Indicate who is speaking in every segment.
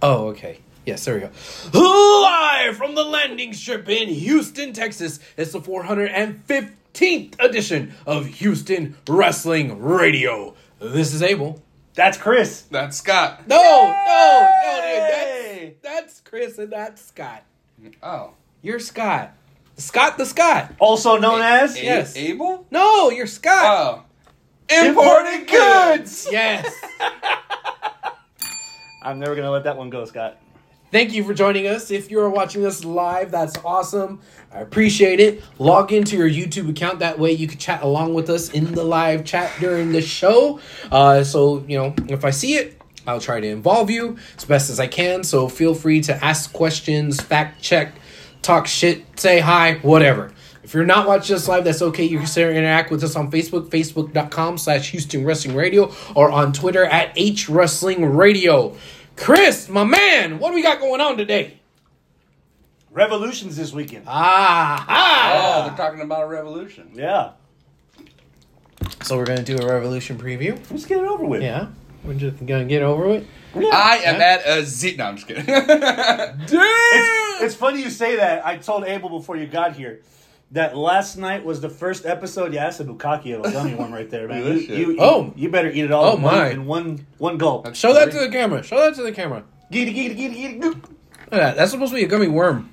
Speaker 1: Oh, okay. Yes, there we go. Live from the landing strip in Houston, Texas. It's the 415th edition of Houston Wrestling Radio. This is Abel.
Speaker 2: That's Chris.
Speaker 3: That's Scott.
Speaker 1: No, no, no, dude.
Speaker 2: Yay!
Speaker 1: That's, that's Chris and that's Scott.
Speaker 3: Oh.
Speaker 1: You're Scott. Scott the Scott.
Speaker 2: Also known as.
Speaker 3: A-
Speaker 1: Yes.
Speaker 3: Abel?
Speaker 1: No, you're Scott.
Speaker 3: Oh. Imported goods!
Speaker 1: Yes.
Speaker 2: I'm never going to let that one go, Scott.
Speaker 1: Thank you for joining us. If you are watching us live, that's awesome. I appreciate it. Log into your YouTube account. That way you can chat along with us in the live chat during the show. Uh, so, you know, if I see it, I'll try to involve you as best as I can. So feel free to ask questions, fact check, talk shit, say hi, whatever. If you're not watching us live, that's okay. You can still interact with us on Facebook, facebook.com slash Houston Wrestling Radio, or on Twitter at H Wrestling Radio. Chris, my man, what do we got going on today?
Speaker 2: Revolutions this weekend.
Speaker 1: Ah,
Speaker 3: Oh,
Speaker 1: ha.
Speaker 3: they're talking about a revolution.
Speaker 2: yeah.
Speaker 1: So we're going to do a Revolution preview.
Speaker 2: Let's get it over with.
Speaker 1: Yeah. Ah. We're just going to get over it.
Speaker 3: I am at a Z. No, I'm just kidding. Damn!
Speaker 2: It's, it's funny you say that. I told Abel before you got here that last night was the first episode. Yeah, that's a bukkake of a gummy one right there, man. You,
Speaker 3: Delicious.
Speaker 2: you, you-
Speaker 1: Oh.
Speaker 2: you better eat it all
Speaker 1: Oh,
Speaker 2: in, one,
Speaker 1: my.
Speaker 2: in one one gulp.
Speaker 3: That's-
Speaker 1: Show that to the camera. Show that to the camera.
Speaker 2: Giddy, giddy, giddy, giddy, goop.
Speaker 1: Look at that. That's supposed to be a gummy worm.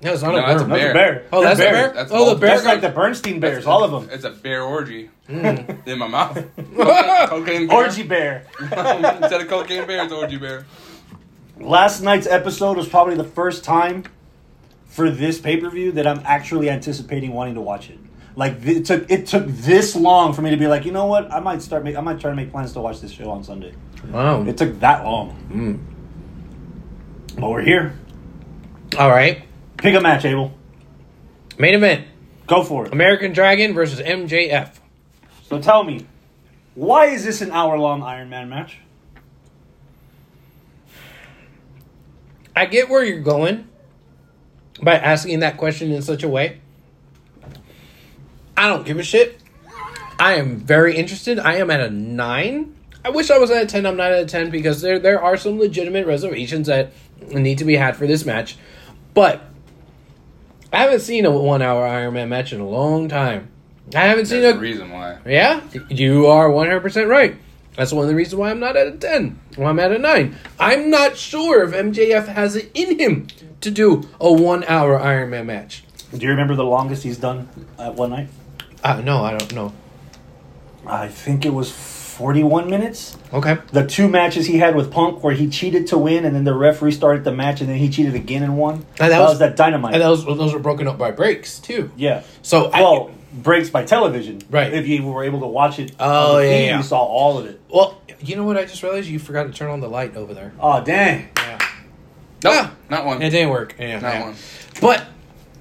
Speaker 1: No, it's not
Speaker 3: No,
Speaker 1: a
Speaker 3: that's a
Speaker 1: worm.
Speaker 2: That's a
Speaker 3: Bear.
Speaker 2: bear.
Speaker 1: Oh, that's a
Speaker 2: They're
Speaker 1: bear?
Speaker 2: bears.
Speaker 3: That's
Speaker 1: oh,
Speaker 3: all-
Speaker 1: the
Speaker 2: That's
Speaker 1: bear's
Speaker 2: like the Bernstein bears, all of them.
Speaker 3: It's a bear orgy in my mouth. Cocaine, cocaine bear.
Speaker 2: Mm. Orgy bear.
Speaker 3: Instead of cocaine bear, it's orgy bear.
Speaker 2: Last night's episode was probably the first time for this pay per view that I'm actually anticipating wanting to watch it. Like th- it took it took this long for me to be like, you know what? I might start. Make, I might try to make plans to watch this show on Sunday.
Speaker 1: Wow.
Speaker 2: It took that long. But we're here.
Speaker 1: All right.
Speaker 2: Pick a match, Abel.
Speaker 1: Main event
Speaker 2: Go for it.
Speaker 1: American Dragon versus MJF.
Speaker 2: So tell me, why is this an hour long Iron Man match?
Speaker 1: I get where you're going by asking that question in such a way. I don't give a shit. I am very interested. I am at a nine. I wish I was at a ten. I'm not at a ten because there there are some legitimate reservations that need to be had for this match, but I haven't seen a one hour Iron Man match in a long time. I haven't seen
Speaker 3: There's
Speaker 1: a
Speaker 3: a reason why.
Speaker 1: yeah, you are 100% right. That's one of the reasons why I'm not at a 10. Why I'm at a 9. I'm not sure if MJF has it in him to do a one hour Iron Man match.
Speaker 2: Do you remember the longest he's done at one night?
Speaker 1: Uh, no, I don't know.
Speaker 2: I think it was forty one minutes.
Speaker 1: Okay.
Speaker 2: the two matches he had with Punk where he cheated to win and then the referee started the match and then he cheated again and won.
Speaker 1: that
Speaker 2: that,
Speaker 1: was-
Speaker 2: was, that dynamite.
Speaker 1: And those, those are broken up by breaks, too.
Speaker 2: yeah.
Speaker 1: So, I-
Speaker 2: well, breaks by television.
Speaker 1: Right.
Speaker 2: If you were able to watch it.
Speaker 1: Oh,
Speaker 2: on the
Speaker 1: yeah,
Speaker 2: feed,
Speaker 1: yeah.
Speaker 2: You saw all of it.
Speaker 1: well, you know what I just realized? You forgot to turn on the light over there.
Speaker 2: Oh, dang.
Speaker 1: Yeah.
Speaker 3: Nope,
Speaker 1: Ah!
Speaker 3: not one.
Speaker 1: It didn't work. Yeah,
Speaker 3: Not
Speaker 1: yeah.
Speaker 3: one.
Speaker 1: But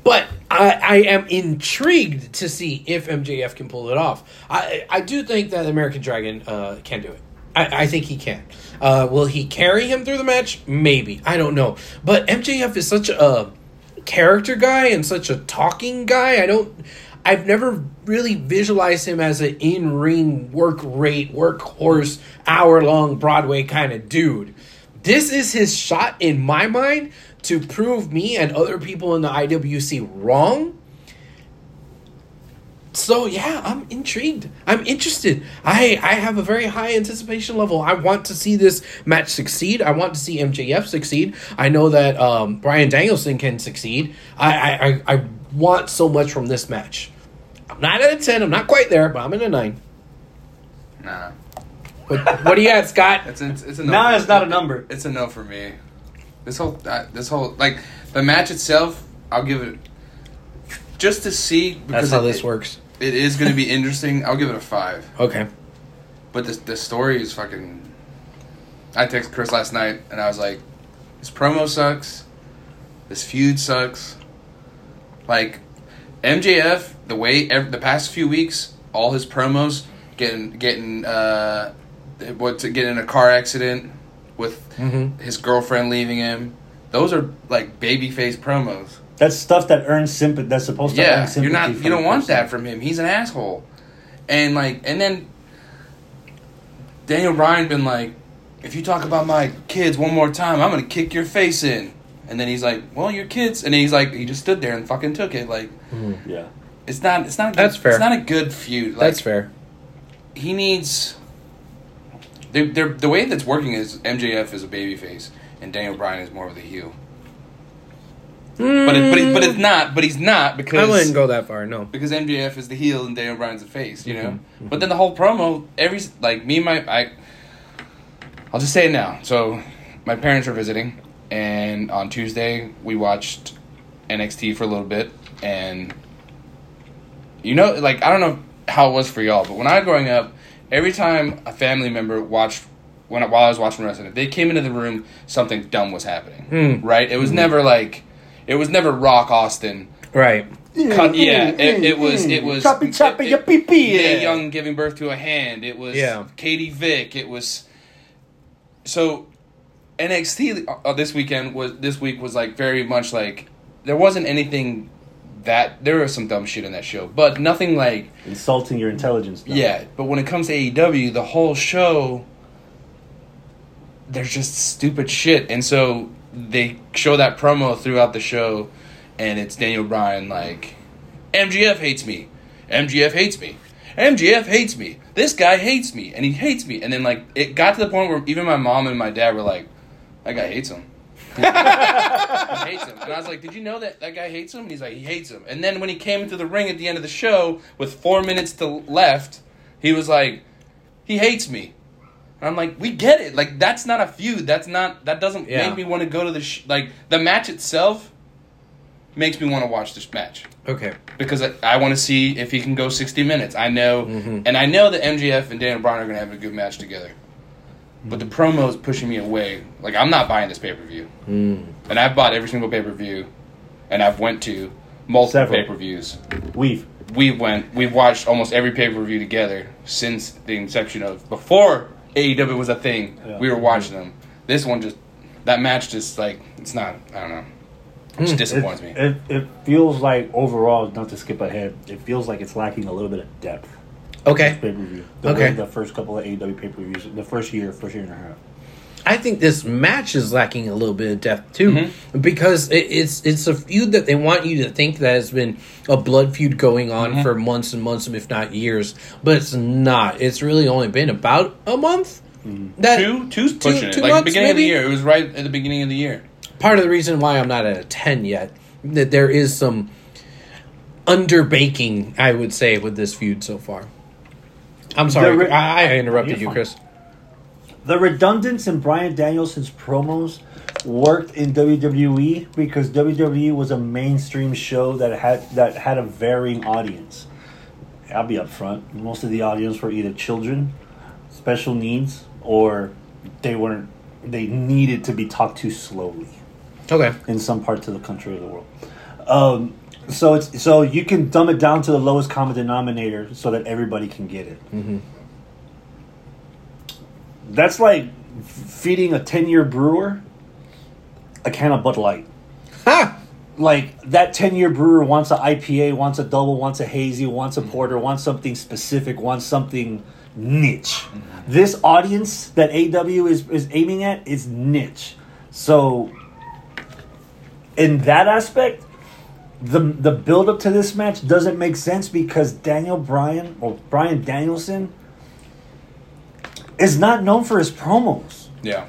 Speaker 1: but I, I am intrigued to see if MJF can pull it off. I I do think that American Dragon uh, can do it. I, I think he can. Uh, will he carry him through the match? Maybe. I don't know. But MJF is such a character guy and such a talking guy. I don't. I've never really visualized him as an in ring work rate, workhorse, hour long Broadway kind of dude. This is his shot, in my mind, to prove me and other people in the IWC wrong. So yeah, I'm intrigued. I'm interested. I I have a very high anticipation level. I want to see this match succeed. I want to see MJF succeed. I know that um, Brian Danielson can succeed. I, I I I want so much from this match. I'm not at a ten. I'm not quite there, but I'm in a nine.
Speaker 3: Nah.
Speaker 1: What, what do you at, Scott?
Speaker 3: It's, it's, it's a
Speaker 2: Now
Speaker 3: no.
Speaker 2: it's not a number.
Speaker 3: It's a no for me. This whole, uh, this whole, like, the match itself, I'll give it, just to see.
Speaker 1: That's how
Speaker 3: it-
Speaker 1: this works.
Speaker 3: It is going to be interesting. I'll give it a five.
Speaker 1: Okay.
Speaker 3: But the the story is fucking. I texted Chris last night and I was like, "This promo sucks. This feud sucks. Like, MJF, the way ev- the past few weeks, all his promos getting getting uh, what to get in a car accident with
Speaker 1: Mhm.
Speaker 3: his girlfriend leaving him. Those are like babyface promos.
Speaker 2: That's stuff that earns sympathy. That's supposed to earn
Speaker 3: Yeah,
Speaker 2: sympathy.
Speaker 3: you're not.
Speaker 2: from
Speaker 3: You don't
Speaker 2: the
Speaker 3: want
Speaker 2: person.
Speaker 3: that from him. He's an asshole. And like, and then Daniel Bryan been like, if you talk about my kids one more time, I'm gonna kick your face in. And then he's like, well, your kids. And then he's like, he just stood there and fucking took it. Like,
Speaker 2: Yeah.
Speaker 3: it's not, it's not. A good,
Speaker 1: That's fair.
Speaker 3: It's not a good feud. Like,
Speaker 1: That's fair.
Speaker 3: he needs they're, they're, the way that's working is MJF is a babyface and Daniel Bryan is more of the heel. But it, but it, but it's not. But he's not
Speaker 1: Mm. I
Speaker 3: because
Speaker 1: wouldn't go that far. No.
Speaker 3: because MJF is the heel and Daniel Bryan's the face. You know. But then the whole promo, every s- like me and my I, I'll just say it now. So my parents are visiting, and on Tuesday we watched NXT for a little bit, and you know, like I don't know how it was for y'all, but when I was growing up, every time a family member watched when while I was watching wrestling, if they came into the room, something dumb was happening.
Speaker 1: Mm.
Speaker 3: Right? It was never like, it was never Rock Austin.
Speaker 1: Right.
Speaker 2: Mm,
Speaker 3: Cut- yeah, it, it was it was
Speaker 2: choppy choppy
Speaker 3: it-
Speaker 2: your pee pee.
Speaker 3: Mae Young giving birth to a hand. It was
Speaker 1: Yeah.
Speaker 3: Katie Vick. It was so NXT uh, this weekend was this week was like very much like there wasn't anything that there was some dumb shit in that show, but nothing like
Speaker 2: insulting your intelligence. though.
Speaker 3: yeah. But when it comes to AEW, the whole show there's just stupid shit, and so they show that promo throughout the show, and it's Daniel Bryan like MGF hates me. MGF hates me. MGF hates me. This guy hates me, and he hates me. And then like it got to the point where even my mom and my dad were like, "That guy hates him." he hates him. And I was like, "Did you know that that guy hates him?" And he's like, "He hates him." And then when he came into the ring at the end of the show with four minutes to left, he was like, "He hates me." And I'm like, "We get it. Like that's not a feud. That's not. That doesn't
Speaker 1: Yeah.
Speaker 3: make me want to go to the sh- like the match itself." Makes me want to watch this match
Speaker 1: Okay.
Speaker 3: because I, I want to see if he can go 60 minutes. I know,
Speaker 2: Mm-hmm.
Speaker 3: and I know that MGF and Daniel Bryan are going to have a good match together. But the promo is pushing me away. Like I'm not buying this pay per view,
Speaker 2: Mm.
Speaker 3: and I've bought every single pay per view, and I've went to multiple
Speaker 2: Several.
Speaker 3: pay per views.
Speaker 2: Weave.
Speaker 3: We went, we've watched almost every pay per view together since the inception of before AEW was a thing.
Speaker 2: Yeah.
Speaker 3: We were watching them. This one just that match just like it's not. I don't know.
Speaker 2: Hmm,
Speaker 3: It just disappoints
Speaker 2: It,
Speaker 3: me.
Speaker 2: it, it feels like overall, not to skip ahead, it feels like it's lacking a little bit of depth.
Speaker 1: Okay.
Speaker 2: Pay per view. The
Speaker 1: Okay.
Speaker 2: way the first couple of AEW pay per views, the first year, first year and a half.
Speaker 1: I think this match is lacking a little bit of depth too,
Speaker 3: Mm-hmm.
Speaker 1: because it, it's it's a feud that they want you to think that has been a blood feud going on
Speaker 3: Mm-hmm.
Speaker 1: for months and months, if not years. But it's not. It's really only been about a month. That
Speaker 3: Mm-hmm. Two, two's pushing it.
Speaker 1: Uh, two
Speaker 3: like
Speaker 1: months,
Speaker 3: beginning
Speaker 1: maybe?
Speaker 3: of the year, it was right at the beginning of the year.
Speaker 1: part of the reason why I'm not at a ten yet that there is some underbaking, I would say, with this feud so far. I'm sorry,
Speaker 2: re-
Speaker 1: I, I interrupted
Speaker 2: You're
Speaker 1: you,
Speaker 2: fine.
Speaker 1: Chris.
Speaker 2: The redundance in Brian Danielson's promos worked in WWE because WWE was a mainstream show that had that had a varying audience. I'll be upfront. Most of the audience were either children, special needs, or they weren't. They needed to be talked to slowly
Speaker 1: Okay,
Speaker 2: in some parts of the country of the world. Um, so it's so you can dumb it down to the lowest common denominator so that everybody can get it. That's like f- feeding a ten-year brewer a can of Bud Light.
Speaker 1: ha.
Speaker 2: Like that ten-year brewer wants an IPA, wants a double, wants a hazy, wants a
Speaker 3: Mm-hmm.
Speaker 2: porter, wants something specific, wants something niche.
Speaker 3: Mm-hmm.
Speaker 2: This audience that AW is is aiming at is niche. So in that aspect, the the build up to this match doesn't make sense because Daniel Bryan or Brian Danielson is not known for his promos.
Speaker 3: Yeah.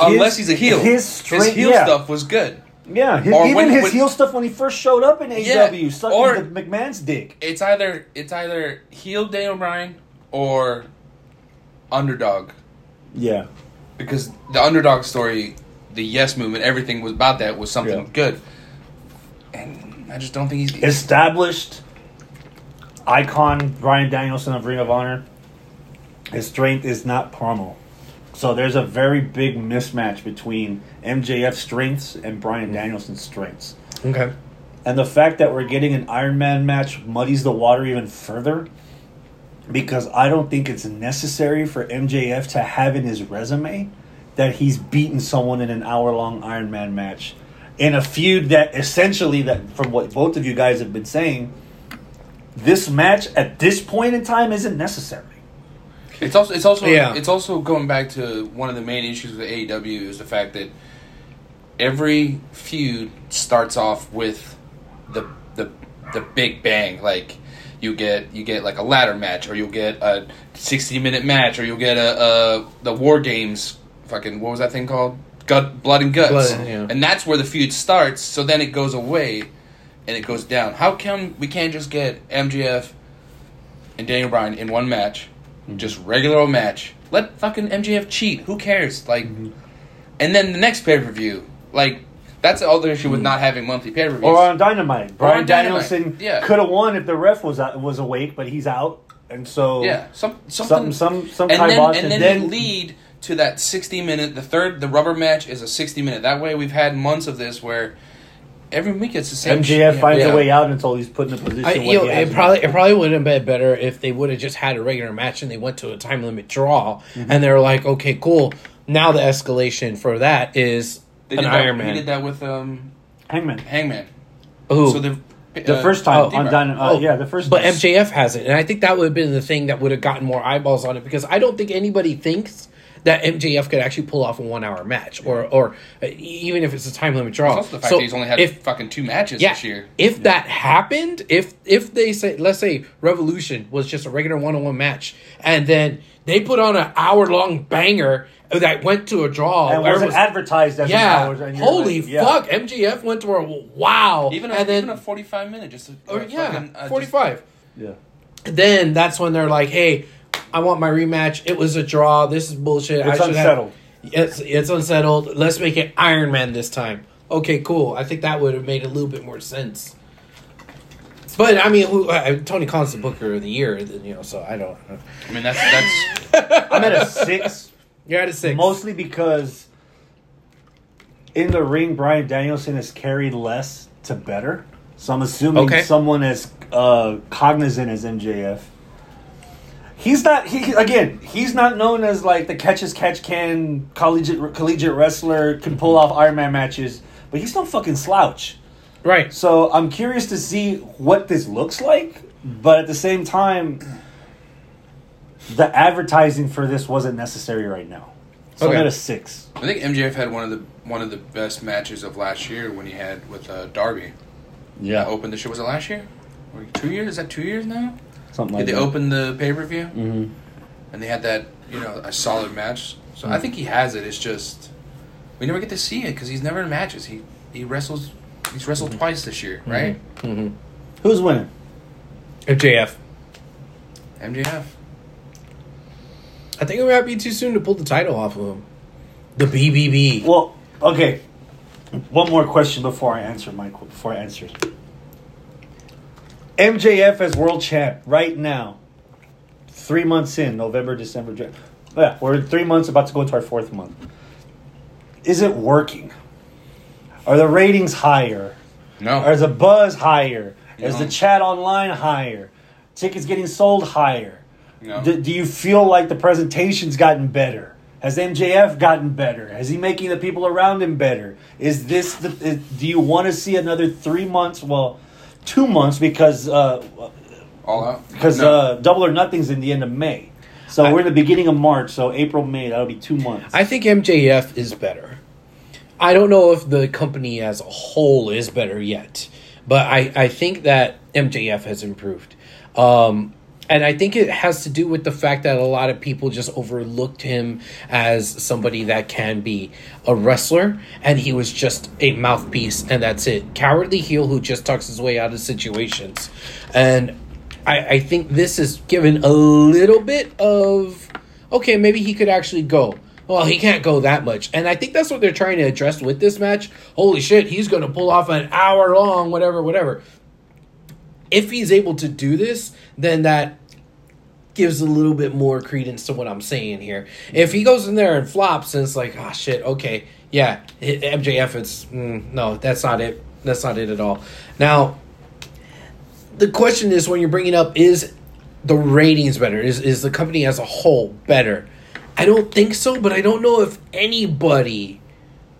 Speaker 3: Unless he's a heel.
Speaker 2: his
Speaker 3: His,
Speaker 2: straight-
Speaker 3: heel
Speaker 2: yeah.
Speaker 3: stuff was good.
Speaker 2: Yeah, his,
Speaker 3: Or
Speaker 2: even
Speaker 3: when-
Speaker 2: his
Speaker 3: when-
Speaker 2: heel stuff when he first showed up in AEW,
Speaker 3: Yeah,
Speaker 2: sucking
Speaker 3: or-
Speaker 2: the McMahon's dick.
Speaker 3: It's either it's either heel Daniel Bryan or underdog
Speaker 2: Yeah,
Speaker 3: because the underdog story, the yes movement, everything was about that was something
Speaker 2: Yeah.
Speaker 3: good. And I just don't think he's
Speaker 2: established icon Brian Danielson of Ring of Honor. His strength is not promo. So there's a very big mismatch between MJF's strengths and Brian Danielson's strengths.
Speaker 1: Okay,
Speaker 2: And the fact that we're getting an Iron Man match muddies the water even further because I don't think it's necessary for MJF to have in his resume that he's beaten someone in an hour long Iron Man match in a feud that essentially that from what both of you guys have been saying this match at this point in time isn't necessary.
Speaker 3: It's also it's also
Speaker 1: Yeah.
Speaker 3: it's also going back to one of the main issues with AEW is the fact that every feud starts off with the the the big bang like you get you get like a ladder match or you'll get a 60 minute match or you'll get a, a the war games fucking what was that thing called gut blood and guts
Speaker 1: Blood, yeah.
Speaker 3: and that's where the feud starts so then it goes away and it goes down how come we can't just get MGF and Daniel Bryan in one match,
Speaker 2: Mm-hmm.
Speaker 3: just regular old match. Let fucking MJF cheat. Who cares? Like,
Speaker 2: Mm-hmm.
Speaker 3: and then the next pay per view. Like, that's the other issue with
Speaker 2: Mm-hmm.
Speaker 3: not having monthly pay per
Speaker 2: Or
Speaker 3: views.
Speaker 2: on Dynamite, Brian
Speaker 3: Dynamite,
Speaker 2: Danielson
Speaker 3: yeah.
Speaker 2: could have won if the ref was out, was awake, but he's out, and so
Speaker 3: Yeah, some
Speaker 2: some
Speaker 3: something.
Speaker 2: some some
Speaker 3: and
Speaker 2: Kai
Speaker 3: then
Speaker 2: boss,
Speaker 3: and then, you lead to that sixty minute. The third, the rubber match is a sixty minute. That way, we've had months of this where every week it's the same.
Speaker 2: MJF
Speaker 3: shit.
Speaker 2: finds
Speaker 1: yeah.
Speaker 2: a way out until he's put in a position.
Speaker 1: I,
Speaker 2: where
Speaker 1: you know,
Speaker 2: he
Speaker 1: it
Speaker 2: has-
Speaker 1: probably it probably would have been better if they would have just had a regular match and they went to a time limit draw
Speaker 2: Mm-hmm.
Speaker 1: and they're like, okay, cool. Now the escalation for that is
Speaker 3: They
Speaker 1: an
Speaker 3: did that-
Speaker 1: Iron
Speaker 3: He did
Speaker 1: Man.
Speaker 3: that with um,
Speaker 2: Hangman.
Speaker 3: Hangman.
Speaker 1: Who?
Speaker 3: So the
Speaker 2: The
Speaker 3: uh,
Speaker 2: first time
Speaker 3: D-Rock.
Speaker 2: on Dynamite, uh,
Speaker 1: Oh,
Speaker 2: yeah, the first.
Speaker 1: But
Speaker 2: time.
Speaker 1: MJF hasn't, and I think that would have been the thing that would have gotten more eyeballs on it because I don't think anybody thinks that MJF could actually pull off a one-hour match, or or uh, e- even if it's a time limit draw.
Speaker 3: It's also the fact
Speaker 1: So
Speaker 3: that he's only had
Speaker 1: if
Speaker 3: fucking two matches
Speaker 1: yeah,
Speaker 3: this year.
Speaker 1: if that happened, if if they say let's say Revolution was just a regular one-on-one match, and then they put on an hour-long banger that went to a draw,
Speaker 2: and
Speaker 1: where it
Speaker 2: wasn't
Speaker 1: was-
Speaker 2: advertised as
Speaker 1: yeah,
Speaker 2: an hour. and you're
Speaker 1: holy
Speaker 2: like, yeah.
Speaker 1: fuck, MJF went to a wow,
Speaker 3: Even a,
Speaker 1: and then
Speaker 3: even a forty-five minute, just a,
Speaker 1: or
Speaker 3: a
Speaker 1: yeah,
Speaker 3: fucking, uh, just-
Speaker 1: forty-five
Speaker 2: Yeah.
Speaker 1: then that's when they're like, "Hey, I want my rematch. It was a draw. This is bullshit. I
Speaker 2: It's
Speaker 1: should have-
Speaker 2: unsettled.
Speaker 1: it's it's unsettled. Let's make it Iron Man this time." Okay, cool. I think that would have made a little bit more sense. But I mean, who, uh, Tony Khan's the Booker of the Year, you know. So I don't.
Speaker 3: I mean, that's that's
Speaker 2: I'm at a six,
Speaker 1: You're at a six.
Speaker 2: mostly because in the ring, Brian Danielson has carried less to better. So I'm assuming
Speaker 1: Okay.
Speaker 2: someone as uh, cognizant as MJF. He's not. He again. He's not known as like the catch as catch can collegiate collegiate wrestler can pull off Iron Man matches, but he's no fucking slouch.
Speaker 1: right.
Speaker 2: So I'm curious to see what this looks like, but at the same time, the advertising for this wasn't necessary right now. So
Speaker 1: Okay.
Speaker 2: I'm at a six.
Speaker 3: I think MJF had one of the one of the best matches of last year when he had with uh, Darby.
Speaker 2: Yeah,
Speaker 3: That opened the show. Was it last year? Or two years? Is that two years now?
Speaker 2: something
Speaker 3: Did
Speaker 2: like
Speaker 3: they
Speaker 2: that.
Speaker 3: open the pay per view? Mm-hmm. And they had that you know a solid match. So I think he has it. It's just we never get to see it because he's never in matches. He he wrestles. He's wrestled twice this year, right?
Speaker 2: Mm-hmm. Who's winning?
Speaker 1: MJF.
Speaker 3: MJF.
Speaker 1: I think it might be too soon to pull the title off of him. The BBB.
Speaker 2: Well, okay. One more question before I answer, Michael. Before I answer, MJF as world champ right now. Three months in, November, December, Jan- yeah, we're in three months, about to go into our fourth month. Is it working? Are the ratings higher?
Speaker 3: No.
Speaker 2: Or is the buzz higher? Is
Speaker 3: No.
Speaker 2: the chat online higher? Tickets getting sold higher?
Speaker 3: No.
Speaker 2: Do, do you feel like the presentation's gotten better? Has MJF gotten better? Is he making the people around him better? Is this the? Is, do you want to see another three months? Well, two months because uh,
Speaker 3: All out.
Speaker 2: because
Speaker 3: No.
Speaker 2: uh, Double or Nothing's in the end of May, so we're in the beginning of March. So April, May, that'll be two months.
Speaker 1: I think MJF is better. I don't know if the company as a whole is better yet, but I, I think that MJF has improved. Um, and I think it has to do with the fact that a lot of people just overlooked him as somebody that can be a wrestler, and he was just a mouthpiece, and that's it. Cowardly heel who just talks his way out of situations. And I, I think this is given a little bit of okay, maybe he could actually go. Well, he can't go that much. And I think that's what they're trying to address with this match. Holy shit, he's going to pull off an hour long, whatever, whatever. If he's able to do this, then that gives a little bit more credence to what I'm saying here. If he goes in there and flops, and it's like, ah, shit, okay, yeah, i- MJF, it's mm, no, that's not it. That's not it at all. Now, the question is when you're bringing up is the ratings better? Is is the company as a whole better? I don't think so, but I don't know if anybody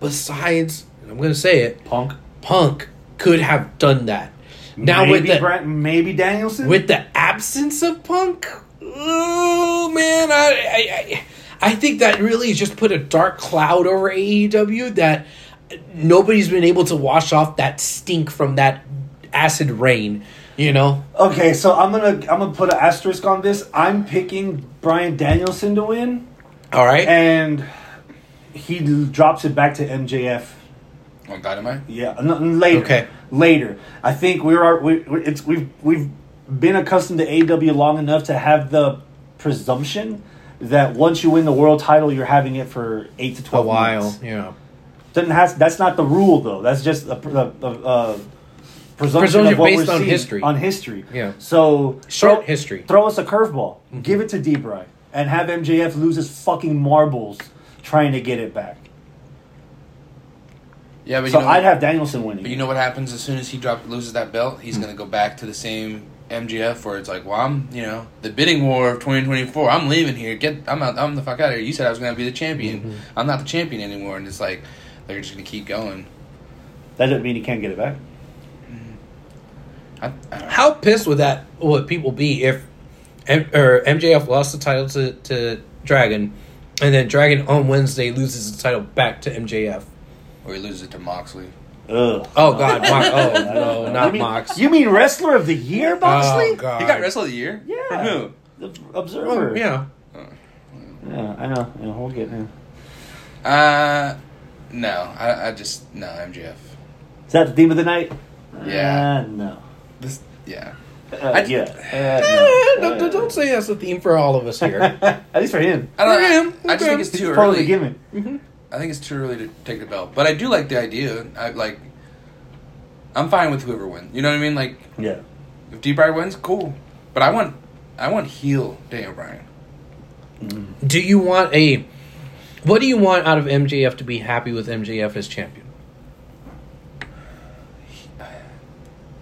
Speaker 1: besides and I'm going to say it,
Speaker 2: Punk.
Speaker 1: Punk could have done that. Now
Speaker 2: maybe
Speaker 1: with the
Speaker 2: Brent, maybe Danielson.
Speaker 1: with the absence of Punk, oh, man. I, I, I, I think that really just put a dark cloud over AEW that nobody's been able to wash off that stink from that acid rain. You know,
Speaker 2: Okay, so I'm gonna I'm gonna put an asterisk on this. I'm picking Brian Danielson to win,
Speaker 1: all right.
Speaker 2: and he l- drops it back to MJF.
Speaker 3: On Oh, Dynamite?
Speaker 2: Yeah, n- n- later.
Speaker 1: Okay.
Speaker 2: later. I think we're our- we, we it's we've we've been accustomed to AW long enough to have the presumption that once you win the world title, you're having it for eight to
Speaker 1: a
Speaker 2: twelve
Speaker 1: while,
Speaker 2: months.
Speaker 1: you know.
Speaker 2: Doesn't has that's not the rule though. That's just a, pr- a, a, a presumption,
Speaker 1: Presumption
Speaker 2: of what
Speaker 1: based
Speaker 2: we're
Speaker 1: on
Speaker 2: seeing
Speaker 1: history.
Speaker 2: On history,
Speaker 1: Yeah.
Speaker 2: So
Speaker 1: Short
Speaker 2: throw-
Speaker 1: history. Mm-hmm.
Speaker 2: Throw us a curveball. Give it to Debray and have MJF lose his fucking marbles trying to get it back.
Speaker 3: Yeah, but
Speaker 2: so
Speaker 3: you know,
Speaker 2: I'd have Danielson winning.
Speaker 3: but you know what happens as soon as he drop, loses that belt?
Speaker 2: Hmm.
Speaker 3: He's going to go back to the same MGF where it's like, well, I'm, you know, the bidding war of 2024. I'm leaving here. Get, I'm out, I'm the fuck out of here. You said I was going to be the champion.
Speaker 2: Mm-hmm.
Speaker 3: I'm not the champion anymore. And it's like, they're just going to keep going.
Speaker 2: that doesn't mean he can't get it back.
Speaker 3: I, I don't know.
Speaker 1: How pissed would that would people be if M- or MJF lost the title to, to Dragon, and then Dragon on Wednesday loses the title back to MJF?
Speaker 3: Or he loses it to Moxley.
Speaker 2: Ugh.
Speaker 3: Uh,
Speaker 1: Oh God! Mox, oh
Speaker 2: I don't
Speaker 1: no,
Speaker 2: know.
Speaker 1: not
Speaker 2: you mean,
Speaker 1: Mox.
Speaker 2: You mean wrestler of the year, Moxley?
Speaker 1: Oh God!
Speaker 3: He got wrestled of the year?
Speaker 2: Yeah.
Speaker 3: From who?
Speaker 2: The Observer.
Speaker 1: Oh, yeah.
Speaker 2: Yeah, I know. Yeah, we'll get him.
Speaker 3: Uh, no. I, I just, no, MGF.
Speaker 2: Is that the theme of the night?
Speaker 3: Yeah.
Speaker 2: Uh, no.
Speaker 3: This, yeah.
Speaker 2: Uh,
Speaker 3: I-
Speaker 2: yeah. Uh,
Speaker 1: Eh,
Speaker 2: no.
Speaker 1: don't, don't- don't say that's the theme for all of us here.
Speaker 2: At least for him.
Speaker 3: I don't
Speaker 1: Okay,
Speaker 3: know. I, I just
Speaker 1: okay.
Speaker 3: think it's
Speaker 2: It's
Speaker 3: too
Speaker 2: part of the
Speaker 3: early.
Speaker 2: gimmick.
Speaker 3: I think it's too early to take the belt, but I do like the idea. I like. I'm fine with whoever wins. You know what I mean? Like,
Speaker 2: Yeah.
Speaker 3: if D. Bry wins, cool. But I want, I want heel Daniel Bryan.
Speaker 1: do you want a? What do you want out of MJF to be happy with MJF as champion?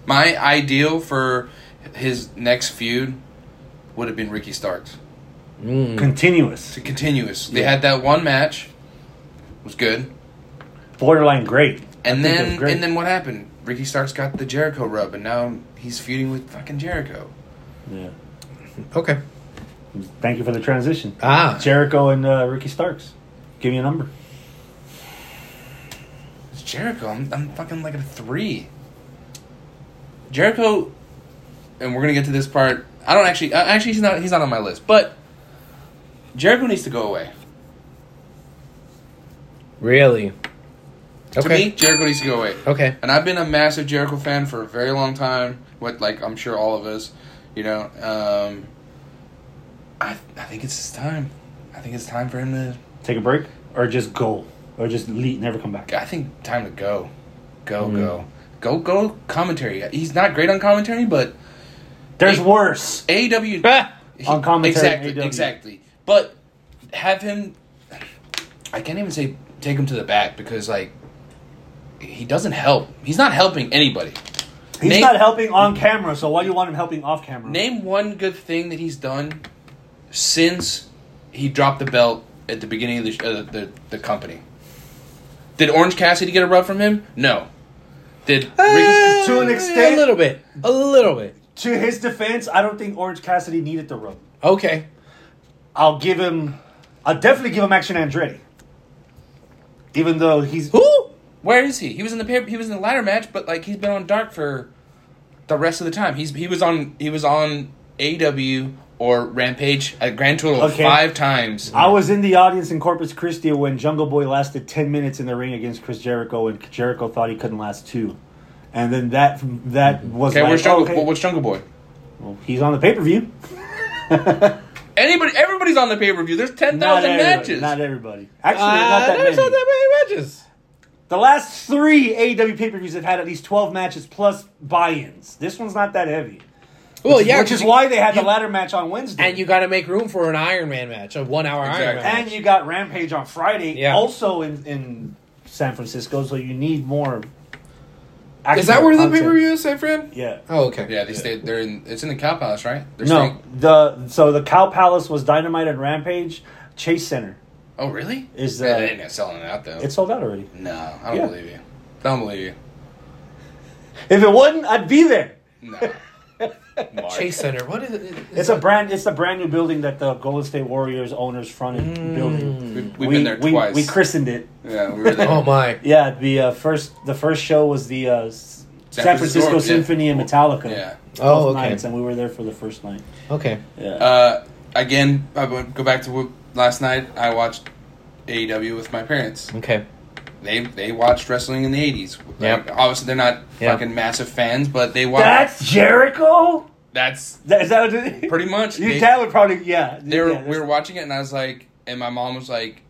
Speaker 3: My ideal for his next feud would have been Ricky Starks.
Speaker 1: Mm.
Speaker 2: Continuous.
Speaker 3: To continuous, they had that one match, was good,
Speaker 2: Borderline great. I
Speaker 3: and
Speaker 2: think it was
Speaker 3: then
Speaker 2: great.
Speaker 3: and then what happened? Ricky Starks got the Jericho rub, and now he's feuding with fucking Jericho.
Speaker 2: Yeah.
Speaker 1: Okay.
Speaker 2: Thank you for the transition.
Speaker 1: Ah.
Speaker 2: Jericho and uh, Ricky Starks. Give me a number.
Speaker 3: It's Jericho. I'm, I'm fucking like at a three. Jericho, and we're gonna get to this part. I don't actually. Uh, actually, he's not. He's not on my list. But Jericho needs to go away.
Speaker 1: Really.
Speaker 3: To me,
Speaker 1: Okay.
Speaker 3: Jericho needs to go away.
Speaker 1: Okay.
Speaker 3: And I've been a massive Jericho fan for a very long time. What, like, I'm sure all of us, you know. Um, I I think it's his time. I think it's time for him to.
Speaker 2: Take a break or just go. Or just leave. Never come back.
Speaker 3: I think time to go, go
Speaker 2: Mm-hmm.
Speaker 3: go go go. Commentary. He's not great on commentary, but
Speaker 2: There's
Speaker 3: Hey.
Speaker 2: worse.
Speaker 3: AEW.
Speaker 1: Ah!
Speaker 3: He-
Speaker 2: On commentary, E
Speaker 3: Exactly,
Speaker 2: AEW.
Speaker 3: exactly. But have him. I can't even say take him to the back because like he doesn't help. He's not helping anybody.
Speaker 2: He's
Speaker 3: Name-
Speaker 2: not helping on camera, so why do you want him helping off camera?
Speaker 3: Name one good thing that he's done since he dropped the belt at the beginning of the uh, the, the company. Did Orange Cassidy get a rub from him? No. Did
Speaker 2: Ah!
Speaker 3: Ricky's,
Speaker 2: to an
Speaker 1: A
Speaker 2: extent-
Speaker 1: little bit. A little bit.
Speaker 2: To his defense, I don't think Orange Cassidy needed the rub.
Speaker 1: Okay.
Speaker 2: I'll give him. I'll definitely give him Action Andretti. Even though he's
Speaker 1: Who?
Speaker 3: where is he? He was in the pair, he was in the ladder match, but like he's been on dark for the rest of the time. He's he was on he was on AW or Rampage a grand total of
Speaker 2: Okay.
Speaker 3: five times.
Speaker 2: I was in the audience in Corpus Christi when Jungle Boy lasted 10 minutes in the ring against Chris Jericho, and Jericho thought he couldn't last two. And then that that was
Speaker 3: okay,
Speaker 2: like,
Speaker 3: where's Jungle?
Speaker 2: okay,
Speaker 3: what- What's Jungle Boy?
Speaker 2: well, he's on the pay per view.
Speaker 3: Anybody, everybody's on the pay per view. There's ten
Speaker 2: Not
Speaker 3: thousand
Speaker 2: everybody.
Speaker 3: matches.
Speaker 2: Not everybody. Actually,
Speaker 1: Uh,
Speaker 2: not that
Speaker 1: there's
Speaker 2: many.
Speaker 1: not that many matches.
Speaker 2: The last three AEW pay per views have had at least 12 matches plus buy ins. This one's not that heavy.
Speaker 1: Well, yeah,
Speaker 2: Which is
Speaker 1: you-
Speaker 2: why they had
Speaker 1: you-
Speaker 2: the ladder match on Wednesday.
Speaker 1: And you got to make room for an Iron Man match, a one hour Iron
Speaker 3: Exactly.
Speaker 1: Man.
Speaker 2: And you got Rampage on Friday,
Speaker 1: Yeah.
Speaker 2: also in, in San Francisco, so you need more.
Speaker 1: match. Is that where the
Speaker 2: actual
Speaker 1: pay
Speaker 2: content.
Speaker 1: per view is, San Fran?
Speaker 2: Yeah.
Speaker 1: Oh, okay.
Speaker 3: yeah, they stayed. They're in. It's in the Cow Palace, right? They're
Speaker 2: No,
Speaker 3: Staying,
Speaker 2: the so the Cow Palace was Dynamite and Rampage. Chase Center
Speaker 3: oh, really?
Speaker 2: is
Speaker 3: Yeah, they ain't
Speaker 2: uh,
Speaker 3: gonna selling it out though.
Speaker 2: it's sold out already.
Speaker 3: no, I don't
Speaker 2: Yeah.
Speaker 3: believe you. Don't believe you.
Speaker 2: If it wasn't, I'd be there.
Speaker 3: No, Mark.
Speaker 1: Chase Center. What is it?
Speaker 2: It's a brand. It's the brand new building that the Golden State Warriors owners fronted
Speaker 1: Mm.
Speaker 2: building.
Speaker 3: We, have been there
Speaker 2: we,
Speaker 3: twice.
Speaker 2: We christened it.
Speaker 3: yeah, we were there.
Speaker 1: Oh my!
Speaker 2: Yeah, the uh, first the first show was the uh, S-
Speaker 3: San
Speaker 2: San,
Speaker 3: Francisco,
Speaker 2: Francisco,
Speaker 3: yeah.
Speaker 2: Symphony and Metallica.
Speaker 3: Yeah.
Speaker 1: Oh,
Speaker 2: Both
Speaker 1: okay.
Speaker 2: nights, and we were there for the first night.
Speaker 1: Okay.
Speaker 2: Yeah.
Speaker 3: Uh, again, I would go back to what- last night. I watched AEW with my parents.
Speaker 1: Okay.
Speaker 3: They they watched wrestling in the eighties.
Speaker 1: Yep.
Speaker 3: obviously, they're not
Speaker 1: Yep.
Speaker 3: fucking massive fans, but they watched.
Speaker 2: That's Jericho.
Speaker 3: that's
Speaker 2: That, is that what it-
Speaker 3: pretty much.
Speaker 2: Your
Speaker 3: They-
Speaker 2: dad would probably yeah.
Speaker 3: they were,
Speaker 2: yeah,
Speaker 3: we were watching it, and I was like, and my mom was like,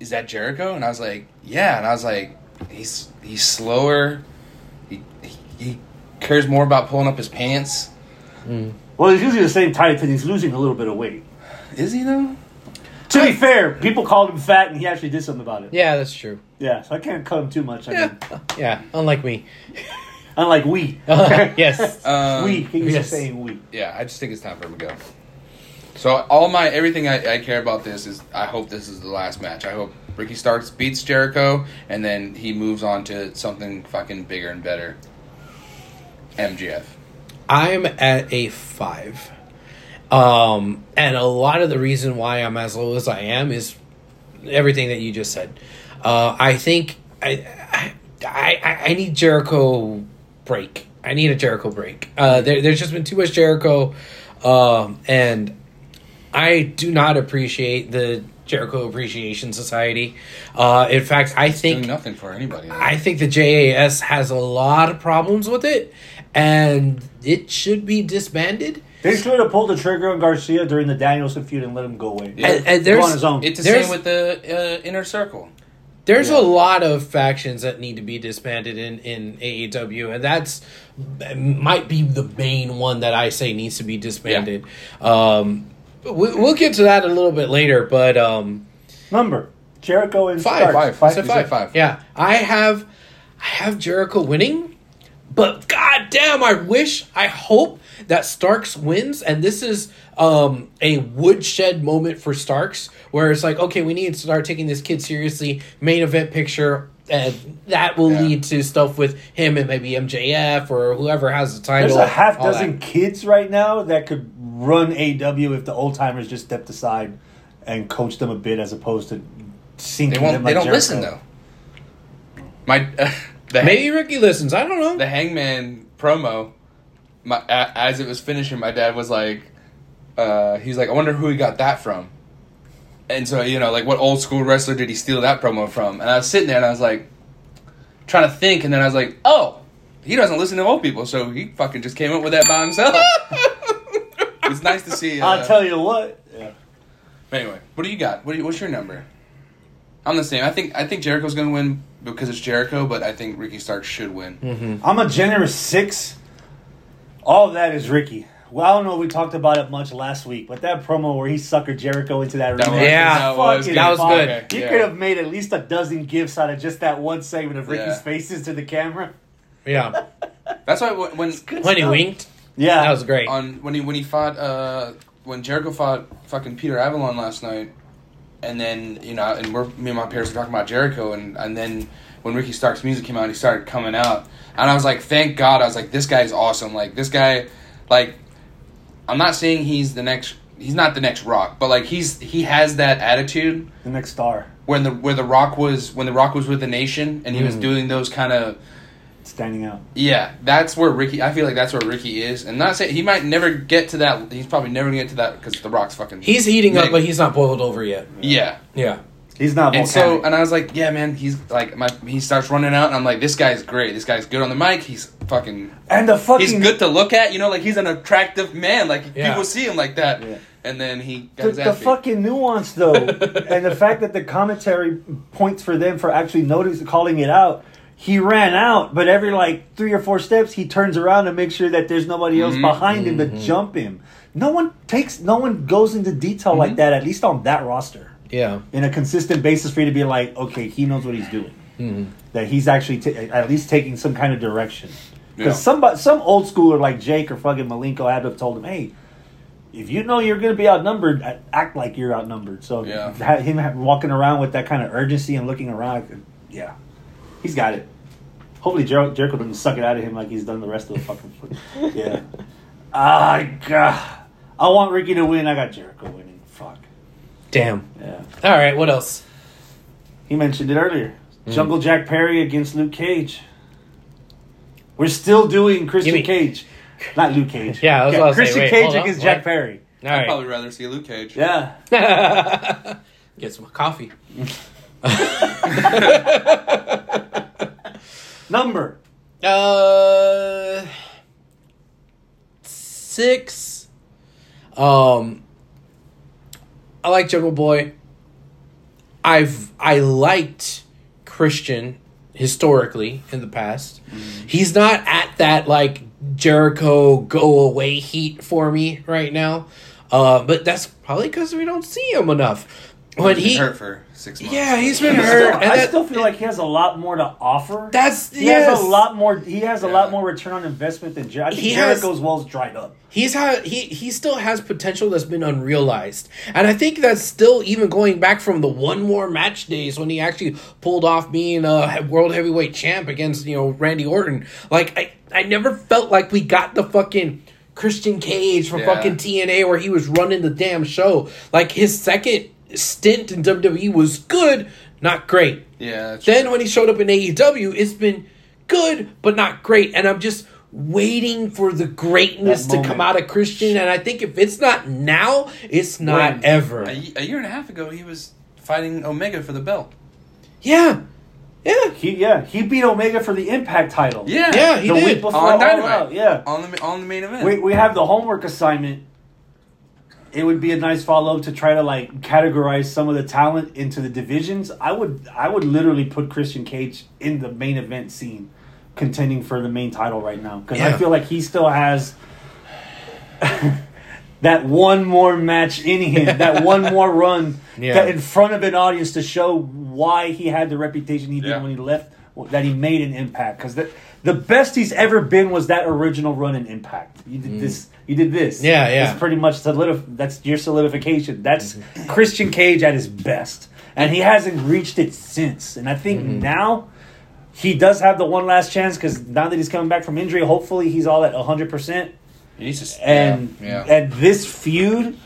Speaker 3: "Is that Jericho?" And I was like, "Yeah." And I was like, "He's he's slower. He he, he cares more about pulling up his pants.
Speaker 2: well, he's usually the same type, and he's losing a little bit of weight.
Speaker 3: Is he though?
Speaker 2: To be fair, people called him fat, and he actually did something about it. Yeah,
Speaker 1: Yeah, that's true.
Speaker 2: so I can't cut him too much. I
Speaker 1: Yeah.
Speaker 2: mean,
Speaker 1: Yeah. Unlike me.
Speaker 2: unlike we,
Speaker 1: yes.
Speaker 3: Um,
Speaker 2: we he was
Speaker 1: yes.
Speaker 2: just saying we.
Speaker 3: yeah, I just think it's time for him to go. So all my everything I, I care about this is I hope this is the last match. I hope Ricky Starks beats Jericho and then he moves on to something fucking bigger and better. MGF.
Speaker 1: I'm at a five. Um, and a lot of the reason why I'm as low as I am is everything that you just said. Uh, I think I, I, I, I need Jericho break. I need a Jericho break. Uh, there, there's just been too much Jericho, um, and I do not appreciate the Jericho Appreciation Society. Uh, in fact, I think
Speaker 3: Doing nothing for anybody.
Speaker 1: I think the JAS has a lot of problems with it, and it should be disbanded.
Speaker 2: They should have pulled the trigger on Garcia during the Danielson feud and let him go away.
Speaker 3: Yeah.
Speaker 1: And, and there's
Speaker 2: on his own.
Speaker 3: it's the
Speaker 1: There's-
Speaker 3: same with the uh, inner circle.
Speaker 1: there's
Speaker 2: Yeah.
Speaker 1: a lot of factions that need to be disbanded in in AEW, and that's might be the main one that I say needs to be disbanded. Um, we, we'll get to that a little bit later, but um,
Speaker 2: Number Jericho and
Speaker 1: five,
Speaker 2: Starks.
Speaker 3: Five.
Speaker 1: It's a
Speaker 3: You said five.
Speaker 1: Yeah, I have, I have Jericho winning, but goddamn, I wish, I hope that Starks wins, and this is um, a woodshed moment for Starks, where it's like, okay, we need to start taking this kid seriously. Main event picture. And that will
Speaker 3: Yeah.
Speaker 1: lead to stuff with him and maybe MJF or whoever has the title.
Speaker 2: There's a half
Speaker 1: all
Speaker 2: dozen
Speaker 1: that.
Speaker 2: kids right now that could run AW if the old timers just stepped aside and coached them a bit, as opposed to
Speaker 3: They
Speaker 2: sinking
Speaker 3: won't.
Speaker 2: them.
Speaker 3: they
Speaker 2: like
Speaker 3: don't
Speaker 2: Jericho.
Speaker 3: listen though. My the
Speaker 1: Maybe Ricky listens. I don't know.
Speaker 3: the Hangman promo, my a, as it was finishing, my dad was like, uh, he's like, I wonder who he got that from. And so you know, like, what old school wrestler did he steal that promo from? And I was sitting there and I was like, trying to think, and then I was like, oh, he doesn't listen to old people, so he fucking just came up with that by himself. it's nice to see. Uh,
Speaker 2: I'll tell you what. Yeah.
Speaker 3: Anyway, what do you got? What do you, what's your number? I'm the same. I think I think Jericho's gonna win because it's Jericho, but I think Ricky Stark should win.
Speaker 2: I'm a generous six. All of that is Ricky. Well, I don't know if we talked about it much last week, but that promo where he suckered Jericho into that
Speaker 3: That
Speaker 2: arena.
Speaker 3: was-
Speaker 1: Yeah.
Speaker 3: that was
Speaker 2: fucking
Speaker 1: That was
Speaker 2: fire.
Speaker 1: good.
Speaker 2: You
Speaker 3: Yeah.
Speaker 2: could have made at least a dozen gifs out of just that one segment of Ricky's
Speaker 3: Yeah.
Speaker 2: faces to the camera.
Speaker 1: Yeah,
Speaker 3: That's why when when-
Speaker 1: when he winked,
Speaker 2: Yeah,
Speaker 1: that was great.
Speaker 3: on when he when he fought uh when Jericho fought fucking Peter Avalon last night, and then you know and we're me and my parents were talking about Jericho and and then when Ricky Stark's music came out he started coming out and I was like thank God I was like this guy's awesome like this guy like I'm not saying he's the next he's not the next Rock but like he's he has that attitude
Speaker 2: the next star
Speaker 3: when the where the Rock was when the Rock was with the Nation and he
Speaker 1: Mm.
Speaker 3: was doing those kind of
Speaker 2: standing out.
Speaker 3: yeah, that's where Ricky. I feel like that's where Ricky is, and not saying he might never get to that. He's probably never gonna get to that because the Rock's fucking.
Speaker 1: He's heating up,
Speaker 3: Nick.
Speaker 1: but he's not boiled over yet.
Speaker 3: yeah,
Speaker 1: Yeah.
Speaker 2: He's not.
Speaker 3: and
Speaker 2: Volcanic.
Speaker 3: so and I was like, yeah, man, he's like my. He starts running out, and I'm like, this guy's great. This guy's good on the mic. He's fucking.
Speaker 2: And the fucking
Speaker 3: He's good to look at, you know, like he's an attractive man. Like
Speaker 1: Yeah.
Speaker 3: people see him like that,
Speaker 2: Yeah.
Speaker 3: and then he got
Speaker 2: the,
Speaker 3: his
Speaker 2: the
Speaker 3: ass beat.
Speaker 2: fucking nuance though, and the fact that the commentary points for them for actually noticing calling it out. He ran out, but every like three or four steps, he turns around to make sure that there's nobody
Speaker 3: Mm-hmm.
Speaker 2: else behind him to jump him. No one takes, no one goes into detail
Speaker 3: Mm-hmm.
Speaker 2: like that. At least on that roster,
Speaker 1: Yeah.
Speaker 2: in a consistent basis, for you to be like, okay, he knows what he's doing. That he's actually ta- at least taking some kind of direction.
Speaker 3: Yeah.
Speaker 2: Because somebody, some old schooler like Jake or fucking Malenko had to have told him, "Hey, if you know you're going to be outnumbered, a- act like you're outnumbered." So
Speaker 3: Yeah.
Speaker 2: ha- him ha- walking around with that kind of urgency and looking around, yeah, he's got it. Hopefully Jer- Jericho doesn't suck it out of him like he's done the rest of the fucking. yeah, I God. I want Ricky to win. I got Jericho winning. Fuck.
Speaker 1: Damn.
Speaker 2: Yeah.
Speaker 1: All right, what else?
Speaker 2: He mentioned it earlier.
Speaker 1: Mm.
Speaker 2: Jungle Jack Perry against Luke Cage. We're still doing Christian
Speaker 1: Give me-
Speaker 2: Cage. Not Luke Cage.
Speaker 1: Yeah, I was about to say,
Speaker 2: Christian
Speaker 1: wait,
Speaker 2: Cage
Speaker 1: hold up,
Speaker 2: against
Speaker 1: what?
Speaker 2: Jack Perry.
Speaker 1: All
Speaker 3: I'd
Speaker 1: right.
Speaker 3: probably rather see Luke Cage.
Speaker 2: Yeah.
Speaker 1: Get some coffee.
Speaker 2: Number.
Speaker 1: Uh, six. Um, I like Jungle Boy. I've I liked Christian historically in the past.
Speaker 3: Mm-hmm.
Speaker 1: He's not at that like Jericho go away heat for me right now. Uh, but that's probably because we don't see him enough. When
Speaker 3: He's been
Speaker 1: he,
Speaker 3: hurt for six months.
Speaker 1: yeah, he's been
Speaker 2: I
Speaker 1: hurt.
Speaker 2: still,
Speaker 1: and
Speaker 2: I
Speaker 1: that-
Speaker 2: still feel like he has a lot more to offer.
Speaker 1: that's
Speaker 2: he
Speaker 1: yes.
Speaker 2: has a lot more. He has a
Speaker 3: Yeah.
Speaker 2: lot more return on investment than Jericho. I think
Speaker 1: He has-
Speaker 2: Jericho's well's dried up.
Speaker 1: He's had he he still has potential that's been unrealized, and I think that's still even going back from the one more match days when he actually pulled off being a world heavyweight champ against you know Randy Orton. Like I I never felt like we got the fucking Christian Cage from
Speaker 3: Yeah.
Speaker 1: fucking TNA where he was running the damn show. Like his second stint in WWE was good, not great.
Speaker 3: Yeah. That's
Speaker 1: Then when he showed up in AEW, it's been good but not great, and I'm just waiting for the greatness
Speaker 2: That
Speaker 1: to
Speaker 2: moment.
Speaker 1: come out of Christian. And I think if it's not now, it's not
Speaker 2: When?
Speaker 1: ever.
Speaker 3: A, y- a year and a half ago, he was fighting Omega for the belt.
Speaker 1: yeah, yeah,
Speaker 2: He yeah. He beat Omega for the Impact title.
Speaker 3: Yeah.
Speaker 1: yeah. He
Speaker 2: the
Speaker 1: did.
Speaker 2: week before
Speaker 3: On
Speaker 2: All
Speaker 3: Dynamite.
Speaker 2: Out, yeah.
Speaker 3: On the on the main event.
Speaker 2: We, we have the homework assignment. It would be a nice follow up to try to like categorize some of the talent into the divisions. I would I would literally put Christian Cage in the main event scene, contending for the main title right now because
Speaker 1: Yeah.
Speaker 2: I feel like he still has that one more match in him, that one more run
Speaker 1: Yeah.
Speaker 2: that in front of an audience to show why he had the reputation he did
Speaker 3: Yeah.
Speaker 2: when he left, that he made an impact. Because the, the best he's ever been was that original run in Impact. You did this. You did this.
Speaker 1: Mm. Yeah, yeah. Mm-hmm.
Speaker 2: That's pretty much solidif- That's your solidification. That's Christian Cage at his best, and he hasn't reached it since. And I think
Speaker 1: Mm-hmm.
Speaker 2: now he does have the one last chance because now that he's coming back from injury, hopefully he's all at hundred percent
Speaker 3: He needs to s-
Speaker 2: and
Speaker 3: yeah, yeah.
Speaker 2: and this feud,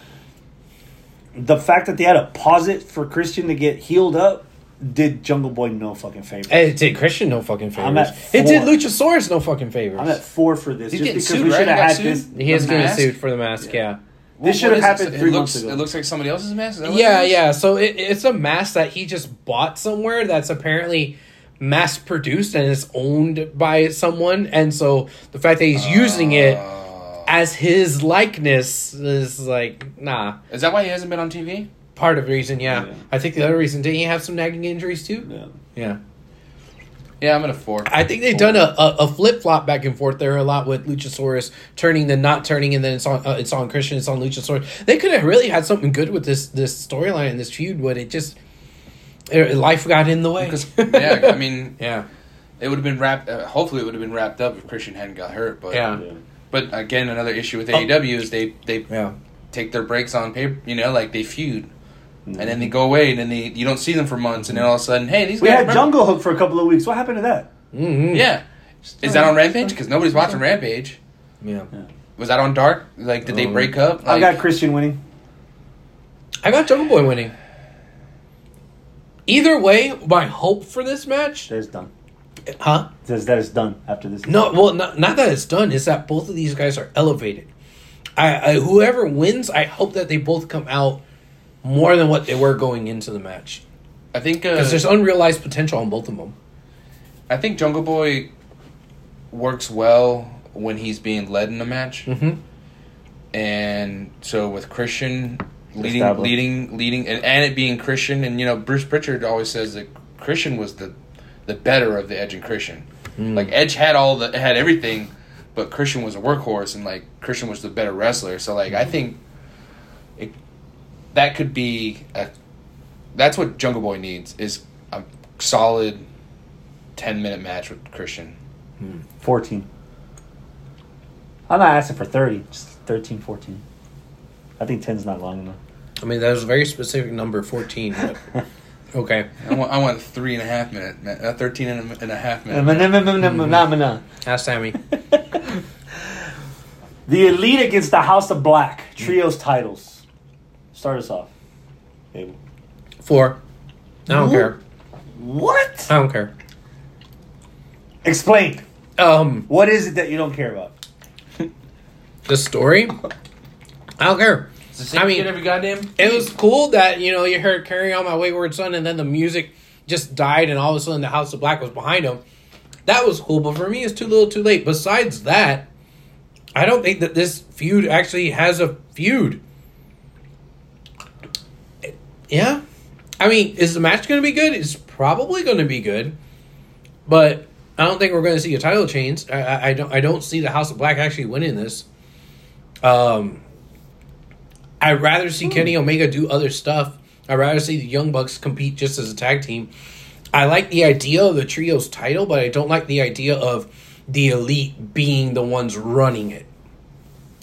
Speaker 2: the fact that they had to pause it for Christian to get healed up did Jungle Boy no fucking favor.
Speaker 1: And it did Christian no fucking favors.
Speaker 2: I'm at
Speaker 1: it did
Speaker 2: four.
Speaker 1: Luchasaurus no fucking favors.
Speaker 2: I'm at four for this
Speaker 3: He's
Speaker 2: just
Speaker 3: getting
Speaker 2: because
Speaker 3: sued,
Speaker 2: we should
Speaker 3: right? He
Speaker 2: have
Speaker 3: got
Speaker 2: had
Speaker 3: sued?
Speaker 2: this.
Speaker 1: he is
Speaker 3: The
Speaker 1: getting
Speaker 3: mask?
Speaker 1: sued for the mask. Yeah.
Speaker 2: This
Speaker 3: What
Speaker 2: should have
Speaker 3: is this?
Speaker 2: happened three
Speaker 3: it looks,
Speaker 2: months ago.
Speaker 3: It looks like somebody else's mask. Is that what
Speaker 1: Yeah,
Speaker 3: it is?
Speaker 1: yeah. So it, it's a mask that he just bought somewhere that's apparently mass produced and it's owned by someone. And so the fact that he's using it
Speaker 3: Uh,
Speaker 1: as his likeness is like, nah.
Speaker 3: is that why he hasn't been on TV?
Speaker 1: Part of the reason, yeah.
Speaker 2: Yeah.
Speaker 1: I think the other reason, didn't he have some nagging injuries too?
Speaker 2: Yeah.
Speaker 1: Yeah.
Speaker 3: Yeah, I'm at a four.
Speaker 1: I think they've done a, a, a flip flop back and forth there a lot with Luchasaurus turning then not turning, and then it's on uh, it's on Christian, it's on Luchasaurus. They could have really had something good with this this storyline and this feud, but it just eh, life got in the way.
Speaker 3: Because yeah, I mean,
Speaker 1: yeah,
Speaker 3: it would have been wrapped. Uh, hopefully, it would have been wrapped up if Christian hadn't got hurt. But
Speaker 1: yeah,
Speaker 2: Yeah.
Speaker 3: but again, another issue with AEW is they they
Speaker 1: yeah.
Speaker 3: take their breaks on paper. You know, like they feud, and then they go away, and then they you don't see them for months, and then all of a sudden, hey, these
Speaker 2: Mm-hmm. We
Speaker 3: guys.
Speaker 2: had
Speaker 3: remember-
Speaker 2: Jungle Hook for a couple of weeks. What happened to that?
Speaker 1: Mm-hmm.
Speaker 3: Yeah,
Speaker 2: Oh,
Speaker 3: is that on Rampage? Because nobody's watching Rampage.
Speaker 1: yeah,
Speaker 3: Was that on Dark? Like, did they
Speaker 1: Um,
Speaker 3: break up?
Speaker 2: I
Speaker 3: Like,
Speaker 2: got Christian winning.
Speaker 1: I got Jungle Boy winning. Either way, my hope for this match,
Speaker 2: That is done.
Speaker 1: huh?
Speaker 2: Says that is done after this.
Speaker 1: No, well, not, not that it's done. It's that both of these guys are elevated. I, I whoever wins, I hope that they both come out more than what they were going into the match
Speaker 3: I think uh,
Speaker 1: because there's unrealized potential on both of them.
Speaker 3: I think Jungle Boy works well when he's being led in a match,
Speaker 1: Mhm.
Speaker 3: and so with Christian leading,
Speaker 2: Established.
Speaker 3: leading, leading, and, and it being Christian, and you know Bruce Pritchard always says that Christian was the the better of the Edge and Christian. Like Edge had all the had everything, but Christian was a workhorse, and like Christian was the better wrestler. So like I think it, that could be a that's what Jungle Boy needs is a solid ten minute match with Christian.
Speaker 2: 14. I'm not asking for 30. Just 13, 14. I think 10's not long enough.
Speaker 1: I mean, that was a very specific number, fourteen. But, okay,
Speaker 3: I want, I want a three and a half minute, ma- uh, 13 and a, and a half minute.
Speaker 2: Mm-hmm.
Speaker 1: ask Sammy.
Speaker 2: The Elite against the House of Black. Trios titles. Start us off. Abel.
Speaker 1: Four. I don't
Speaker 2: Ooh.
Speaker 1: care.
Speaker 2: What?
Speaker 1: I don't care.
Speaker 2: Explain.
Speaker 1: Um,
Speaker 2: What is it that you don't care about?
Speaker 1: the story. I don't care.
Speaker 3: It's the same
Speaker 1: I mean-
Speaker 3: shit every goddamn.
Speaker 1: It was cool that you know you heard "Carry On My Wayward Son" and then the music just died, and all of a sudden the House of Black was behind him. That was cool, but for me, it's too little, too late. Besides that, I don't think that this feud actually has a feud. Yeah, I mean, is the match going to be good? It's probably going to be good, but I don't think we're going to see a title change. I, I, I don't. I don't see the House of Black actually winning this. Um, I'd rather
Speaker 2: Hmm.
Speaker 1: see Kenny Omega do other stuff. I'd rather see the Young Bucks compete just as a tag team. I like the idea of the trios title, but I don't like the idea of the elite being the ones running it.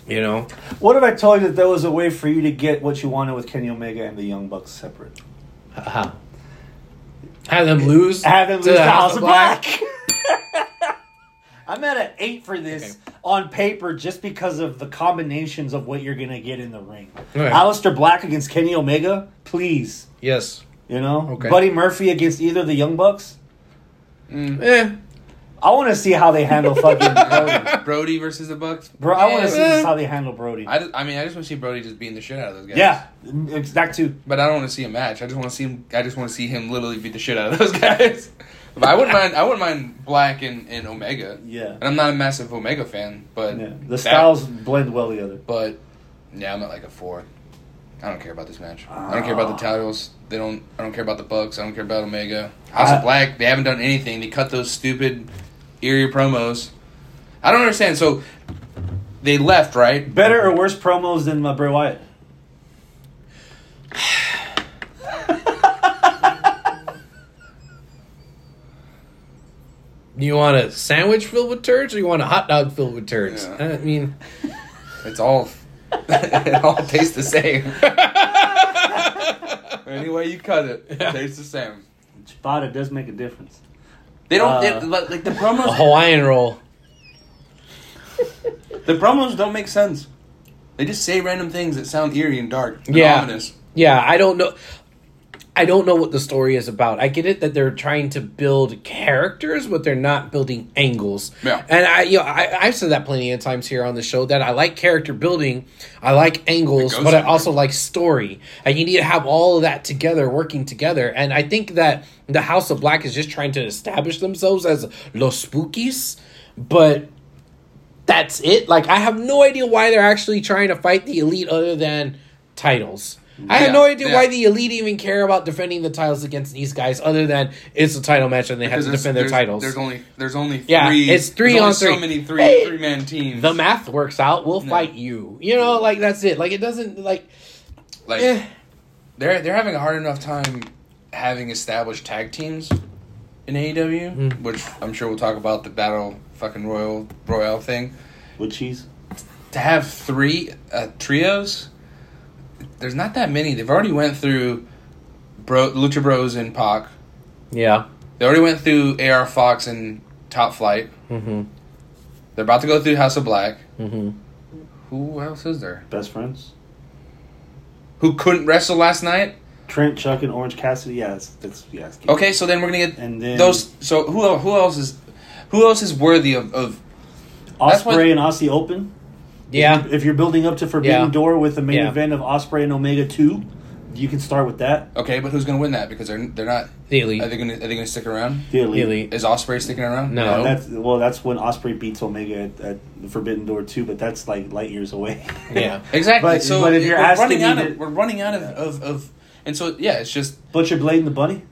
Speaker 1: You know,
Speaker 2: What if I told you that there was a way for you to get what you wanted with Kenny Omega and the Young Bucks separate?
Speaker 1: how have them lose,
Speaker 2: Uh-huh. Have them
Speaker 1: to
Speaker 2: lose the House of Black. I'm at an eight for this on paper just because of the combinations of what you're gonna get in the ring.
Speaker 1: Right.
Speaker 2: Alistair Black against Kenny Omega, please.
Speaker 1: Yes.
Speaker 2: You know,
Speaker 1: Okay.
Speaker 2: Buddy Murphy against either of the Young Bucks.
Speaker 1: Eh.
Speaker 2: I want to see how they handle fucking Brody.
Speaker 3: Brody versus the Bucks.
Speaker 2: Bro, I want to see
Speaker 1: Yeah.
Speaker 2: just how they handle Brody.
Speaker 3: I, just- I mean, I just want to see Brody just beating the shit out of those guys.
Speaker 2: yeah, it's that too.
Speaker 3: But I don't want to see a match. I just want to see him. I just want to see him literally beat the shit out of those guys. But I wouldn't mind. I wouldn't mind Black and, and Omega.
Speaker 2: Yeah.
Speaker 3: And I'm not a massive Omega fan, but
Speaker 2: yeah. The
Speaker 3: that-
Speaker 2: styles blend well together.
Speaker 3: But yeah, I'm at like a four. I don't care about this match. I don't care about
Speaker 2: Ah.
Speaker 3: the titles. They don't. I don't care about the Bucks. I don't care about Omega. House
Speaker 2: I-
Speaker 3: of Black. They haven't done anything. They cut those stupid, eerie promos. I don't understand. So they left, right?
Speaker 2: Better or worse promos than uh, Bray Wyatt?
Speaker 1: Do you want a sandwich filled with turds or you want a hot dog filled with turds?
Speaker 3: Yeah.
Speaker 1: I mean,
Speaker 3: It's all. it all tastes the same. Any way you cut it, it tastes the same.
Speaker 2: Chipotle does make a difference.
Speaker 3: They don't
Speaker 2: Uh,
Speaker 3: they- like like the
Speaker 1: a
Speaker 3: promos.
Speaker 1: Hawaiian roll.
Speaker 3: The promos don't make sense. They just say random things that sound eerie and dark. And
Speaker 1: Yeah.
Speaker 3: Ominous.
Speaker 1: Yeah, I don't know. I don't know what the story is about. I get it that they're trying to build characters, but they're not building angles.
Speaker 3: Yeah.
Speaker 1: And I, you know, I, I've said that plenty of times here on the show that I like character building, I like angles,
Speaker 3: goes
Speaker 1: but I
Speaker 3: somewhere.
Speaker 1: also like story, and you need to have all of that together, working together. And I think that the House of Black is just trying to establish themselves as los spookies, but that's it. Like I have no idea why they're actually trying to fight the elite other than titles. I have
Speaker 3: Yeah,
Speaker 1: no idea why
Speaker 3: yeah.
Speaker 1: the elite even care about defending the titles against these guys, other than it's a title match and they have to
Speaker 3: Because
Speaker 1: defend their
Speaker 3: there's-
Speaker 1: titles.
Speaker 3: There's only there's only three.
Speaker 1: Yeah, it's three
Speaker 3: there's
Speaker 1: on
Speaker 3: only
Speaker 1: three.
Speaker 3: So many three
Speaker 1: Hey.
Speaker 3: three man teams.
Speaker 1: the math works out. We'll fight you. You know, like that's it. Like it doesn't like.
Speaker 3: like
Speaker 1: Eh.
Speaker 3: they're they're having a hard enough time having established tag teams in AEW,
Speaker 1: Hmm.
Speaker 3: which I'm sure we'll talk about the battle fucking royal royale thing.
Speaker 2: With cheese?
Speaker 3: To have three uh, trios, there's not that many. They've already went through Bro Lucha Bros and Pac.
Speaker 1: Yeah.
Speaker 3: They already went through AR Fox and Top Flight.
Speaker 1: Mm-hmm.
Speaker 3: They're about to go through House of Black.
Speaker 1: Mm-hmm.
Speaker 3: Who else is there?
Speaker 2: Best friends?
Speaker 3: Who couldn't wrestle last night?
Speaker 2: Trent, Chuck, and Orange Cassidy? Yeah, that's, that's yeah. that's-
Speaker 3: Okay, so then we're gonna get
Speaker 2: And then-
Speaker 3: those. So who el- who else is who else is worthy of, of that's what-
Speaker 2: Osprey and Aussie Open?
Speaker 1: Yeah.
Speaker 2: If you're building up to Forbidden
Speaker 1: Yeah.
Speaker 2: Door with the main
Speaker 1: Yeah.
Speaker 2: event of Osprey and Omega 2, you can start with that.
Speaker 3: okay? But who's gonna win that? Because they're they're not.
Speaker 1: The elite.
Speaker 3: Are they gonna are they gonna stick around?
Speaker 2: The Elite.
Speaker 1: elite.
Speaker 3: Is Osprey sticking around?
Speaker 1: No.
Speaker 2: And that's, well, that's when Osprey beats Omega at, at the Forbidden Door 2, but that's like light years away.
Speaker 1: Yeah.
Speaker 3: exactly.
Speaker 2: But-
Speaker 3: so
Speaker 2: but if you're
Speaker 3: we're
Speaker 2: asking
Speaker 3: running
Speaker 2: me
Speaker 3: out
Speaker 2: to-
Speaker 3: of we're running out of, of of and so yeah, it's just
Speaker 2: Butcher Blade and the Bunny?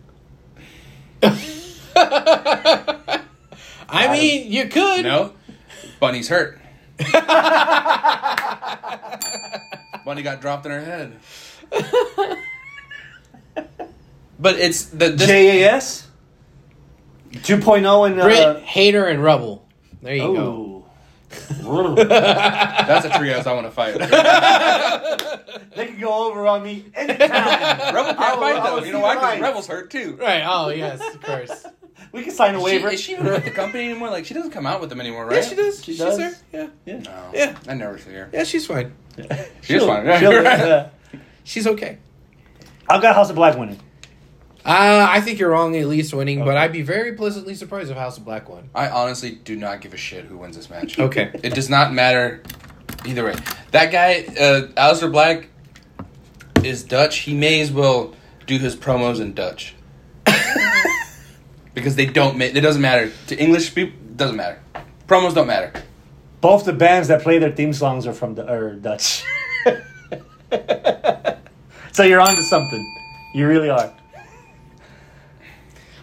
Speaker 1: I mean, you could.
Speaker 3: no. Bunny's hurt. Bunny got dropped in her head. but it's the this,
Speaker 2: JAS? 2.0 and. Uh,
Speaker 1: Brit, Hater, and Rubble. There you go.
Speaker 2: oh. they
Speaker 3: Oh. that's a trios I want to fight.
Speaker 2: can go over on me anytime. will-
Speaker 3: Rebel can't
Speaker 1: Oh,
Speaker 2: I
Speaker 3: fight
Speaker 2: will
Speaker 3: though. You know
Speaker 2: see
Speaker 3: why?
Speaker 2: the
Speaker 3: Because
Speaker 2: light.
Speaker 3: Rebel's hurt too.
Speaker 1: Right. Oh yes, of course.
Speaker 2: we can sign a
Speaker 3: Is she,
Speaker 2: waiver.
Speaker 3: is she even with the company anymore? Like she doesn't come out with them anymore, right?
Speaker 1: Yeah, she does.
Speaker 2: She
Speaker 1: she's
Speaker 2: does.
Speaker 1: there. Yeah.
Speaker 2: yeah.
Speaker 3: No,
Speaker 1: Yeah.
Speaker 3: I never see her.
Speaker 1: Yeah, she's fine.
Speaker 3: She's
Speaker 2: She'll-
Speaker 3: fine. Yeah,
Speaker 2: she'll-
Speaker 3: you're right.
Speaker 2: yeah.
Speaker 1: She's okay.
Speaker 2: I've got House of Black winning.
Speaker 1: Uh, I think you're wrong at least winning, but
Speaker 2: Okay.
Speaker 1: I'd be very pleasantly surprised if House of Black won.
Speaker 3: I honestly do not give a shit who wins this match.
Speaker 1: Okay.
Speaker 3: It does not matter either way. That guy, uh, Alistair Black, is Dutch. He may as well do his promos in Dutch because they don't. Ma- it doesn't matter to English people. Doesn't matter. Promos don't matter.
Speaker 2: Both the bands that play their theme songs are from the er, Dutch. so you're on to something. You really are.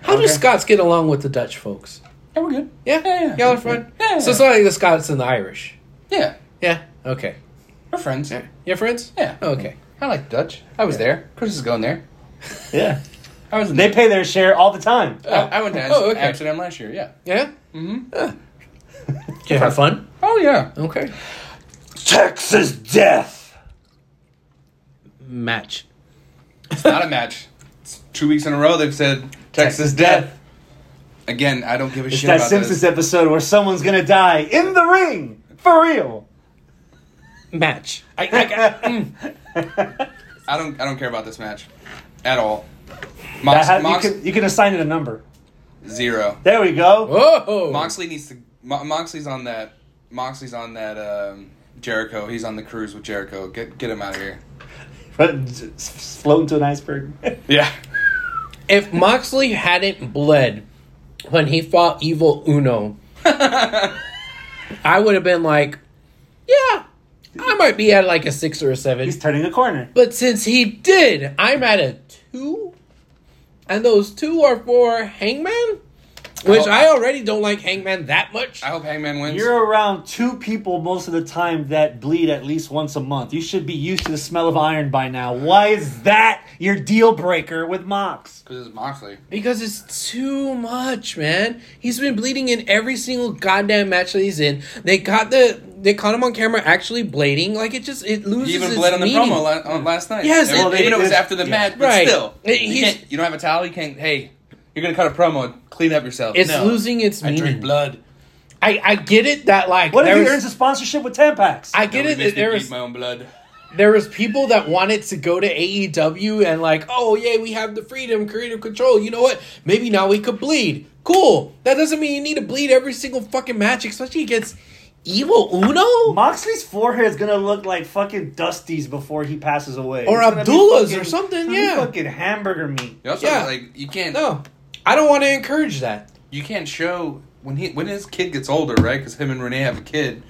Speaker 1: How do
Speaker 3: Okay.
Speaker 1: Scots get along with the Dutch folks?
Speaker 3: Yeah, we're good.
Speaker 1: Yeah,
Speaker 3: Yeah, yeah.
Speaker 1: y'all are fun.
Speaker 3: Yeah.
Speaker 1: So it's not like the Scots and the Irish.
Speaker 3: Yeah,
Speaker 1: Yeah. Okay.
Speaker 3: we're friends. Yeah.
Speaker 1: Your friends? Okay.
Speaker 3: I like Dutch. I was there. Chris is going there.
Speaker 2: Yeah.
Speaker 3: I was. In
Speaker 2: They pay their share all the time.
Speaker 3: I, I went to
Speaker 1: Oh, okay.
Speaker 3: Amsterdam last year. Yeah.
Speaker 1: Yeah.
Speaker 3: Mm-hmm.
Speaker 1: Did you have fun?
Speaker 3: Oh yeah.
Speaker 1: Okay.
Speaker 2: Texas Death.
Speaker 1: Match.
Speaker 3: It's not a match. It's two weeks in a row they've said Texas, death. Again, I don't give a
Speaker 2: It's
Speaker 3: shit
Speaker 2: that
Speaker 3: about
Speaker 2: Simpsons
Speaker 3: this.
Speaker 2: episode where someone's gonna die in the ring for real.
Speaker 1: Match. I, I,
Speaker 3: I don't. I don't care about this match at all.
Speaker 2: That
Speaker 3: Mox,
Speaker 2: ha-
Speaker 3: Mox,
Speaker 2: you, can, you can assign it a number.
Speaker 3: zero.
Speaker 2: There we go.
Speaker 1: Oh. whoa.
Speaker 3: Moxley needs to. Mo- Moxley's on that. Moxley's on that. Um, Jericho. He's on the cruise with Jericho. Get get him out of here.
Speaker 2: But s- s- Float into an iceberg.
Speaker 3: Yeah.
Speaker 1: If Moxley hadn't bled when he fought Evil Uno, I would have been like, yeah, I might be at like a six or a seven.
Speaker 2: He's turning a corner.
Speaker 1: But since he did, I'm at a two. And those two are for Hangman, which
Speaker 3: Oh.
Speaker 1: I already don't like Hangman that much.
Speaker 3: I hope Hangman wins.
Speaker 2: You're around two people most of the time that bleed at least once a month. You should be used to the smell of iron by now. Why is that your deal breaker with Mox?
Speaker 3: because it's Moxley.
Speaker 1: Because it's too much, man. He's been bleeding in every single goddamn match that he's in. They caught the they caught him on camera actually blading. Like it just it loses.
Speaker 3: He even
Speaker 1: its
Speaker 3: bled on the
Speaker 1: meaning.
Speaker 3: promo la- on last night.
Speaker 1: Yes,
Speaker 3: Even-
Speaker 1: it-
Speaker 3: even
Speaker 1: it-
Speaker 3: though it was
Speaker 2: it-
Speaker 3: after the
Speaker 2: yeah.
Speaker 3: match, but
Speaker 1: Right.
Speaker 3: still,
Speaker 1: It-
Speaker 3: you,
Speaker 1: he's-
Speaker 3: can't- you don't have a towel. You can't. Hey, you're gonna cut a promo. Clean up yourself.
Speaker 1: It's
Speaker 3: No.
Speaker 1: losing its
Speaker 3: I
Speaker 1: meaning.
Speaker 3: drink blood.
Speaker 1: I, I get it that like
Speaker 2: What if
Speaker 1: there
Speaker 2: he
Speaker 1: was-
Speaker 2: earns a sponsorship with Tampax?
Speaker 1: I get it
Speaker 3: Nobody makes
Speaker 1: that
Speaker 3: me
Speaker 1: there
Speaker 3: bleed
Speaker 1: was
Speaker 3: my own blood.
Speaker 1: there was people that wanted to go to AEW and like, oh yeah, we have the freedom, creative control. You know what? Maybe now we could bleed. Cool. That doesn't mean you need to bleed every single fucking match, especially against Evil Uno
Speaker 2: Moxley's forehead is gonna look like fucking Dusty's before he passes away,
Speaker 1: Or
Speaker 2: It's gonna be
Speaker 1: Abdullah's or something,
Speaker 2: it's gonna be
Speaker 1: yeah.
Speaker 2: fucking hamburger meat.
Speaker 3: You also
Speaker 1: Yeah.
Speaker 3: like you can't
Speaker 1: No, I don't want to encourage that.
Speaker 3: you can't show when he when his kid gets older, right? Because him and Renee have a kid.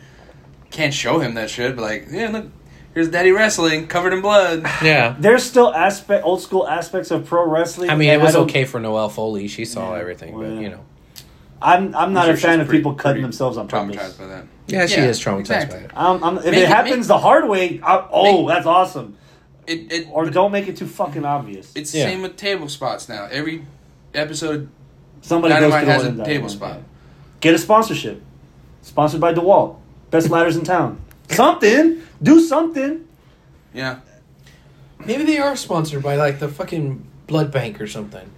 Speaker 3: Can't show him that shit. But like, yeah, look, here's Daddy wrestling covered in blood.
Speaker 1: Yeah.
Speaker 2: There's still aspect, old school aspects of pro wrestling.
Speaker 1: I mean,
Speaker 2: that
Speaker 1: it was
Speaker 2: don't-
Speaker 1: okay for Noelle Foley. She saw everything, but
Speaker 2: well.
Speaker 1: you know.
Speaker 2: I'm I'm not
Speaker 3: I'm sure
Speaker 2: a fan
Speaker 3: she's
Speaker 2: of
Speaker 3: pretty-
Speaker 2: people cutting
Speaker 3: pretty
Speaker 2: themselves on
Speaker 3: Traumatized
Speaker 2: purpose.
Speaker 3: by that.
Speaker 1: Yeah, she
Speaker 3: Yeah,
Speaker 1: is traumatized
Speaker 3: exactly.
Speaker 1: by it.
Speaker 2: Um, I'm, if
Speaker 3: Make
Speaker 2: it
Speaker 3: it-
Speaker 2: happens
Speaker 3: make-
Speaker 2: the hard way, I, oh,
Speaker 3: Make-
Speaker 2: that's awesome.
Speaker 3: It, it
Speaker 2: Or don't make it too fucking obvious.
Speaker 3: it's
Speaker 1: Yeah.
Speaker 3: the same with table spots now. Every episode,
Speaker 2: Somebody goes
Speaker 3: Dynamite
Speaker 2: to the
Speaker 3: has
Speaker 2: one and
Speaker 3: a
Speaker 2: done.
Speaker 3: table spot.
Speaker 2: Get a sponsorship. Sponsored by DeWalt. Best ladders in town. Something. Do something.
Speaker 3: Yeah,
Speaker 1: Maybe they are sponsored by like the fucking blood bank or something.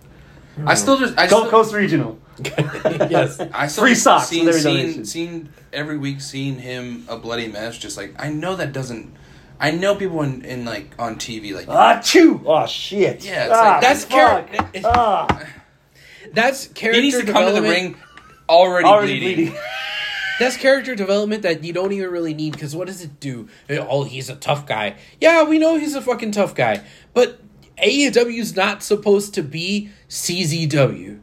Speaker 3: I still just I
Speaker 2: Gold
Speaker 3: still,
Speaker 2: Coast Regional.
Speaker 1: yes.
Speaker 3: I still
Speaker 2: Free socks
Speaker 3: Seen,
Speaker 2: with every
Speaker 3: seen,
Speaker 2: donation.
Speaker 3: seen every week, seen him a bloody mess. Just like I know that doesn't. I know people in, in like on TV like
Speaker 2: Ah, chew. Oh shit.
Speaker 3: Yeah, it's
Speaker 2: ah,
Speaker 3: like-
Speaker 1: that's
Speaker 2: fuck.
Speaker 1: character-
Speaker 2: Ah,
Speaker 1: That's character
Speaker 3: he needs to come to the
Speaker 1: development.
Speaker 3: ring already,
Speaker 2: already
Speaker 3: bleeding.
Speaker 2: bleeding.
Speaker 1: That's character development that you don't even really need because what does it do? Oh, he's a tough guy. Yeah, we know he's a fucking tough guy, but AEW's not supposed to be CZW,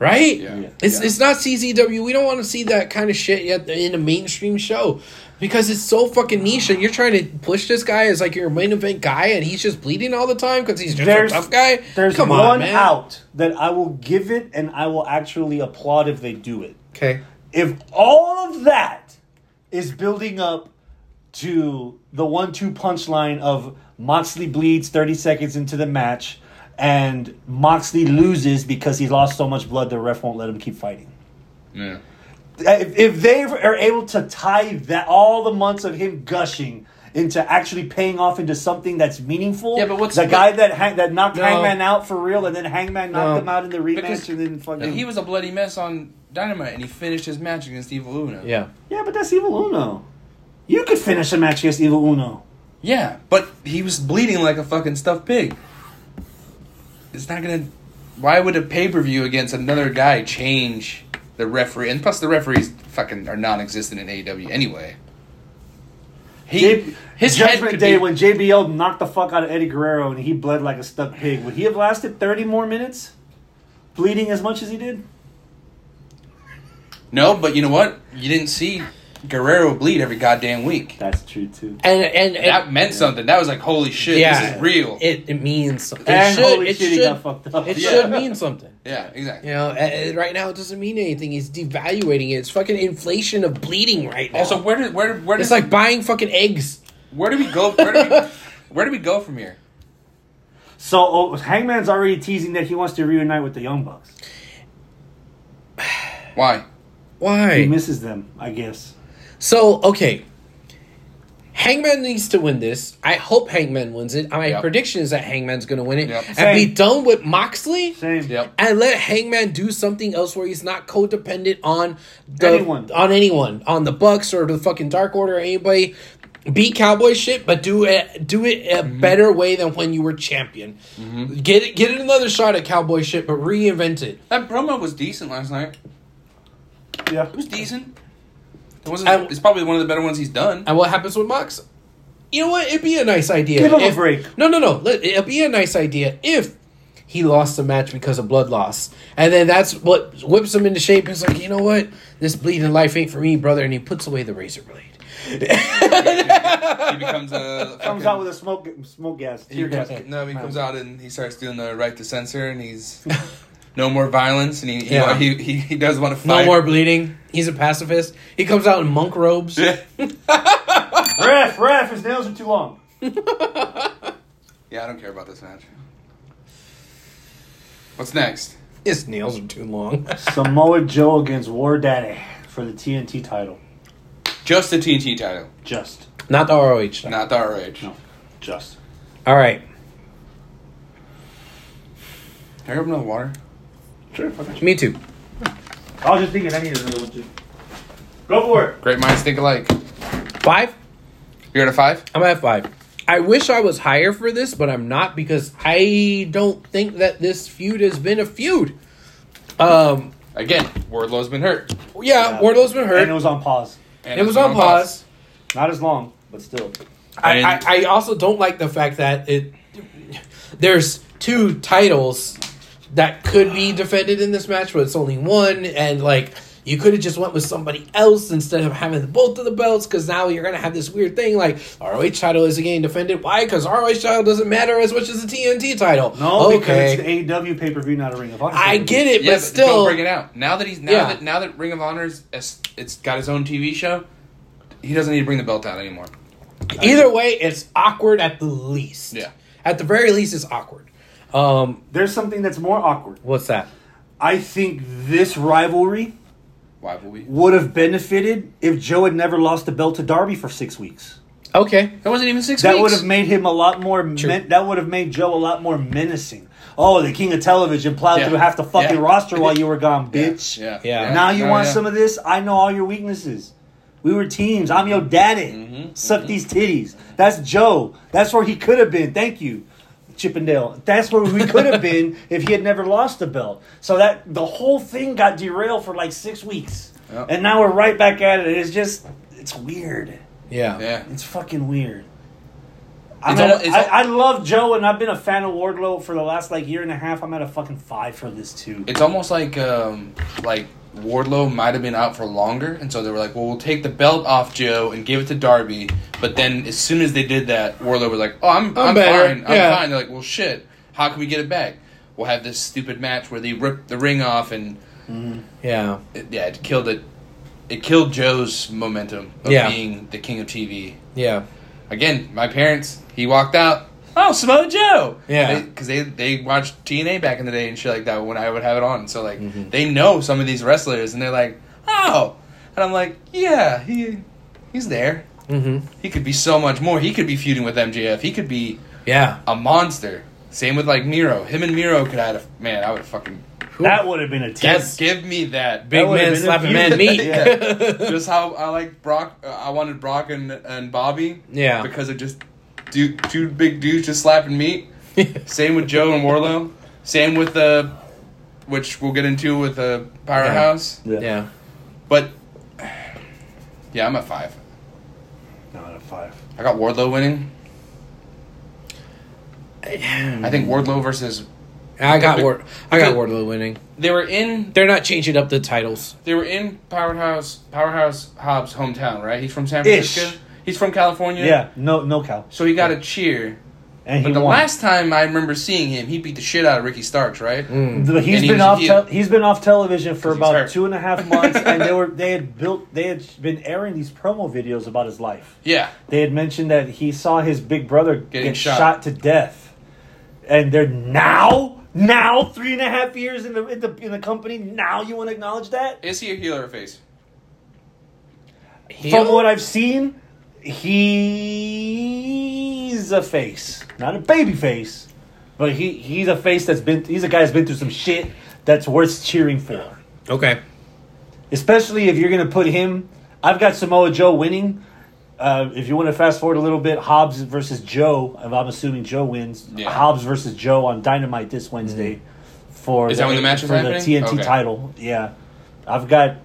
Speaker 1: right?
Speaker 3: Yeah. Yeah.
Speaker 1: It's
Speaker 2: Yeah.
Speaker 1: it's not CZW. We don't want to see that kind of shit yet in a mainstream show because it's so fucking niche. And you're trying to push this guy as like your main event guy, and he's just bleeding all the time because he's just
Speaker 2: There's
Speaker 1: a tough guy.
Speaker 2: There's
Speaker 1: Come
Speaker 2: one
Speaker 1: on, man.
Speaker 2: out that I will give it, and I will actually applaud if they do it.
Speaker 1: Okay.
Speaker 2: if all of that is building up to the one-two punchline of Moxley bleeds 30 seconds into the match and Moxley loses because he lost so much blood the ref won't let him keep fighting.
Speaker 3: Yeah.
Speaker 2: If, if they are able to tie that all the months of him gushing into actually paying off into something that's meaningful.
Speaker 1: Yeah, but what's-
Speaker 2: the
Speaker 1: but-
Speaker 2: guy that hang, that knocked
Speaker 3: No.
Speaker 2: Hangman out for real, and then Hangman knocked
Speaker 1: No.
Speaker 2: him out in the
Speaker 3: Because-
Speaker 2: rematch, and then fucking
Speaker 3: He was a bloody mess on Dynamite, and he finished his match against Evil Uno.
Speaker 1: Yeah.
Speaker 2: yeah, but that's Evil Uno. You could finish a match against Evil Uno.
Speaker 3: Yeah, but he was bleeding like a fucking stuffed pig. It's not gonna. Why would a pay per view against another guy change the referee? And plus, the referees fucking are non-existent in AEW anyway. He
Speaker 2: J-
Speaker 3: his head
Speaker 2: Judgment
Speaker 3: could
Speaker 2: Day
Speaker 3: be,
Speaker 2: when JBL knocked the fuck out of Eddie Guerrero and he bled like a stuffed pig. Would he have lasted thirty more minutes, bleeding as much as he did?
Speaker 3: no, but you know what? You didn't see Guerrero bleed every goddamn week.
Speaker 2: That's true too.
Speaker 1: And and, and
Speaker 3: That meant something. That was like, holy shit,
Speaker 1: yeah,
Speaker 3: this is real.
Speaker 1: It, it means something.
Speaker 2: and
Speaker 1: it should,
Speaker 2: holy
Speaker 1: it should,
Speaker 2: shit, he got fucked up.
Speaker 1: it
Speaker 3: Yeah.
Speaker 1: should mean something.
Speaker 3: yeah, exactly.
Speaker 1: You know, uh, uh, right now it doesn't mean anything. It's devaluating it. It's fucking inflation of bleeding right now.
Speaker 3: Also, where did where did where did
Speaker 1: it's like buying fucking eggs.
Speaker 3: where do we go? Where do we, where do we go from here?
Speaker 2: So oh, Hangman's already teasing that he wants to reunite with the Young Bucks.
Speaker 3: Why?
Speaker 2: He
Speaker 1: Why?
Speaker 2: misses them, I guess.
Speaker 1: So okay, Hangman needs to win this. I hope Hangman wins it. My
Speaker 3: Yep.
Speaker 1: prediction is that Hangman's going to win it
Speaker 3: Yep.
Speaker 1: and
Speaker 2: Same.
Speaker 1: be done with Moxley.
Speaker 2: Same.
Speaker 3: Yep.
Speaker 1: And let Hangman do something else where he's not codependent on the
Speaker 2: Anyone.
Speaker 1: on anyone on the Bucks or the fucking Dark Order or anybody. Be cowboy shit, but do it do it a better way than when you were champion. Get it, get another shot at cowboy shit, but reinvent it.
Speaker 3: That promo was decent last night.
Speaker 2: Yeah.
Speaker 3: It was decent. It wasn't.
Speaker 1: I-
Speaker 3: it's probably one of the better ones he's done.
Speaker 1: And what happens with Mox? You know what? It'd be a nice idea.
Speaker 2: Give him a
Speaker 1: if-
Speaker 2: break.
Speaker 1: No, no, no. Let- It'd be a nice idea if he lost the match because of blood loss, and then that's what whips him into shape. It's like, you know what? This bleeding life ain't for me, brother. And he puts away the razor blade.
Speaker 3: he becomes a
Speaker 2: Comes out with a smoke smoke gas.
Speaker 3: he
Speaker 2: tear gas.
Speaker 3: becomes, no. He comes out and he starts doing the right to censor, and he's no more violence, and he he,
Speaker 1: Yeah.
Speaker 3: he, he, he does want to
Speaker 1: No
Speaker 3: fight.
Speaker 1: more bleeding. He's a pacifist. He comes out in monk robes.
Speaker 3: Yeah.
Speaker 2: Ref, ref, his nails are too long.
Speaker 3: yeah, I don't care about this match. What's next?
Speaker 1: His nails are too long.
Speaker 2: Samoa Joe against War Daddy for the TNT title.
Speaker 3: Just the TNT title,
Speaker 2: Just.
Speaker 1: Not the ROH.
Speaker 3: not the RH.
Speaker 2: No. Just.
Speaker 1: All right.
Speaker 3: Can I open the water?
Speaker 2: Sure, fuck it.
Speaker 1: Me too.
Speaker 2: I was just thinking I need another one too. Go for it.
Speaker 3: Great minds think alike.
Speaker 1: Five.
Speaker 3: You're at a five.
Speaker 1: I'm at five. I wish I was higher for this, but I'm not because I don't think that this feud has been a feud. Um,
Speaker 3: Again, Wardlow's been hurt.
Speaker 1: yeah, Wardlow's been
Speaker 2: And it
Speaker 1: hurt.
Speaker 2: was on pause.
Speaker 3: And
Speaker 1: It was on pause.
Speaker 2: Not as long, but still.
Speaker 1: I,
Speaker 3: And-
Speaker 1: I, I also don't like the fact that it there's two titles that could be defended in this match, but it's only one, and like you could have just went with somebody else instead of having both of the belts because now you're gonna have this weird thing like ROH title isn't getting defended. Why? Because ROH title doesn't matter as much as the TNT title.
Speaker 2: No, because it's the AEW pay per view, not a Ring of Honor.
Speaker 1: I
Speaker 2: pay-per-view.
Speaker 1: get it,
Speaker 3: Yeah,
Speaker 1: but still,
Speaker 3: don't bring it out. Now that he's now
Speaker 1: Yeah.
Speaker 3: that now that Ring of Honor's it's got his own TV show, he doesn't need to bring the belt out anymore.
Speaker 1: either way, it's awkward at the least.
Speaker 3: Yeah.
Speaker 1: at the very least, it's awkward. Um,
Speaker 2: There's something that's more awkward.
Speaker 1: what's that?
Speaker 2: I think this rivalry
Speaker 3: Why will we?
Speaker 2: would have benefited if Joe had never lost the belt to Darby for six weeks.
Speaker 1: Okay,
Speaker 3: That wasn't even six
Speaker 2: That
Speaker 3: weeks.
Speaker 2: would have made him a lot more. Men- that would have made Joe a lot more menacing. Oh, the king of television plowed
Speaker 3: Yeah.
Speaker 2: through half the fucking
Speaker 3: Yeah.
Speaker 2: roster while you were gone, bitch.
Speaker 3: Yeah.
Speaker 1: Yeah.
Speaker 2: Now you want
Speaker 3: yeah.
Speaker 2: some of this? I know all your weaknesses. We were teams. I'm your daddy.
Speaker 3: Mm-hmm,
Speaker 2: Suck these titties. That's Joe. That's where he could have been. Thank you, Chippendale. That's where we could have been if he had never lost the belt. So that the whole thing got derailed for like six weeks,
Speaker 3: Yep.
Speaker 2: and now we're right back at it. It's just, it's weird.
Speaker 3: Yeah.
Speaker 2: It's fucking weird. I'm
Speaker 3: It's
Speaker 2: at
Speaker 3: almo-
Speaker 2: a,
Speaker 3: it's al-
Speaker 2: I, I love Joe, and I've been a fan of Wardlow for the last like year and a half. I'm at a fucking five for this too.
Speaker 3: It's almost like um like Wardlow might have been out for longer, and so they were like, "Well, we'll take the belt off Joe and give it to Darby." But then, as soon as they did that, Wardlow was like, "Oh, I'm I'm,
Speaker 1: better.
Speaker 3: fine.
Speaker 1: Yeah.
Speaker 3: I'm fine." They're like, "Well, shit. How can we get it back? We'll have this stupid match where they rip the ring off and."
Speaker 1: yeah.
Speaker 3: it, yeah, it killed it. It killed Joe's momentum of
Speaker 1: Yeah.
Speaker 3: being the king of TV.
Speaker 1: Yeah.
Speaker 3: Again, my parents. He walked out. Oh, Samoa Joe.
Speaker 1: Yeah.
Speaker 3: because they, they watched TNA back in the day and shit like that when I would have it on. So like
Speaker 1: Mm-hmm.
Speaker 3: they know some of these wrestlers and they're like, oh, and I'm like, yeah, he he's there.
Speaker 1: Mm-hmm.
Speaker 3: He could be so much more. He could be feuding with MJF. He could be
Speaker 1: Yeah.
Speaker 3: a monster. Same with like Miro. Him and Miro could have had a man. I would fucking
Speaker 2: That would have been a team.
Speaker 1: That's-
Speaker 3: give me that.
Speaker 1: Big
Speaker 2: would've
Speaker 1: man
Speaker 2: been a
Speaker 1: slapping
Speaker 2: feud.
Speaker 1: man meat.
Speaker 3: Yeah.
Speaker 1: Yeah.
Speaker 3: just how I like Brock. Uh, I wanted Brock and and Bobby because of just dude, two big dudes just slapping meat. Same with Joe and Warlow. Same with the, which we'll get into with the powerhouse.
Speaker 1: yeah.
Speaker 3: But yeah, I'm at five.
Speaker 2: No, out of five.
Speaker 3: I got Wardlow winning. I think Wardlow versus
Speaker 1: I got Ward. I got
Speaker 3: Because-
Speaker 1: Wardlow winning.
Speaker 3: they were in
Speaker 1: They're not changing up the titles.
Speaker 3: they were in powerhouse powerhouse Hobbs hometown right. He's from San
Speaker 2: Ish.
Speaker 3: Francisco. He's from California.
Speaker 2: Yeah. no, no cow.
Speaker 3: So he got a cheer.
Speaker 2: And he
Speaker 3: But the
Speaker 2: won.
Speaker 3: last time I remember seeing him, he beat the shit out of Ricky Starks, right?
Speaker 2: The- he's
Speaker 3: And he
Speaker 2: been
Speaker 3: was
Speaker 2: off.
Speaker 3: heel.
Speaker 2: Te- he's been off television for
Speaker 3: 'Cause he's
Speaker 2: about
Speaker 3: hurt.
Speaker 2: two and a half months, and they were they had built they had been airing these promo videos about his life.
Speaker 3: Yeah.
Speaker 2: They had mentioned that he saw his big brother
Speaker 3: Getting
Speaker 2: get
Speaker 3: shot.
Speaker 2: shot. to death, and they're now now three and a half years in the in the, in the company. Now you want to acknowledge that?
Speaker 3: Is he a healer or face?
Speaker 2: From what I've seen, he's a face, not a baby face, but he he's a face that's been he's a guy that's been through some shit that's worth cheering for.
Speaker 1: okay.
Speaker 2: especially if you're going to put him. I've got Samoa Joe winning. Uh, if you want to fast forward a little bit, Hobbs versus Joe. if I'm assuming Joe wins.
Speaker 3: Yeah.
Speaker 2: Hobbs versus Joe on Dynamite this Wednesday for
Speaker 3: Is that when the match is
Speaker 2: for the
Speaker 3: happening?
Speaker 2: TNT
Speaker 3: Okay.
Speaker 2: title. Yeah, I've got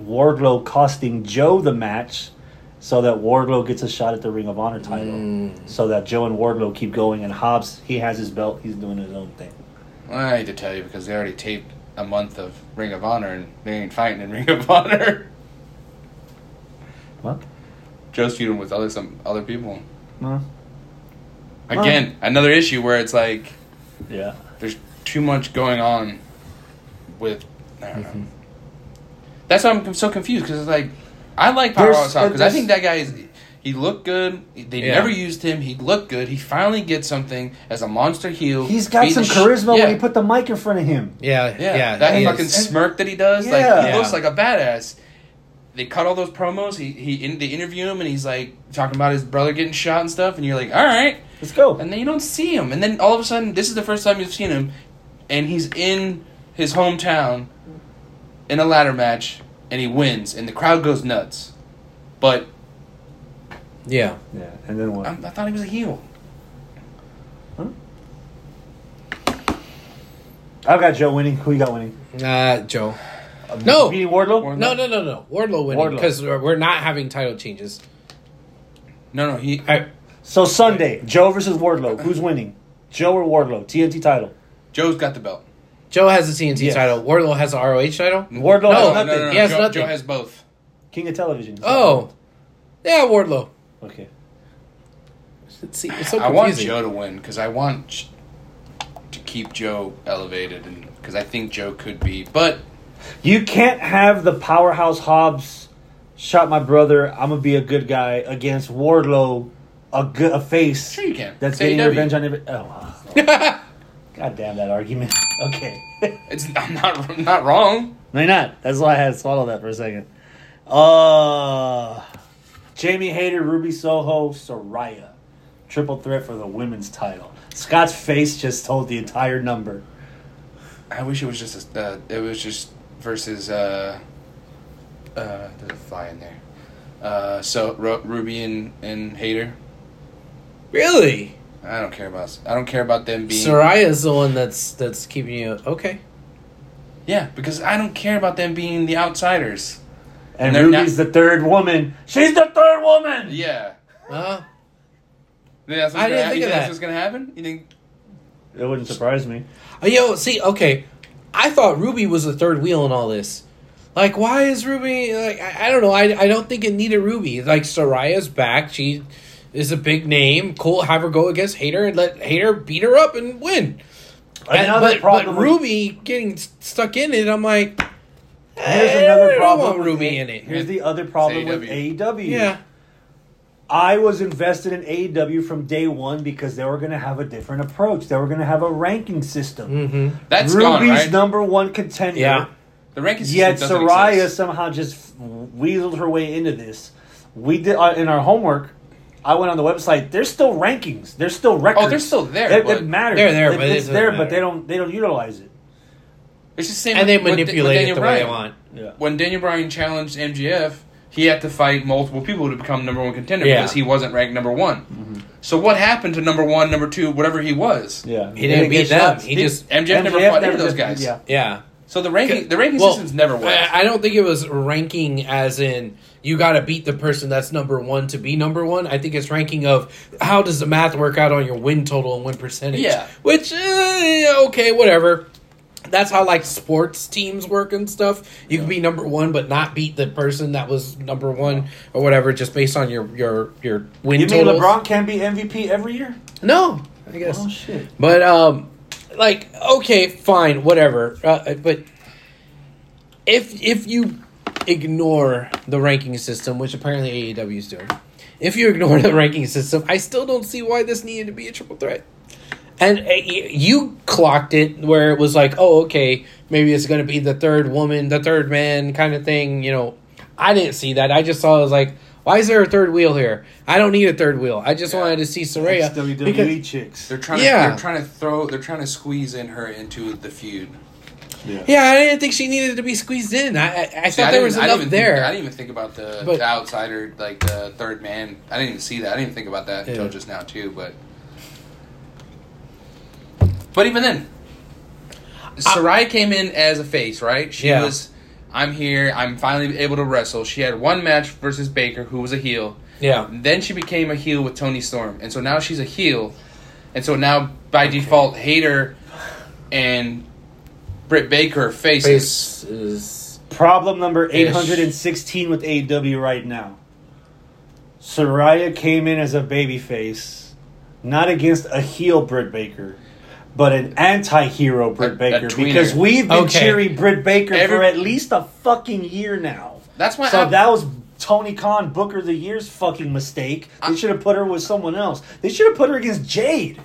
Speaker 2: Wardlow costing Joe the match. So that Wardlow gets a shot at the Ring of Honor title. So that Joe and Wardlow keep going, and Hobbs he has his belt. He's doing his own thing.
Speaker 3: I hate to tell you because they already taped a month of Ring of Honor and they ain't fighting in Ring of Honor.
Speaker 2: What?
Speaker 3: Joe's feuding with other some other people.
Speaker 2: Huh?
Speaker 3: Again, another issue where it's like
Speaker 2: Yeah.
Speaker 3: there's too much going on with. I don't
Speaker 2: Mm-hmm.
Speaker 3: know. That's why I'm so confused because it's like I like Power
Speaker 2: There's-
Speaker 3: House because I
Speaker 2: there's-
Speaker 3: think that guy is. He looked good. They
Speaker 1: Yeah.
Speaker 3: never used him. He looked good. He finally gets something as a monster heel.
Speaker 2: He's got
Speaker 3: Beat
Speaker 2: some
Speaker 3: the sh-
Speaker 2: charisma
Speaker 3: yeah.
Speaker 2: when you put the mic in front of him.
Speaker 1: Yeah.
Speaker 3: Yeah,
Speaker 1: Yeah.
Speaker 3: that
Speaker 1: he
Speaker 3: fucking
Speaker 1: is.
Speaker 3: smirk that he does, like
Speaker 2: Yeah.
Speaker 3: he
Speaker 1: Yeah.
Speaker 3: looks like a badass. They cut all those promos. He he in, they interview him and he's like talking about his brother getting shot and stuff, and you're like, all right.
Speaker 2: Let's go.
Speaker 3: And then you don't see him, and then all of a sudden, this is the first time you've seen him, and he's in his hometown in a ladder match, and he wins, and the crowd goes nuts. But
Speaker 1: yeah.
Speaker 2: yeah, and then what?
Speaker 3: I, I thought he was a heel.
Speaker 2: I've got Joe winning. Who you got winning?
Speaker 1: Uh, Joe. No.
Speaker 2: beating Wardlow.
Speaker 3: Wardlow.
Speaker 1: No, no, no, no. Wardlow winning
Speaker 2: Wardlow.
Speaker 1: because we're not having title changes.
Speaker 3: No, no, he.
Speaker 1: I,
Speaker 2: So Sunday, Joe versus Wardlow. Who's winning? Joe or Wardlow? TNT title.
Speaker 3: Joe's got the belt.
Speaker 1: Joe has the TNT
Speaker 2: Yes.
Speaker 1: title. Wardlow has the ROH title.
Speaker 2: Wardlow
Speaker 1: No,
Speaker 2: has
Speaker 1: no,
Speaker 2: nothing.
Speaker 1: He has
Speaker 3: Joe,
Speaker 1: nothing.
Speaker 3: Joe has both.
Speaker 2: King of Television. He's
Speaker 1: Oh, yeah, Wardlow.
Speaker 2: not- okay.
Speaker 1: It's, see, it's so
Speaker 3: I want
Speaker 1: confusing.
Speaker 3: Joe to win because I want J- to keep Joe elevated, and because I think Joe could be. But
Speaker 2: You can't have the powerhouse Hobbs shot my brother. I'm gonna be a good guy against Wardlow, a good a face.
Speaker 3: Sure you can. E
Speaker 2: That's
Speaker 3: Say
Speaker 1: E
Speaker 2: getting
Speaker 3: AEW.
Speaker 2: revenge on every. Oh, wow. god damn that argument. Okay.
Speaker 3: it's I'm not I'm not wrong.
Speaker 2: No, you're not. That's why I had to swallow that for a second. Uh, Jamie Hayter, Ruby Soho, Soraya. Triple threat for the women's title. Scott's face just told the entire number.
Speaker 3: I wish it was just a, uh, it was just versus uh uh there's a fly in there. Uh, so Ru- Ruby and and Hater.
Speaker 1: Really?
Speaker 3: I don't care about I don't care about them being
Speaker 1: Soraya is the one that's that's keeping you okay.
Speaker 3: yeah because I don't care about them being the outsiders.
Speaker 2: And
Speaker 3: They're
Speaker 2: Ruby's the third woman. She's the third woman!
Speaker 3: Yeah.
Speaker 1: Uh,
Speaker 3: You think That's what's
Speaker 1: I didn't
Speaker 3: gonna, hap-
Speaker 1: think
Speaker 3: you
Speaker 1: of
Speaker 3: That's
Speaker 1: that.
Speaker 3: what's gonna happen. You think?
Speaker 2: It wouldn't surprise me.
Speaker 1: yo, see, okay, I thought Ruby was the third wheel in all this. Like, why is Ruby? Like, I, I don't know. I I don't think it needed Ruby. Like, Soraya's back. She is a big name. Cool. Have her go against Hater and let Hater beat her up and win. And-
Speaker 2: Another
Speaker 1: but,
Speaker 2: problem.
Speaker 1: but Ruby getting s- stuck in it, I'm like,
Speaker 2: Here's
Speaker 1: "Eh, I
Speaker 2: another
Speaker 1: don't
Speaker 2: problem.
Speaker 1: want
Speaker 2: with
Speaker 1: Ruby
Speaker 2: A-
Speaker 1: in it. E
Speaker 2: Here's the other problem with
Speaker 3: AEW.
Speaker 2: AEW.
Speaker 1: Yeah,
Speaker 2: I was invested in AEW from day one because they were going to have a different approach. They were going to have a ranking system.
Speaker 1: mm-hmm.
Speaker 3: That's
Speaker 2: Ruby's
Speaker 3: gone right.
Speaker 2: number one contender
Speaker 1: Yeah.
Speaker 3: The ranking system
Speaker 2: Yet
Speaker 3: doesn't
Speaker 2: Soraya
Speaker 3: exist.
Speaker 2: somehow just weaseled her way into this. We did uh, in our homework. I went on the website. There's still rankings. There's still records.
Speaker 3: Oh, still there,
Speaker 2: They- They,
Speaker 3: but-
Speaker 2: matter.
Speaker 1: They're there,
Speaker 2: They-
Speaker 1: but it
Speaker 2: it's
Speaker 1: doesn't
Speaker 2: there, but
Speaker 1: matter.
Speaker 2: they don't. They don't utilize it.
Speaker 3: It's the same.
Speaker 1: and they
Speaker 3: with- with Da- with
Speaker 1: manipulate it
Speaker 3: Daniel
Speaker 1: the way they
Speaker 3: Bryan.
Speaker 1: want.
Speaker 2: Yeah.
Speaker 3: When Daniel Bryan challenged MGF, he had to fight multiple people to become number one contender
Speaker 1: Yeah. Mm-hmm.
Speaker 3: because he wasn't ranked number one. So what happened to number one, number two, whatever he was?
Speaker 2: Yeah.
Speaker 1: He didn't beat them. He just
Speaker 3: MJF, never fought any of those guys.
Speaker 2: Yeah.
Speaker 1: yeah.
Speaker 3: So the ranking, the ranking
Speaker 1: Well,
Speaker 3: system's never worked.
Speaker 1: I, I don't think it was ranking as in you got to beat the person that's number one to be number one. I think it's ranking of how does the math work out on your win total and win percentage.
Speaker 3: Yeah.
Speaker 1: Which eh, okay, whatever. That's how like sports teams work and stuff. You can be number one, but not beat the person that was number one or whatever, just based on your your your win
Speaker 2: You mean
Speaker 1: total.
Speaker 2: LeBron can be MVP every year?
Speaker 1: No, I guess.
Speaker 2: Oh shit.
Speaker 1: But um, like okay, fine, whatever. Uh, but if if you ignore the ranking system, which apparently AEW is doing, if you ignore the ranking system, I still don't see why this needed to be a triple threat. And uh, y- you clocked it where it was like, oh, okay, maybe it's going to be the third woman, the third man kind of thing. You know, I didn't see that. I just saw it was like, why is there a third wheel here? I don't need a third wheel. I just
Speaker 3: Yeah.
Speaker 1: wanted to see Soraya.
Speaker 2: It's WWE
Speaker 1: because-
Speaker 2: E chicks.
Speaker 3: they're trying.
Speaker 1: yeah.
Speaker 3: To, they're trying to throw. They're trying to squeeze in her into the feud.
Speaker 1: Yeah, I didn't think she needed to be squeezed in. I I, I
Speaker 3: See,
Speaker 1: thought there
Speaker 3: I didn't-
Speaker 1: was
Speaker 3: I
Speaker 1: enough
Speaker 3: didn't even Think, I
Speaker 1: there.
Speaker 3: didn't even think about the,
Speaker 1: But-
Speaker 3: the outsider, like the third man. I didn't even see that. I didn't even think about that until
Speaker 1: Yeah.
Speaker 3: just now too. But but even then, Sarai came in as a face, right? She
Speaker 1: Yeah.
Speaker 3: was. I'm here. I'm finally able to wrestle. She had one match versus Baker, who was a heel.
Speaker 1: Yeah,
Speaker 3: Then she became a heel with Tony Storm, and so now she's a heel, and so now by default, Hater and Britt Baker are faces.
Speaker 1: face is
Speaker 2: Problem number 816 with AEW right now. Soraya came in as a babyface, not against a heel Britt Baker, but an anti-hero
Speaker 3: A- a
Speaker 2: Britt Baker
Speaker 3: tweener.
Speaker 2: because we've been
Speaker 1: Okay.
Speaker 2: cheering Britt Baker for
Speaker 3: Every-
Speaker 2: at least a fucking year now.
Speaker 3: That's why
Speaker 2: So
Speaker 3: I'm-
Speaker 2: that was Tony Khan Booker of the Year's fucking mistake. They should have put her with someone else. They should have put her against Jade.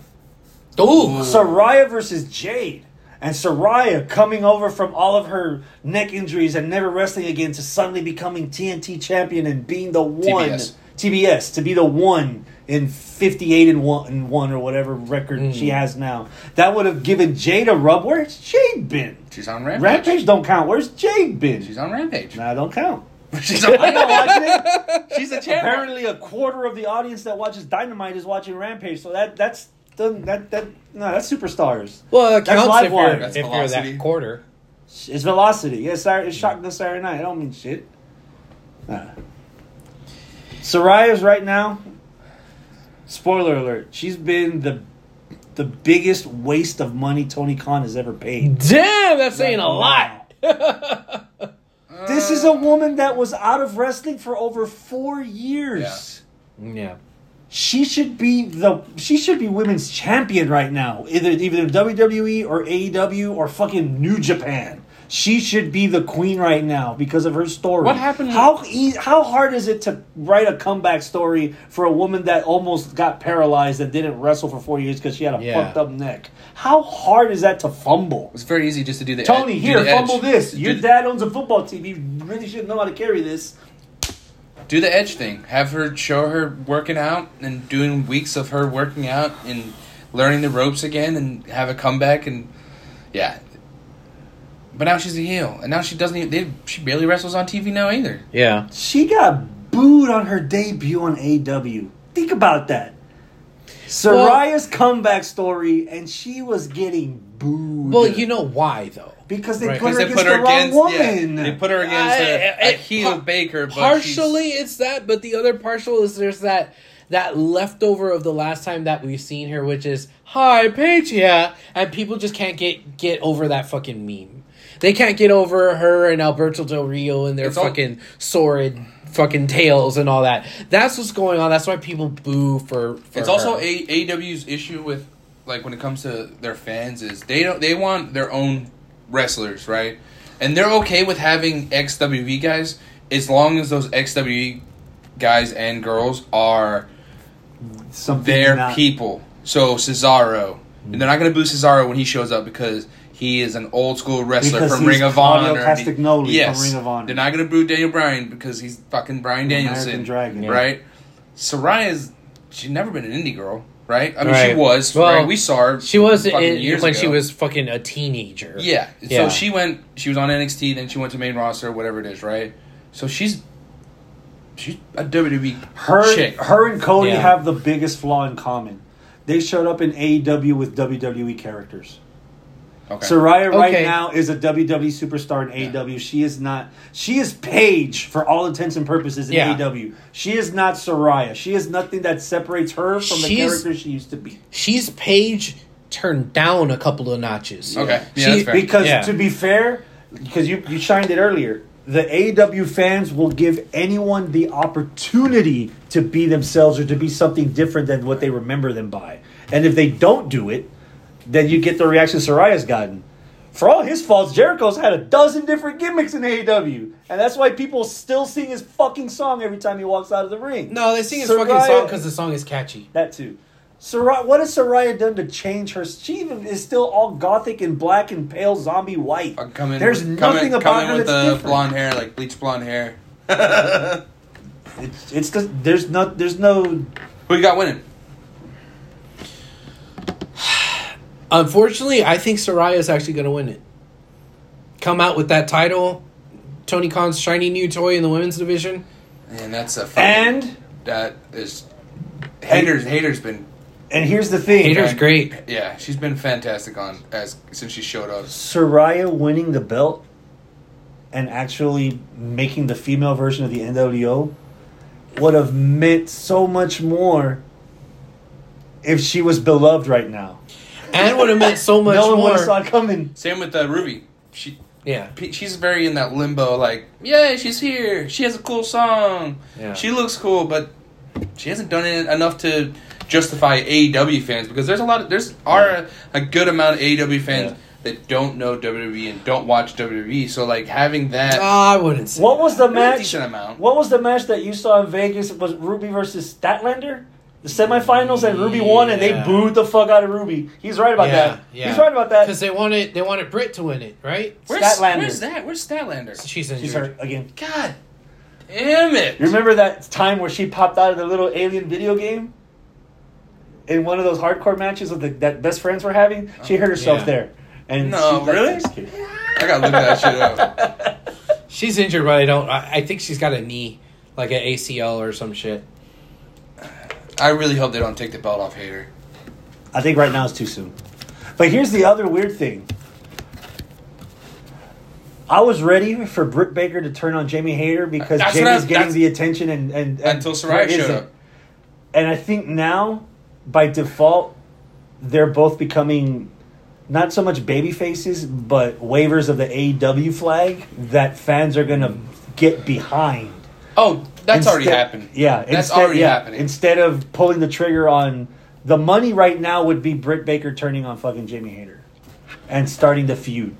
Speaker 1: ooh.
Speaker 2: Soraya versus Jade. And Soraya coming over from all of her neck injuries and never wrestling again to suddenly becoming TNT champion and being the one
Speaker 3: TBS.
Speaker 2: TBS, to be the one in 58 and 1 and 1 or whatever record she has now. That would have given Jade a rub. Where's Jade been?
Speaker 3: She's on Rampage.
Speaker 2: Rampage don't count. Where's Jade been?
Speaker 3: She's on Rampage.
Speaker 2: nah, don't count.
Speaker 3: She's on
Speaker 2: You don't
Speaker 3: Rampage.
Speaker 2: watch it?
Speaker 3: She's a champion.
Speaker 2: Apparently, a quarter of the audience that watches Dynamite is watching Rampage. So that that's that that, that no, that's superstars.
Speaker 1: Well, it
Speaker 2: That's
Speaker 1: counts
Speaker 2: live
Speaker 1: if you're,
Speaker 2: wire.
Speaker 1: if
Speaker 2: That's
Speaker 1: you're
Speaker 3: velocity.
Speaker 1: that quarter.
Speaker 2: It's velocity. Yeah, Saturday, it's shotgun Saturday night. I don't mean shit. Nah. Soraya's right now. Spoiler alert: She's been the the biggest waste of money Tony Khan has ever paid.
Speaker 1: Damn, that's saying a lot.
Speaker 2: This is a woman that was out of wrestling for over four years.
Speaker 3: Yeah.
Speaker 1: Yeah,
Speaker 2: She should be the she should be women's champion right now, either either WWE or AEW or fucking New Japan. She should be the queen right now because of her story.
Speaker 3: What happened-
Speaker 2: How e- how hard is it to write a comeback story for a woman that almost got paralyzed and didn't wrestle for four years because she had a
Speaker 1: Yeah.
Speaker 2: fucked up neck? How hard is that to fumble?
Speaker 3: It's very easy just to do the
Speaker 2: Tony,
Speaker 3: ed- do
Speaker 2: here,
Speaker 3: the edge.
Speaker 2: fumble this.
Speaker 3: Do
Speaker 2: Your
Speaker 3: the-
Speaker 2: dad owns a football team. You really should know how to carry this.
Speaker 3: Do the edge thing. Have her show her working out and doing weeks of her working out and learning the ropes again and have a comeback and yeah. But now she's a heel and now she doesn't even. They, she barely wrestles on TV now either.
Speaker 1: yeah.
Speaker 2: She got booed on her debut on AW. Think about that. Soraya's comeback story, and she was getting booed.
Speaker 1: Well, you know why though?
Speaker 2: because they
Speaker 1: Right.
Speaker 2: put her
Speaker 3: Because
Speaker 2: against the wrong woman.
Speaker 3: yeah, they put her against a,
Speaker 1: I-
Speaker 3: a
Speaker 1: I-
Speaker 3: heel
Speaker 1: par-
Speaker 3: Baker. But
Speaker 1: partially it's that, but the other partial is there's that that leftover of the last time that we've seen her, which is hi Paige, yeah," and people just can't get get over that fucking meme. They can't get over her and Alberto Del Rio and their
Speaker 3: It's all-
Speaker 1: fucking sordid fucking tales and all that. That's what's going on. That's why people boo for. for
Speaker 3: It's also
Speaker 1: her.
Speaker 3: a AEW's issue with like when it comes to their fans is they don't they want their own wrestlers, right? And they're okay with having XWE guys as long as those XWE guys and girls are
Speaker 2: Something
Speaker 3: their
Speaker 2: not-
Speaker 3: people. So Cesaro, and they're not going to boo Cesaro when he shows up because He is an old school wrestler
Speaker 2: Because
Speaker 3: from
Speaker 2: he's
Speaker 3: Ring of Honor.
Speaker 2: Claudio Castagnoli from Ring of Honor.
Speaker 3: They're not gonna boo Daniel Bryan because he's fucking Bryan Danielson,
Speaker 2: American Dragon.
Speaker 1: Yeah.
Speaker 3: right? Soraya's she's never been an indie girl, right? I mean,
Speaker 1: Right.
Speaker 3: she was.
Speaker 1: Well,
Speaker 3: right? We saw her.
Speaker 1: She was
Speaker 3: fucking
Speaker 1: in,
Speaker 3: years
Speaker 1: when
Speaker 3: ago.
Speaker 1: she was fucking a teenager.
Speaker 3: Yeah.
Speaker 1: Yeah.
Speaker 3: So she went. She was on NXT, then she went to main roster, whatever it is, right? So she's she's a WWE
Speaker 2: Her,
Speaker 3: chick.
Speaker 2: her and Cody
Speaker 1: Yeah.
Speaker 2: have the biggest flaw in common. They showed up in AEW with WWE characters.
Speaker 3: Okay.
Speaker 2: Soraya right
Speaker 1: Okay.
Speaker 2: now is a WWE superstar in AEW. She is not. She is Paige for all intents and purposes in
Speaker 1: Yeah.
Speaker 2: AEW. She is not Soraya. She is nothing that separates her from the
Speaker 1: She's-
Speaker 2: character she used to be.
Speaker 1: She's Paige turned down a couple of notches.
Speaker 3: Okay. Yeah,
Speaker 1: She-
Speaker 3: that's fair.
Speaker 2: Because
Speaker 1: Yeah.
Speaker 2: to be fair, because you you shined it earlier, the AEW fans will give anyone the opportunity to be themselves or to be something different than what they remember them by. And if they don't do it, then you get the reaction Soraya's gotten. For all his faults, Jericho's had a dozen different gimmicks in AEW, and that's why people still sing his fucking song every time he walks out of the ring.
Speaker 1: No, they sing his fucking
Speaker 2: Soraya-
Speaker 1: song because the song is catchy.
Speaker 2: that too. Soraya, what has Soraya done to change her? She even is still all gothic and black and pale zombie white.
Speaker 3: Uh, come in-
Speaker 2: There's
Speaker 3: come in-
Speaker 2: nothing
Speaker 3: come
Speaker 2: about
Speaker 3: in
Speaker 2: her
Speaker 3: with
Speaker 2: that's
Speaker 3: the
Speaker 2: different.
Speaker 3: blonde hair, like bleach blonde hair.
Speaker 2: It's, it's just, there's no there's no
Speaker 3: Who you got winning?
Speaker 1: Unfortunately, I think Soraya's actually going to win it. Come out with that title, Tony Khan's shiny new toy in the women's division.
Speaker 3: And that's a fucking,
Speaker 2: and
Speaker 3: that is haters. Haters been
Speaker 2: and here's the thing.
Speaker 1: Hater's
Speaker 3: Okay.
Speaker 1: great.
Speaker 3: yeah, she's been fantastic on as since she showed up.
Speaker 2: Soraya winning the belt and actually making the female version of the NWO would have meant so much more if she was beloved right now.
Speaker 1: And would have meant so much
Speaker 2: no one would
Speaker 1: more.
Speaker 2: have saw it coming.
Speaker 3: Same with uh, Ruby. She
Speaker 1: yeah.
Speaker 3: P- she's very in that limbo. Like, yeah, she's here. She has a cool song.
Speaker 1: Yeah.
Speaker 3: She looks cool, but she hasn't done it enough to justify AEW fans because there's a lot of there's are a, a good amount of AEW fans
Speaker 2: Yeah.
Speaker 3: that don't know WWE and don't watch WWE. So like having that.
Speaker 1: Ah, I wouldn't say.
Speaker 2: What was the
Speaker 3: There's a
Speaker 2: match?
Speaker 3: decent amount.
Speaker 2: What was the match that you saw in Vegas? It was Ruby versus Statlander? The semifinals and Ruby won, and they
Speaker 1: Yeah.
Speaker 2: booed the fuck out of Ruby. He's right about
Speaker 1: Yeah,
Speaker 2: that.
Speaker 1: yeah.
Speaker 2: He's right about that.
Speaker 1: Because they wanted they wanted Britt to win it, right?
Speaker 3: Where's,
Speaker 2: Statlander.
Speaker 3: where's that? Where's Statlander?
Speaker 1: She's injured.
Speaker 2: She's hurt again.
Speaker 3: God damn it!
Speaker 2: You remember that time where she popped out of the little alien video game? In one of those hardcore matches with the, that best friends were having, she hurt herself
Speaker 1: Yeah.
Speaker 2: there. And
Speaker 3: No,
Speaker 2: she, like,
Speaker 3: really?
Speaker 2: just kidding.
Speaker 3: I gotta look that shit up.
Speaker 1: She's injured, but I don't. I, I think she's got a knee, like an ACL or some shit.
Speaker 3: I really hope they don't take the belt off Hater.
Speaker 2: I think right now is too soon. But here's the other weird thing. I was ready for Britt Baker to turn on Jamie Hayter because
Speaker 3: That's what I
Speaker 2: Jamie's
Speaker 3: was-
Speaker 2: getting
Speaker 3: that's-
Speaker 2: the attention and, and, and
Speaker 3: Until Soraya
Speaker 2: Britt
Speaker 3: showed
Speaker 2: isn't.
Speaker 3: up.
Speaker 2: And I think now, by default, they're both becoming not so much baby faces, but wavers of the AEW flag that fans are going to get behind.
Speaker 3: Oh, that's already
Speaker 2: Instead-
Speaker 3: happened.
Speaker 2: Yeah,
Speaker 3: that's
Speaker 2: instead-
Speaker 3: already
Speaker 2: yeah,
Speaker 3: happening.
Speaker 2: Instead of pulling the trigger on the money right now would be Britt Baker turning on fucking Jamie Hayter and starting the feud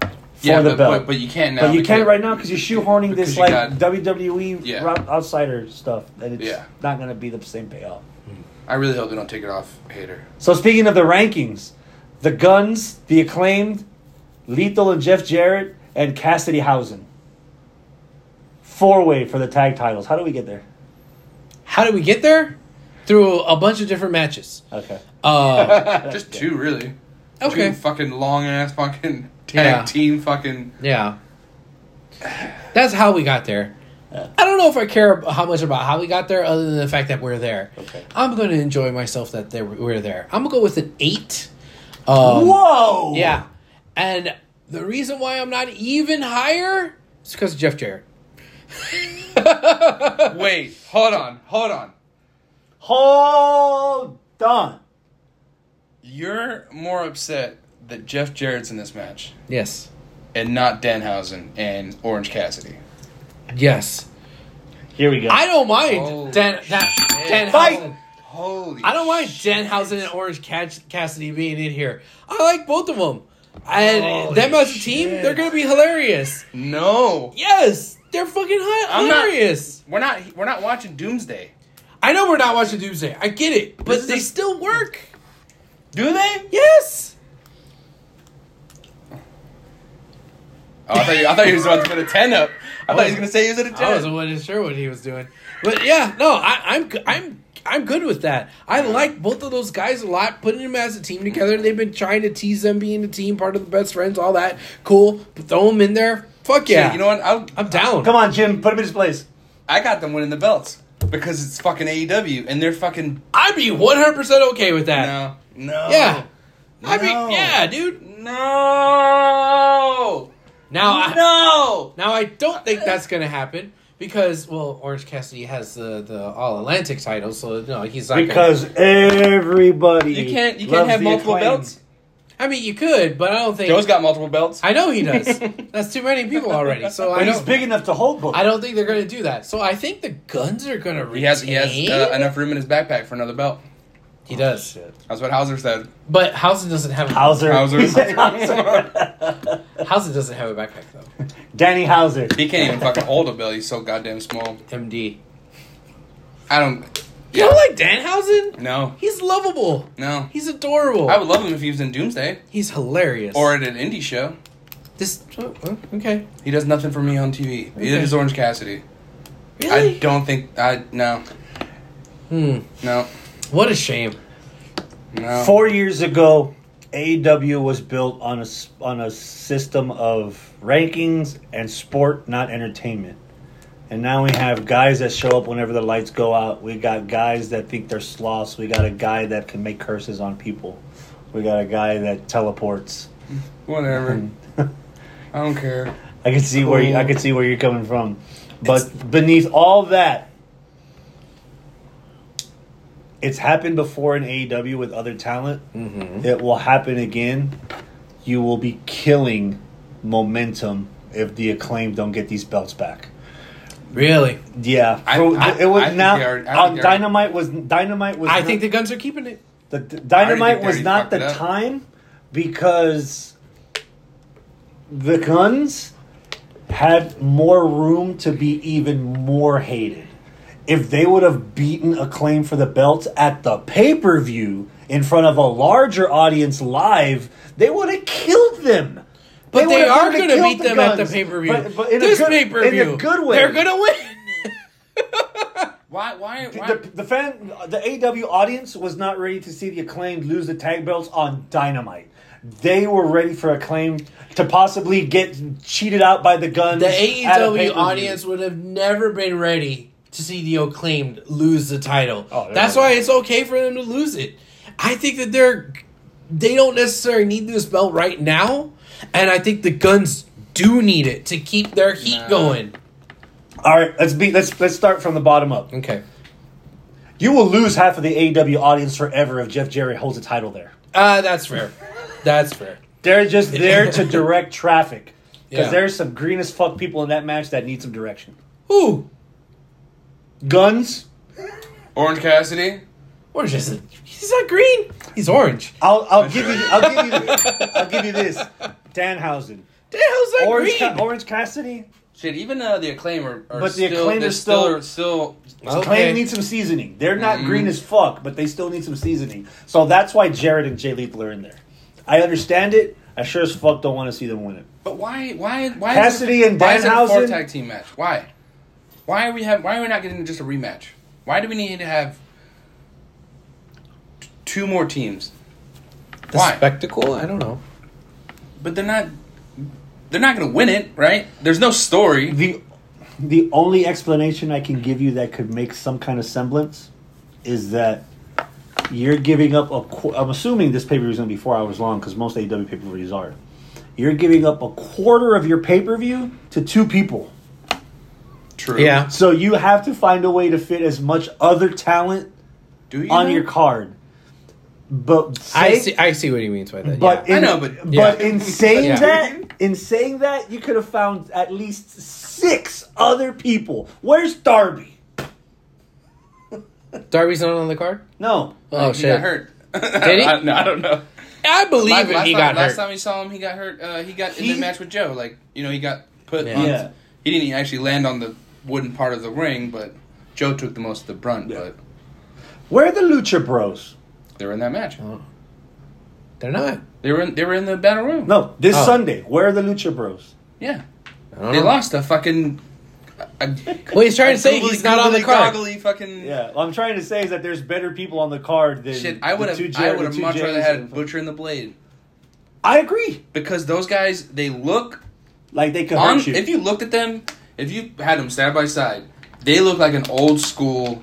Speaker 2: for
Speaker 3: yeah,
Speaker 2: the
Speaker 3: but,
Speaker 2: belt.
Speaker 3: But, but you can't now.
Speaker 2: But you
Speaker 3: because-
Speaker 2: can't right now because you're shoehorning
Speaker 3: because
Speaker 2: this
Speaker 3: you
Speaker 2: like
Speaker 3: got-
Speaker 2: WWE
Speaker 3: Yeah.
Speaker 2: route outsider stuff, and it's
Speaker 3: Yeah.
Speaker 2: not going to be the same payoff.
Speaker 3: I really hope they don't take it off Hater.
Speaker 2: So speaking of the rankings, the Guns, the Acclaimed, Lethal and Jeff Jarrett, and Cassidy Housen. Four way for the tag titles. How do we get there?
Speaker 1: How did we get there? Through a bunch of different matches.
Speaker 2: Okay.
Speaker 1: Uh,
Speaker 3: Just two, really.
Speaker 1: Okay.
Speaker 3: Two fucking long ass fucking tag
Speaker 1: Yeah.
Speaker 3: team fucking.
Speaker 1: yeah, that's how we got there. I don't know if I care ab- how much about how we got there, other than the fact that we're there.
Speaker 2: Okay.
Speaker 1: I'm going to enjoy myself that there, we're there. I'm gonna go with an eight. Um,
Speaker 2: Whoa!
Speaker 1: Yeah. And the reason why I'm not even higher is because of Jeff Jarrett.
Speaker 3: Wait, hold on, hold on.
Speaker 2: Hold on.
Speaker 3: You're more upset that Jeff Jarrett's in this match
Speaker 1: Yes.
Speaker 3: and not Danhausen and Orange Cassidy.
Speaker 1: Yes.
Speaker 2: Here we go.
Speaker 1: I don't mind
Speaker 3: Holy
Speaker 1: Dan, Dan,
Speaker 3: shit.
Speaker 1: Dan
Speaker 2: Fight!
Speaker 1: Housen.
Speaker 3: Holy!
Speaker 1: I don't mind
Speaker 3: shit.
Speaker 1: Danhausen and Orange Cass- Cassidy being in here. I like both of them. And
Speaker 3: Holy
Speaker 1: them as a team,
Speaker 3: shit.
Speaker 1: they're going to be hilarious.
Speaker 3: No,
Speaker 1: Yes. They're fucking hi-
Speaker 3: I'm not-
Speaker 1: hilarious.
Speaker 3: we're not. We're not watching Doomsday.
Speaker 1: I know we're not watching Doomsday. I get it. But
Speaker 3: is
Speaker 1: they
Speaker 3: just-
Speaker 1: still work.
Speaker 3: Do they?
Speaker 1: Yes.
Speaker 3: Oh, I thought, you, I thought he was about to put a 10 up. I thought he was going to say he was at a 10.
Speaker 1: I wasn't really sure what he was doing, but yeah, no, I, I'm g- I'm I'm good with that. I like both of those guys a lot. Putting them as a team together, they've been trying to tease them being a team, part of the best friends, all that. Cool, but throw them in there. Fuck yeah,
Speaker 3: You know what? I,
Speaker 1: I'm down.
Speaker 2: Come on, Jim, put him in his place.
Speaker 3: I got them winning the belts because it's fucking AEW and they're fucking.
Speaker 1: I'd be 100 percent okay with that.
Speaker 3: No. No.
Speaker 1: Yeah, I'd
Speaker 2: No.
Speaker 1: be yeah, dude.
Speaker 3: No.
Speaker 1: Now Oh, I,
Speaker 3: no.
Speaker 1: Now I don't think that's gonna happen because well, Orange Cassidy has the the All Atlantic title, so no, he's not.
Speaker 2: Because everybody
Speaker 3: You can't. You can't
Speaker 2: loves
Speaker 3: have
Speaker 2: the
Speaker 3: multiple
Speaker 2: acclaim.
Speaker 3: belts.
Speaker 1: gonna, I mean, you could, but I don't think.
Speaker 3: Joe's got multiple belts.
Speaker 1: I know he does. that's too many people already. So I
Speaker 2: But he's
Speaker 1: don't.
Speaker 2: big enough to hold both.
Speaker 1: I don't think they're gonna do that. So I think the guns are gonna retain.
Speaker 3: he has. He has uh, enough room in his backpack for another belt.
Speaker 1: He does,
Speaker 3: That's what Hauser said.
Speaker 1: but Hausen doesn't have. A,
Speaker 2: Hauser.
Speaker 3: Hauser.
Speaker 2: He said Hauser.
Speaker 1: Hausen doesn't have a backpack though.
Speaker 2: Danny Hauser.
Speaker 3: He can't even fucking hold a belt. He's so goddamn small.
Speaker 1: MD.
Speaker 3: I don't.
Speaker 1: You don't like Danhausen?
Speaker 3: No.
Speaker 1: He's lovable.
Speaker 3: No.
Speaker 1: He's adorable.
Speaker 3: I would love him if he was in Doomsday
Speaker 1: He's hilarious.
Speaker 3: or at an indie show.
Speaker 1: this. oh, oh, Okay.
Speaker 3: He does nothing for me on TV. Neither
Speaker 1: Okay.
Speaker 3: does Orange Cassidy.
Speaker 1: Really?
Speaker 3: I don't think. I no.
Speaker 1: Hmm.
Speaker 3: No.
Speaker 1: What a shame.
Speaker 3: No.
Speaker 2: Four years ago, AEW was built on a s- on a system of rankings and sport, not entertainment. And now we have guys that show up whenever the lights go out. We got guys that think they're sloths. We got a guy that can make curses on people. We got a guy that teleports.
Speaker 3: Whatever. I don't care.
Speaker 2: I can see where you, I can see where you're coming from, but beneath all that, it's happened before in AEW with other talent.
Speaker 1: Mm-hmm.
Speaker 2: It will happen again. You will be killing momentum if the acclaim don't get these belts back.
Speaker 1: Really?
Speaker 2: Yeah,
Speaker 3: I-
Speaker 2: For-
Speaker 3: I-
Speaker 2: it was
Speaker 3: I think
Speaker 2: now.
Speaker 3: they already- I
Speaker 2: uh,
Speaker 3: think they already-
Speaker 2: Dynamite was Dynamite was.
Speaker 1: I
Speaker 2: not-
Speaker 1: think the guns are keeping it.
Speaker 2: the, the
Speaker 3: already
Speaker 2: Dynamite
Speaker 3: think they
Speaker 2: was
Speaker 3: already
Speaker 2: not
Speaker 3: fucked
Speaker 2: the
Speaker 3: it up.
Speaker 2: time because the guns had more room to be even more hated. If they would have beaten Acclaim for the belts at the pay per view in front of a larger audience live, they would have killed them.
Speaker 1: But they,
Speaker 2: would have
Speaker 1: are
Speaker 2: been
Speaker 1: going
Speaker 2: able
Speaker 1: to
Speaker 2: kill
Speaker 1: beat
Speaker 2: the
Speaker 1: them at the
Speaker 2: Guns,
Speaker 1: pay per view.
Speaker 2: But, but in a
Speaker 1: This
Speaker 2: good-
Speaker 1: pay per
Speaker 2: in
Speaker 1: view,
Speaker 2: a good way.
Speaker 1: they're going to win.
Speaker 3: Why? Why? Why?
Speaker 2: The, the fan, the AW audience was not ready to see the acclaimed lose the tag belts on Dynamite. They were ready for acclaimed to possibly get cheated out by the guns.
Speaker 1: The
Speaker 2: at a
Speaker 1: AEW
Speaker 2: pay-per-view.
Speaker 1: audience would have never been ready to see the acclaimed lose the title.
Speaker 2: Oh, they're
Speaker 1: That's
Speaker 2: not
Speaker 1: why
Speaker 2: ready.
Speaker 1: it's okay for them to lose it. I think that they're they don't necessarily need this belt right now, and I think the guns do need it to keep their heat
Speaker 3: Nah.
Speaker 1: going.
Speaker 2: All right, let's be let's let's start from the bottom up.
Speaker 1: Okay.
Speaker 2: You will lose half of the AW audience forever if Jeff Jarrett holds a title there.
Speaker 1: Uh, that's fair. That's fair.
Speaker 2: They're just there to direct traffic because
Speaker 1: Yeah.
Speaker 2: there's some green as fuck people in that match that need some direction.
Speaker 1: Ooh,
Speaker 2: Guns.
Speaker 3: Orange Cassidy.
Speaker 1: orange isn't. He's not green. He's orange.
Speaker 2: I'll I'll give you I'll give you I'll give you this. Danhausen.
Speaker 1: The hell's that
Speaker 2: Orange,
Speaker 1: green?
Speaker 2: Ca- Orange Cassidy.
Speaker 3: Shit. Even uh, the acclaim are. are
Speaker 2: But the
Speaker 3: still,
Speaker 2: Acclaim
Speaker 3: they
Speaker 2: is still-
Speaker 3: are still.
Speaker 1: Okay.
Speaker 2: Claim needs some seasoning. They're not green as fuck, but they still need some seasoning. So that's why Jared and Jay Lethal are in there. I understand it. I sure as fuck don't want to see them win it.
Speaker 3: But why? Why? Why?
Speaker 2: Cassidy
Speaker 3: is it,
Speaker 2: and
Speaker 3: why is it a four
Speaker 2: Danhausen?
Speaker 3: tag team match? Why? Why are we have? Why are we not getting just a rematch? Why do we need to have t- two more teams?
Speaker 1: The
Speaker 3: Why?
Speaker 1: spectacle? I don't know.
Speaker 3: But they're not. They're not gonna win it, right? There's no story.
Speaker 2: The the only explanation I can give you that could make some kind of semblance is that you're giving up a. qu- I'm assuming this pay per view is going to be four hours long because most AEW pay per views are. You're giving up a quarter of your pay per view to two people.
Speaker 3: True.
Speaker 1: Yeah.
Speaker 2: So you have to find a way to fit as much other talent
Speaker 3: Do you
Speaker 2: on
Speaker 3: though?
Speaker 2: your card. But
Speaker 1: I
Speaker 2: say-
Speaker 1: see. I see what he means by that.
Speaker 2: But
Speaker 1: yeah.
Speaker 2: in,
Speaker 3: I know, but-
Speaker 1: Yeah.
Speaker 2: in saying
Speaker 1: Yeah.
Speaker 2: that, in saying that, you could have found at least six other people. Where's Darby?
Speaker 1: Darby's not on the card.
Speaker 2: No,
Speaker 1: Oh
Speaker 3: Like, he
Speaker 1: shit!
Speaker 3: got hurt.
Speaker 1: Did he?
Speaker 3: I, no, I don't know.
Speaker 1: I believe
Speaker 3: Last-
Speaker 1: it.
Speaker 3: last
Speaker 1: he
Speaker 3: time,
Speaker 1: got
Speaker 3: last
Speaker 1: hurt.
Speaker 3: time we saw him, he got hurt. Uh, he got
Speaker 2: He-
Speaker 3: in the match with Joe. Like you know, he got put.
Speaker 1: Yeah.
Speaker 3: on...
Speaker 2: Yeah.
Speaker 3: He didn't actually land on the wooden part of the ring, but Joe took the most of the brunt.
Speaker 2: Yeah.
Speaker 3: But
Speaker 2: where are the Lucha Bros?
Speaker 3: they were in that match.
Speaker 1: They're not.
Speaker 3: They were in. They were in the battle room.
Speaker 2: No, this
Speaker 1: Oh.
Speaker 2: Sunday. Where are the Lucha Bros?
Speaker 3: Yeah,
Speaker 1: I don't
Speaker 3: they
Speaker 1: know.
Speaker 3: lost a fucking. A,
Speaker 1: Well, he's trying to say he's not on the card.
Speaker 3: Fucking
Speaker 2: Yeah, what I'm trying to say is that there's better people on the card than
Speaker 3: shit. I
Speaker 2: the
Speaker 3: would have.
Speaker 2: two
Speaker 3: I
Speaker 2: Jer-
Speaker 3: would
Speaker 2: the
Speaker 3: have
Speaker 2: two
Speaker 3: much rather
Speaker 2: Jerrys
Speaker 3: had
Speaker 2: and-
Speaker 3: Butcher and the Blade
Speaker 2: I agree.
Speaker 3: because those guys they look
Speaker 2: Like they could
Speaker 3: on.
Speaker 2: hurt you.
Speaker 3: If you looked at them, if you had them side by side, they look like an old school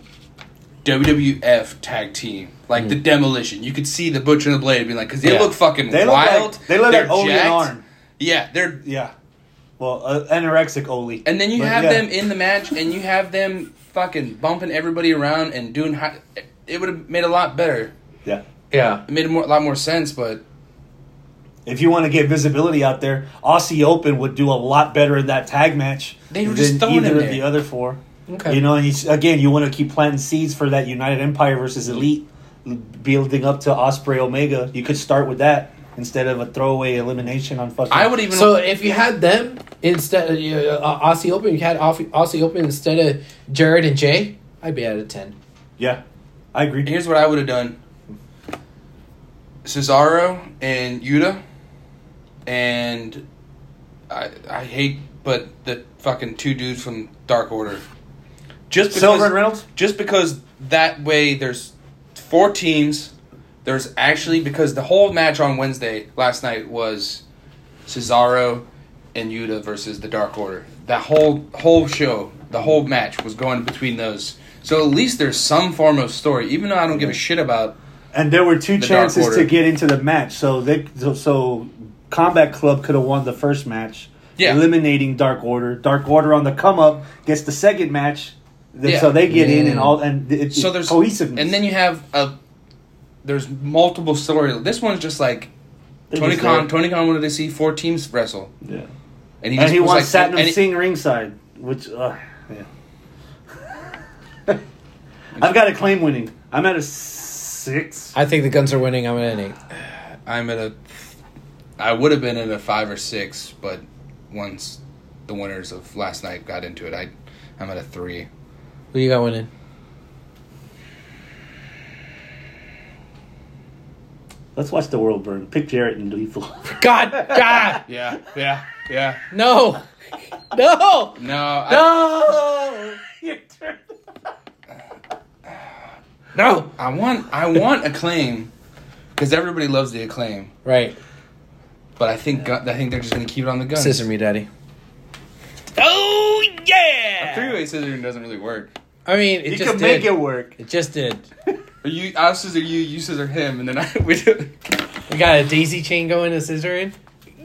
Speaker 3: WWF tag team, like the Demolition. You could see the Butcher and the Blade being like, because they
Speaker 2: Hmm. Yeah.
Speaker 3: look fucking
Speaker 2: they look
Speaker 3: wild.
Speaker 2: like they look
Speaker 3: They're
Speaker 2: like Oli and
Speaker 3: jacked.
Speaker 2: Arn.
Speaker 3: Yeah, they're
Speaker 2: Yeah. Well, uh, anorexic Oli.
Speaker 3: And then you
Speaker 2: But
Speaker 3: have
Speaker 2: yeah.
Speaker 3: them in the match, and you have them fucking bumping everybody around and doing. High, it would have made a lot better.
Speaker 2: Yeah.
Speaker 1: Yeah.
Speaker 3: It made a, more, lot more sense, but
Speaker 2: If you want to get visibility out there, Aussie Open would do a lot better in that tag match
Speaker 3: They
Speaker 2: than
Speaker 3: were just throwing
Speaker 2: either
Speaker 3: him
Speaker 2: of
Speaker 3: there.
Speaker 2: the other four.
Speaker 1: Okay.
Speaker 2: You know, and he's, again, you want to keep planting seeds for that United Empire versus Elite, building up to Osprey Omega. You could start with that instead of a throwaway elimination on fucking.
Speaker 3: I would even.
Speaker 1: So if you had them instead of uh, Aussie Open, you had Aussie Aussie Open instead of Jared and Jay, I'd be at a 10.
Speaker 2: Yeah, I agree.
Speaker 3: here's what I would have done: Cesaro and Yuta, and I I hate, but the fucking two dudes from Dark Order. Just because,
Speaker 2: Silver and Reynolds.
Speaker 3: just because that way there's four teams there's actually because the whole match on wednesday last night was cesaro and yuta versus the dark order that whole whole show the whole match was going between those so at least there's some form of story even though i don't give a shit about
Speaker 2: And there were two
Speaker 3: Dark
Speaker 2: chances
Speaker 3: Order.
Speaker 2: to get into the match, so they so, so Combat Club could have won the first match,
Speaker 3: Yeah.
Speaker 2: eliminating Dark Order. Dark Order on the come up gets the second match, Then-
Speaker 3: Yeah.
Speaker 2: so they get in and
Speaker 1: Mm.
Speaker 2: all and it,
Speaker 3: so
Speaker 2: it-
Speaker 3: there's
Speaker 2: cohesiveness.
Speaker 3: and then you have a there's multiple story this one's just like
Speaker 2: They're
Speaker 3: tony
Speaker 2: just
Speaker 3: khan
Speaker 2: there.
Speaker 3: tony khan wanted to see four teams wrestle
Speaker 2: yeah.
Speaker 3: and he,
Speaker 2: and
Speaker 3: just
Speaker 2: he
Speaker 3: was
Speaker 2: wants
Speaker 3: like,
Speaker 2: Satnam
Speaker 3: and he-
Speaker 2: Singh ringside, which uh, yeah. I've got a claim winning. I'm at a six.
Speaker 1: I think the Guns are winning. I'm at an 8.
Speaker 3: I'm at a. I would have been at a five or six, but once the winners of last night got into it, I, I'm at a three.
Speaker 1: Who you got winning?
Speaker 2: Let's watch the world burn. Pick Jarrett and Lethal.
Speaker 1: God, God,
Speaker 3: Yeah, yeah, yeah.
Speaker 1: no, no,
Speaker 3: No, I,
Speaker 1: no,
Speaker 2: Your turn.
Speaker 1: no.
Speaker 3: I want, I want acclaim, because everybody loves the acclaim.
Speaker 1: Right,
Speaker 3: But I think, gu- I think they're just gonna keep it on the gun.
Speaker 1: scissor me, daddy. Oh yeah.
Speaker 3: Three way scissoring doesn't really work.
Speaker 1: I mean, it
Speaker 2: You
Speaker 1: just
Speaker 2: can
Speaker 1: did.
Speaker 2: make it work.
Speaker 1: It just did.
Speaker 3: Or you, I scissor you, you scissor him, and then I we do.
Speaker 1: We got a daisy chain going, a scissoring.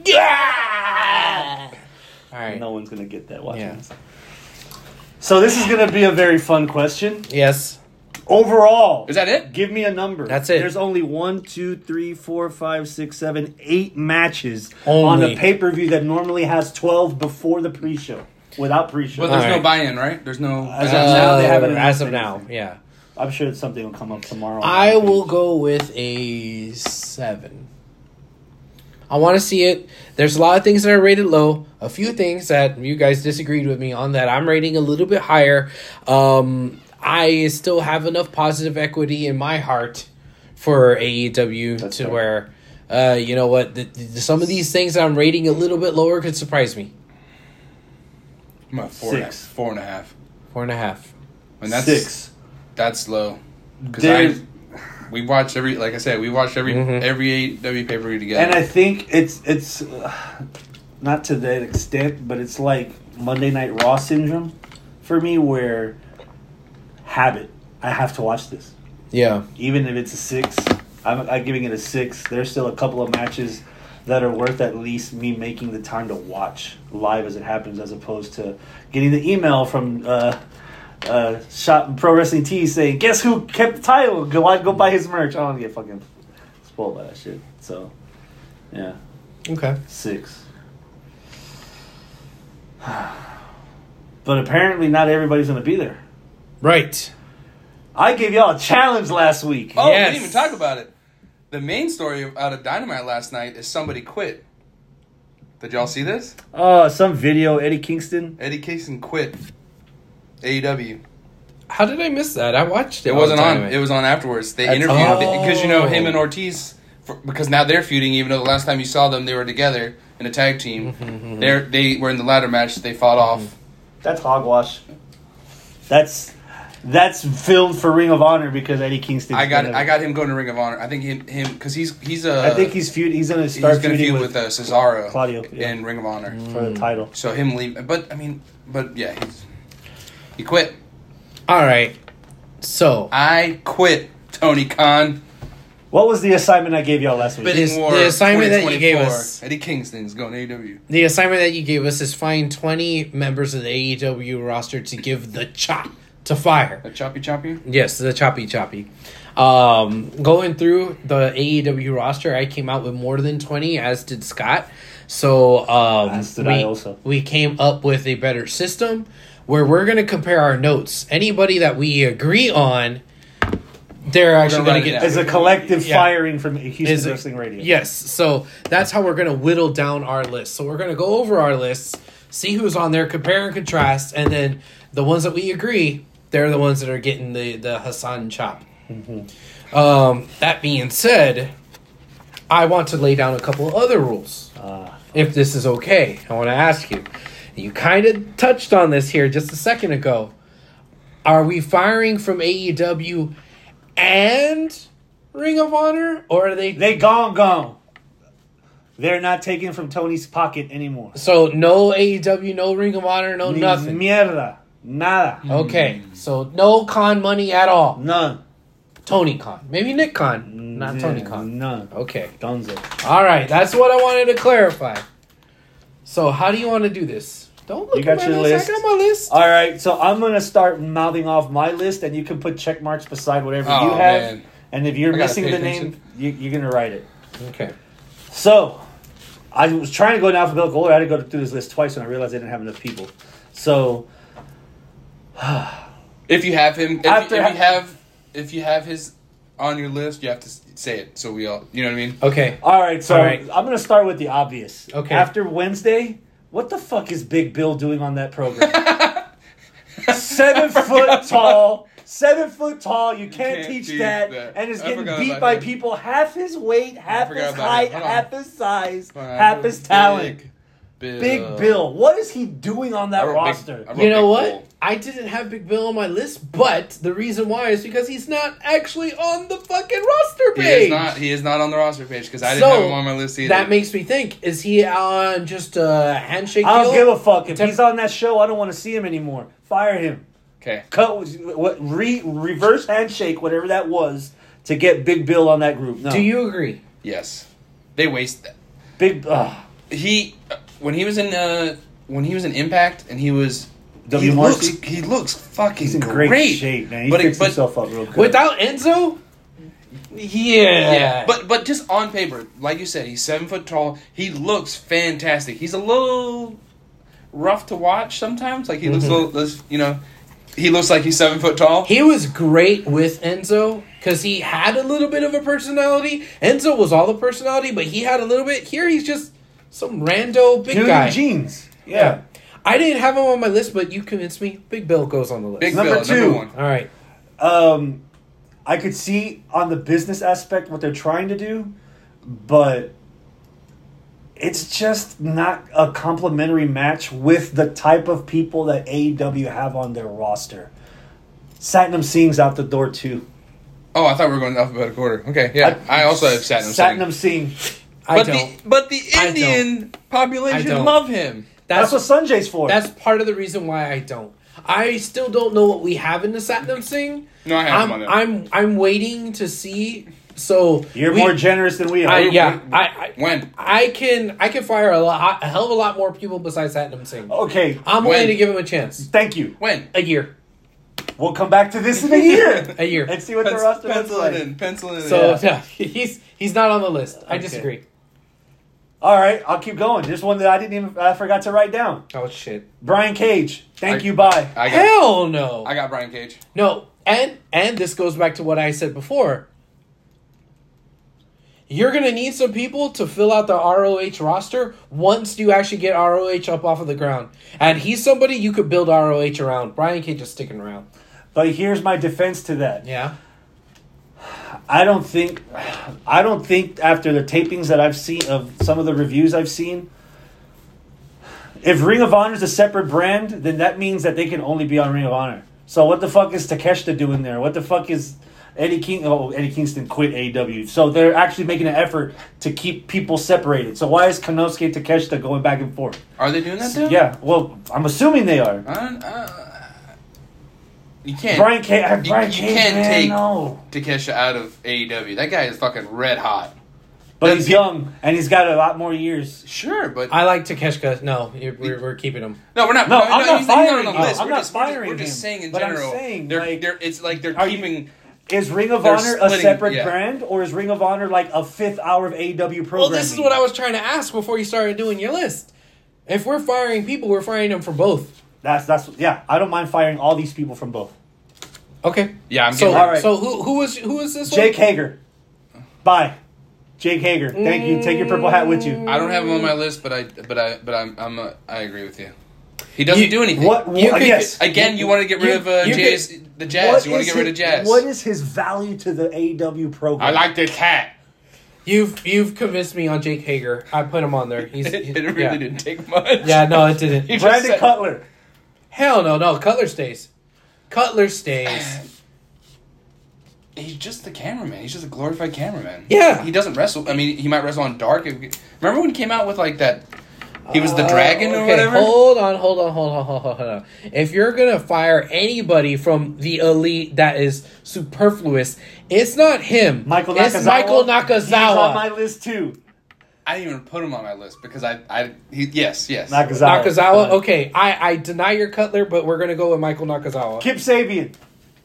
Speaker 1: Yeah. All right.
Speaker 2: No one's gonna get that. Watch
Speaker 1: Yeah.
Speaker 2: this. So this is gonna be a very fun question.
Speaker 1: Yes.
Speaker 2: Overall,
Speaker 3: Is that it?
Speaker 2: give me a number.
Speaker 1: That's it.
Speaker 2: There's only one, two, three, four, five, six, seven, eight matches on
Speaker 1: Only.
Speaker 2: a pay per view that normally has twelve before the pre show. Without pre show,
Speaker 3: But there's no
Speaker 1: Alright.
Speaker 3: buy-in, right? There's no.
Speaker 2: As of now, they haven't
Speaker 1: Uh, as of
Speaker 2: announced
Speaker 1: now, yeah.
Speaker 2: I'm sure that something will come up tomorrow.
Speaker 1: I will go with a seven. I want to see it. There's a lot of things that are rated low. A few things that you guys disagreed with me on that I'm rating a little bit higher. Um, I still have enough positive equity in my heart for AEW
Speaker 2: That's
Speaker 1: to
Speaker 2: fair.
Speaker 1: where, uh, you know what? The, the, some of these things that I'm rating a little bit lower could surprise me.
Speaker 3: I'm at four and a half.
Speaker 2: Six.
Speaker 3: Four and a half.
Speaker 1: Four and a half.
Speaker 3: And that's
Speaker 2: six.
Speaker 3: That's low. Because
Speaker 2: There's-
Speaker 3: I, we watched every, like I said, we watched every
Speaker 1: Mhm.
Speaker 3: every AEW pay per view together.
Speaker 2: And I think it's it's uh, not to that extent, but it's like Monday Night Raw syndrome for me, where habit. I have to watch this.
Speaker 1: Yeah.
Speaker 2: even if it's a six, I'm, I'm giving it a six. There's still a couple of matches that are worth at least me making the time to watch live as it happens, as opposed to getting the email from uh, uh, Shop Pro Wrestling T saying, "Guess who kept the title? Go out, go buy his merch." I don't want to get fucking spoiled by that shit. So, yeah,
Speaker 1: Okay.
Speaker 2: six. But apparently, not everybody's gonna be there.
Speaker 1: Right.
Speaker 2: I gave y'all a challenge last week.
Speaker 3: oh, we
Speaker 1: Yes.
Speaker 3: didn't even talk about it. The main story of- out of Dynamite last night is somebody quit. Did y'all see this?
Speaker 2: Oh, some video, Eddie Kingston.
Speaker 3: Eddie Kingston quit AEW.
Speaker 1: How did I miss that? I watched it.
Speaker 3: It
Speaker 1: all
Speaker 3: wasn't
Speaker 1: the
Speaker 3: on.
Speaker 1: time.
Speaker 3: It was on afterwards. They
Speaker 1: Oh, That's-
Speaker 3: interviewed because you know him
Speaker 1: Oh.
Speaker 3: and Ortiz for, because now they're feuding. Even though the last time you saw them, they were together. in a tag
Speaker 1: Mm-hmm,
Speaker 3: team. they they were in the ladder match. They fought off.
Speaker 2: That's hogwash. That's that's filmed for Ring of Honor because Eddie Kingston.
Speaker 3: I got I got him going to Ring of Honor. I think him him because he's he's a
Speaker 2: I think he's feud. He's gonna
Speaker 3: he's
Speaker 2: start
Speaker 3: going to
Speaker 2: feuding
Speaker 3: feud with, um,
Speaker 2: with,
Speaker 3: uh, Cesaro
Speaker 2: Claudio, yeah. Mm.
Speaker 3: in Ring of Honor.
Speaker 2: for the title.
Speaker 3: So him leave, but I mean, but yeah, he's, he quit.
Speaker 1: All right. So
Speaker 3: I quit, Tony Khan.
Speaker 2: What was the assignment I gave y'all last week?
Speaker 3: Bidding
Speaker 1: The-
Speaker 3: War
Speaker 1: the assignment that you gave
Speaker 3: 2024.
Speaker 1: us.
Speaker 3: Eddie Kingston's going E to AEW.
Speaker 1: the assignment that you gave us is find 20 members of the AEW roster to give the chop to fire.
Speaker 3: A choppy choppy.
Speaker 1: Yes, the choppy choppy. Um, going through the AEW roster, I came out with more than 20, as did Scott. So um,
Speaker 2: As did
Speaker 1: we,
Speaker 2: I also.
Speaker 1: we came up with a better system where we're going to compare our notes. Anybody that we agree on, they're actually
Speaker 3: gonna
Speaker 1: going
Speaker 3: write
Speaker 1: to
Speaker 3: it
Speaker 1: get
Speaker 3: down.
Speaker 2: As a collective
Speaker 1: Yeah.
Speaker 2: firing from Houston
Speaker 1: is-
Speaker 2: Wrestling Radio.
Speaker 1: Yes, so that's how we're gonna whittle down our list. So we're gonna go over our lists, see who's on there, compare and contrast, and then the ones that we agree, they're the ones that are getting the the Hassan chop. Um, that being said, I want to lay down a couple of other rules. if this is okay, I want to ask you. You kind of touched on this here just a second ago. Are we firing from AEW and Ring of Honor, or are they
Speaker 2: They gone gone. They're not taking from Tony's pocket anymore.
Speaker 1: So no AEW, no Ring of Honor, no
Speaker 2: Ni
Speaker 1: nothing.
Speaker 2: Mierda. Nada.
Speaker 1: Okay, so no con money at all.
Speaker 2: None.
Speaker 1: Tony Khan, maybe Nick Khan, not
Speaker 2: Yeah,
Speaker 1: Tony Khan.
Speaker 2: None.
Speaker 1: Okay,
Speaker 2: Gonzo.
Speaker 1: all right, that's what I wanted to clarify. So how do you want to do this? Don't look
Speaker 2: You got
Speaker 1: at my
Speaker 2: your
Speaker 1: list. I
Speaker 2: list? Uh,
Speaker 1: got my list.
Speaker 2: All right, so I'm gonna start mouthing off my list, and you can put check marks beside whatever
Speaker 3: Oh,
Speaker 2: you have.
Speaker 3: man.
Speaker 2: And if you're
Speaker 3: I gotta
Speaker 2: missing
Speaker 3: pay
Speaker 2: the name,
Speaker 3: attention.
Speaker 2: you, you're gonna write it.
Speaker 1: Okay,
Speaker 2: So, I was trying to go in alphabetical order. I had to go through this list twice, and I realized I didn't have enough people. So,
Speaker 3: If you have him, if,
Speaker 2: After
Speaker 3: you, if you
Speaker 2: ha-
Speaker 3: have, if you have his on your list, you have to s- say it. So we all, you know what I mean.
Speaker 1: okay.
Speaker 2: all right, so
Speaker 1: All right.
Speaker 2: I'm gonna start with the obvious.
Speaker 1: Okay.
Speaker 2: After Wednesday, what the fuck is Big Bill doing on that program? seven foot tall. Seven foot tall, you can't,
Speaker 3: can't
Speaker 2: teach
Speaker 3: teach
Speaker 2: that,
Speaker 3: that.
Speaker 2: and is
Speaker 3: I
Speaker 2: getting
Speaker 3: forgot
Speaker 2: beat
Speaker 3: about
Speaker 2: by
Speaker 3: him.
Speaker 2: people half his weight, half
Speaker 3: forgot
Speaker 2: his
Speaker 3: about
Speaker 2: height,
Speaker 3: him. Hold on.
Speaker 2: half his size,
Speaker 3: Fine.
Speaker 2: half his talent.
Speaker 3: Big Bill.
Speaker 2: Big Bill, what is he doing on
Speaker 3: I
Speaker 2: that
Speaker 3: wrote Big-
Speaker 2: roster?
Speaker 3: I wrote
Speaker 1: You know
Speaker 3: Big
Speaker 1: what?
Speaker 3: Bill.
Speaker 1: I didn't have Big Bill on my list, but the reason why is because he's not actually on the fucking roster
Speaker 3: He
Speaker 1: page.
Speaker 3: is not. He is not on the roster page because I didn't
Speaker 1: So,
Speaker 3: have him on my list either.
Speaker 1: That makes me think: Is he on just a handshake?
Speaker 2: I don't
Speaker 1: deal?
Speaker 2: give a fuck if
Speaker 1: Tem-
Speaker 2: he's on that show. I don't want to see him anymore. Fire him.
Speaker 3: okay.
Speaker 2: Cut what re, reverse handshake, whatever that was, to get Big Bill on that group. No,
Speaker 1: Do you agree?
Speaker 3: Yes, they waste that.
Speaker 2: Big ah, ugh.
Speaker 3: he when he was in uh when he was in Impact and he was
Speaker 2: W.
Speaker 3: he
Speaker 2: Marcy?
Speaker 3: looks he looks fucking
Speaker 2: He's in
Speaker 3: great.
Speaker 2: great, shape, man. He
Speaker 3: but it-
Speaker 2: picks
Speaker 3: but-
Speaker 2: himself up real good.
Speaker 1: Without Enzo? Yeah.
Speaker 3: yeah, but but just on paper, like you said, he's seven foot tall. He looks fantastic. He's a little rough to watch sometimes. Like he looks
Speaker 2: Mm-hmm.
Speaker 3: a little, you know, he looks like he's seven foot tall.
Speaker 1: he was great with Enzo because he had a little bit of a personality. Enzo was all the personality, but he had a little bit. Here he's just some rando big
Speaker 2: Dude
Speaker 1: guy.
Speaker 2: in jeans.
Speaker 1: Yeah.
Speaker 2: Yeah.
Speaker 1: I didn't have him on my list, but you convinced me. Big Bill goes on the list.
Speaker 3: Big
Speaker 2: Number
Speaker 3: Bill,
Speaker 2: two.
Speaker 3: number one.
Speaker 1: all right.
Speaker 2: Um, I could see on the business aspect what they're trying to do, but it's just not a complimentary match with the type of people that AEW have on their roster. Satnam Singh's out the door too.
Speaker 3: Oh, I thought we were going alphabetical order. Okay, yeah. I, also have Satnam. Singh.
Speaker 2: Satnam Singh.
Speaker 1: I
Speaker 3: But the
Speaker 1: don't.
Speaker 3: but the
Speaker 1: I don't.
Speaker 3: Indian
Speaker 1: I
Speaker 3: population
Speaker 1: don't.
Speaker 3: love him.
Speaker 2: That's what Sanjay's for.
Speaker 1: That's part of the reason why I don't. I still don't know what we have in the Satnam Singh.
Speaker 3: No, I have him
Speaker 1: I'm
Speaker 3: on there.
Speaker 1: I'm I'm waiting to see. So
Speaker 2: You're
Speaker 1: we-
Speaker 2: more generous than we are.
Speaker 1: I, yeah, I, I
Speaker 3: When
Speaker 1: I can I can fire a, lot, a hell of a lot more people besides Satnam Singh.
Speaker 2: Okay.
Speaker 1: I'm
Speaker 3: When?
Speaker 1: willing to give him a chance.
Speaker 2: Thank you.
Speaker 3: when
Speaker 1: A year,
Speaker 2: We'll come back to this in a year
Speaker 1: a year.
Speaker 2: and see what the
Speaker 3: Pens-
Speaker 2: roster looks
Speaker 3: pencil
Speaker 2: like.
Speaker 3: it in. Pencil it in.
Speaker 1: so no, he's he's not on the list. I
Speaker 2: Okay.
Speaker 1: disagree.
Speaker 2: All right, I'll keep going. There's one that I didn't even I forgot to write down.
Speaker 1: Oh shit!
Speaker 2: Brian Cage. Thank
Speaker 3: I-
Speaker 2: you. Bye.
Speaker 3: I got,
Speaker 1: Hell no!
Speaker 3: I got Brian Cage.
Speaker 1: No, and and this goes back to what I said before. You're gonna need some people to fill out the ROH roster once you actually get ROH up off of the ground. And he's somebody you could build ROH around. Brian Cage is sticking around.
Speaker 2: But here's my defense to that.
Speaker 1: Yeah.
Speaker 2: I don't think I don't think after the tapings that I've seen of some of the reviews I've seen, If Ring of Honor is a separate brand, then that means that they can only be on Ring of Honor. So what the fuck is Takeshita doing there? What the fuck is Eddie King? Oh, Eddie Kingston quit AEW. So they're actually making an effort to keep people separated. So why is Konosuke Takeshita going back and forth?
Speaker 3: Are they doing that? Too?
Speaker 2: Yeah, well, I'm assuming they are.
Speaker 3: I don't, uh, you can't.
Speaker 2: Brian K. uh,
Speaker 3: you-
Speaker 2: Brian
Speaker 3: you
Speaker 2: Cage,
Speaker 3: can't
Speaker 2: man,
Speaker 3: take-
Speaker 2: no.
Speaker 3: Takesha out of AEW. That guy is fucking red hot.
Speaker 2: But he's
Speaker 3: That's-
Speaker 2: young and he's got a lot more years.
Speaker 3: Sure, but
Speaker 1: I like Takeshka. No, you're- we're, we're keeping him.
Speaker 3: no, we're not.
Speaker 2: No, I'm not
Speaker 3: he's- he's on
Speaker 2: firing
Speaker 3: the
Speaker 2: him.
Speaker 3: list.
Speaker 2: I'm
Speaker 3: We're
Speaker 2: not
Speaker 3: just- we're just-
Speaker 2: firing
Speaker 3: We're just
Speaker 2: him,
Speaker 3: saying in
Speaker 2: but I'm
Speaker 3: general.
Speaker 2: saying,
Speaker 3: they're,
Speaker 2: like-
Speaker 3: they're, it's like they're
Speaker 2: Are you-
Speaker 3: keeping.
Speaker 2: Is Ring of
Speaker 3: They're
Speaker 2: Honor a
Speaker 3: splitting-
Speaker 2: separate
Speaker 3: yeah.
Speaker 2: brand, or is Ring of Honor like a E fifth hour of AEW program?
Speaker 1: Well, Oh, this is what I was trying to ask before you started doing your list. If we're firing people, we're firing them for both.
Speaker 2: That's that's yeah. I don't mind firing all these people from both.
Speaker 1: Okay.
Speaker 3: Yeah, I'm
Speaker 1: so
Speaker 3: getting-
Speaker 2: All right.
Speaker 1: so who who is who is this? one?
Speaker 2: Jake Hager, bye. Jake Hager, thank you. Take your purple hat with you.
Speaker 3: I don't have him on my list, but I, but I, but I'm, I'm, uh, I agree with you. He doesn't
Speaker 1: You-
Speaker 3: do anything.
Speaker 2: What?
Speaker 1: You
Speaker 2: what-
Speaker 1: could-
Speaker 2: yes.
Speaker 3: Again, you want to get rid
Speaker 1: You-
Speaker 3: of uh,
Speaker 1: you
Speaker 3: Jazz, the Jazz. You want to
Speaker 2: is
Speaker 3: get rid
Speaker 2: his-
Speaker 3: of Jazz.
Speaker 2: What is his value to the AEW program?
Speaker 3: I like this hat.
Speaker 1: You've you've convinced me on Jake Hager. I put him on there. He's,
Speaker 3: It,
Speaker 1: he's-
Speaker 3: really
Speaker 1: yeah.
Speaker 3: didn't take much.
Speaker 1: Yeah, no, it
Speaker 3: He
Speaker 1: didn't.
Speaker 3: just
Speaker 2: Brandon
Speaker 3: said-
Speaker 2: Cutler.
Speaker 1: Hell no, no. Cutler stays. Cutler stays.
Speaker 3: He's just the cameraman. He's just a glorified cameraman.
Speaker 1: Yeah.
Speaker 3: He doesn't wrestle. I mean, he might wrestle on Dark. If- Remember when he came out with like that? He was the dragon
Speaker 1: Uh,
Speaker 3: or
Speaker 1: okay,
Speaker 3: whatever.
Speaker 1: Hold on, hold on, hold on, hold on, hold on. If you're gonna fire anybody from the elite that is superfluous, it's not him.
Speaker 2: Michael
Speaker 1: it's
Speaker 2: Nakazawa.
Speaker 1: Michael
Speaker 2: He's on my
Speaker 1: Nakazawa.
Speaker 2: list too.
Speaker 3: I didn't even put him on my list because I, I, he, yes, yes.
Speaker 2: Nakazawa.
Speaker 1: Nakazawa. Okay, I I deny your Cutler, but we're gonna go with Michael Nakazawa.
Speaker 2: Kip Sabian.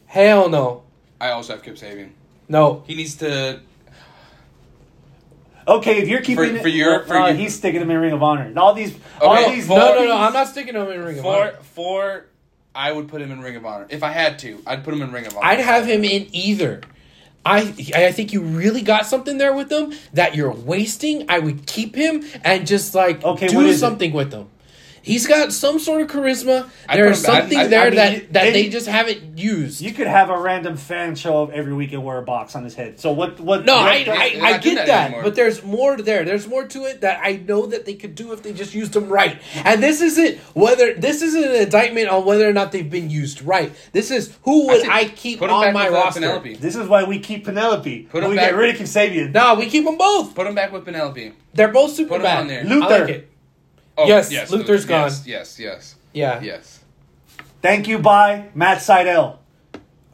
Speaker 1: Hell no,
Speaker 3: I also have Kip Sabian.
Speaker 1: no.
Speaker 3: He needs to.
Speaker 2: Okay, if you're keeping
Speaker 3: for your-
Speaker 2: it,
Speaker 3: for
Speaker 2: uh,
Speaker 3: your-
Speaker 2: he's sticking him in Ring of Honor. And all these, all
Speaker 3: Okay,
Speaker 2: these,
Speaker 3: for-
Speaker 1: No, no, no! I'm not sticking him in Ring of
Speaker 3: Four,
Speaker 1: Honor.
Speaker 3: four. I would put him in Ring of Honor if I had to. I'd put him in Ring of Honor.
Speaker 1: I'd have him in either. I I think you really got something there with him that you're wasting. I would keep him and just like
Speaker 2: Okay, what
Speaker 1: do
Speaker 2: is it?
Speaker 1: something with him. He's got some sort of charisma.
Speaker 3: I put
Speaker 1: There's
Speaker 3: him- I-
Speaker 1: something
Speaker 3: I- I
Speaker 1: there
Speaker 2: mean, you-
Speaker 1: that, that
Speaker 2: they-
Speaker 1: they, just haven't used.
Speaker 2: You could have a random fan show up every week and wear a box on his head. So what? What?
Speaker 1: no,
Speaker 2: what
Speaker 1: I,
Speaker 2: the-
Speaker 1: I,
Speaker 3: they're
Speaker 1: I
Speaker 3: not doing
Speaker 1: get
Speaker 3: that
Speaker 1: that,
Speaker 3: anymore.
Speaker 1: but there's more there. There's more to it that I know that they could do if they just used them right. And this isn't whether this isn't an indictment on whether or not they've been used right. This is who would
Speaker 3: said,
Speaker 1: I, keep
Speaker 3: put him back
Speaker 1: on my
Speaker 3: with, uh,
Speaker 1: roster.
Speaker 3: Penelope.
Speaker 2: this is why we keep Penelope.
Speaker 3: Put
Speaker 2: When
Speaker 3: him
Speaker 2: we
Speaker 3: back-
Speaker 2: get rid of Kip Sabian.
Speaker 1: No, we keep them both.
Speaker 3: Put him back with Penelope.
Speaker 1: They're both super
Speaker 3: Put him
Speaker 1: bad.
Speaker 3: on there.
Speaker 2: Luther.
Speaker 1: I like it.
Speaker 3: Oh,
Speaker 1: Yes,
Speaker 3: Luther's
Speaker 1: Luther's gone.
Speaker 3: Yes, yes,
Speaker 1: Yeah.
Speaker 3: yes, yes.
Speaker 2: Thank you, bye, Matt Seidel.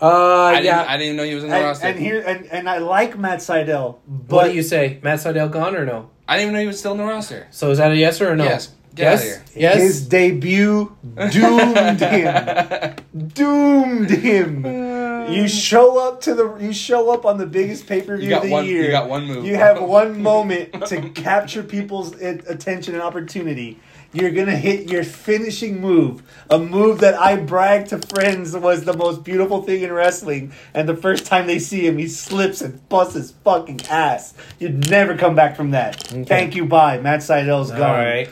Speaker 1: Uh,
Speaker 3: I didn't, I
Speaker 1: yeah.
Speaker 3: didn't even know he was in the
Speaker 2: And,
Speaker 3: roster.
Speaker 2: and here, and, and I like Matt Seidel, but
Speaker 1: What do you say? Matt Seidel gone or no?
Speaker 3: I didn't even know he was still in the roster.
Speaker 1: So is that a yes or a no?
Speaker 3: Yes. Get
Speaker 1: Yes.
Speaker 3: outta here.
Speaker 1: Yes.
Speaker 2: his debut doomed him. doomed him. You show up to the you show up on the biggest pay per
Speaker 3: Uh. You
Speaker 2: view
Speaker 3: got
Speaker 2: of the
Speaker 3: one-
Speaker 2: year.
Speaker 3: you got one move.
Speaker 2: You have one moment to capture people's a- attention and opportunity. You're gonna hit your finishing move, a move that I bragged to friends was the most beautiful thing in wrestling. And the first time they see him, he slips and busts his fucking ass. You'd never come back from that. Thank you, bye. Matt Seidel's
Speaker 1: All
Speaker 2: gone.
Speaker 1: right.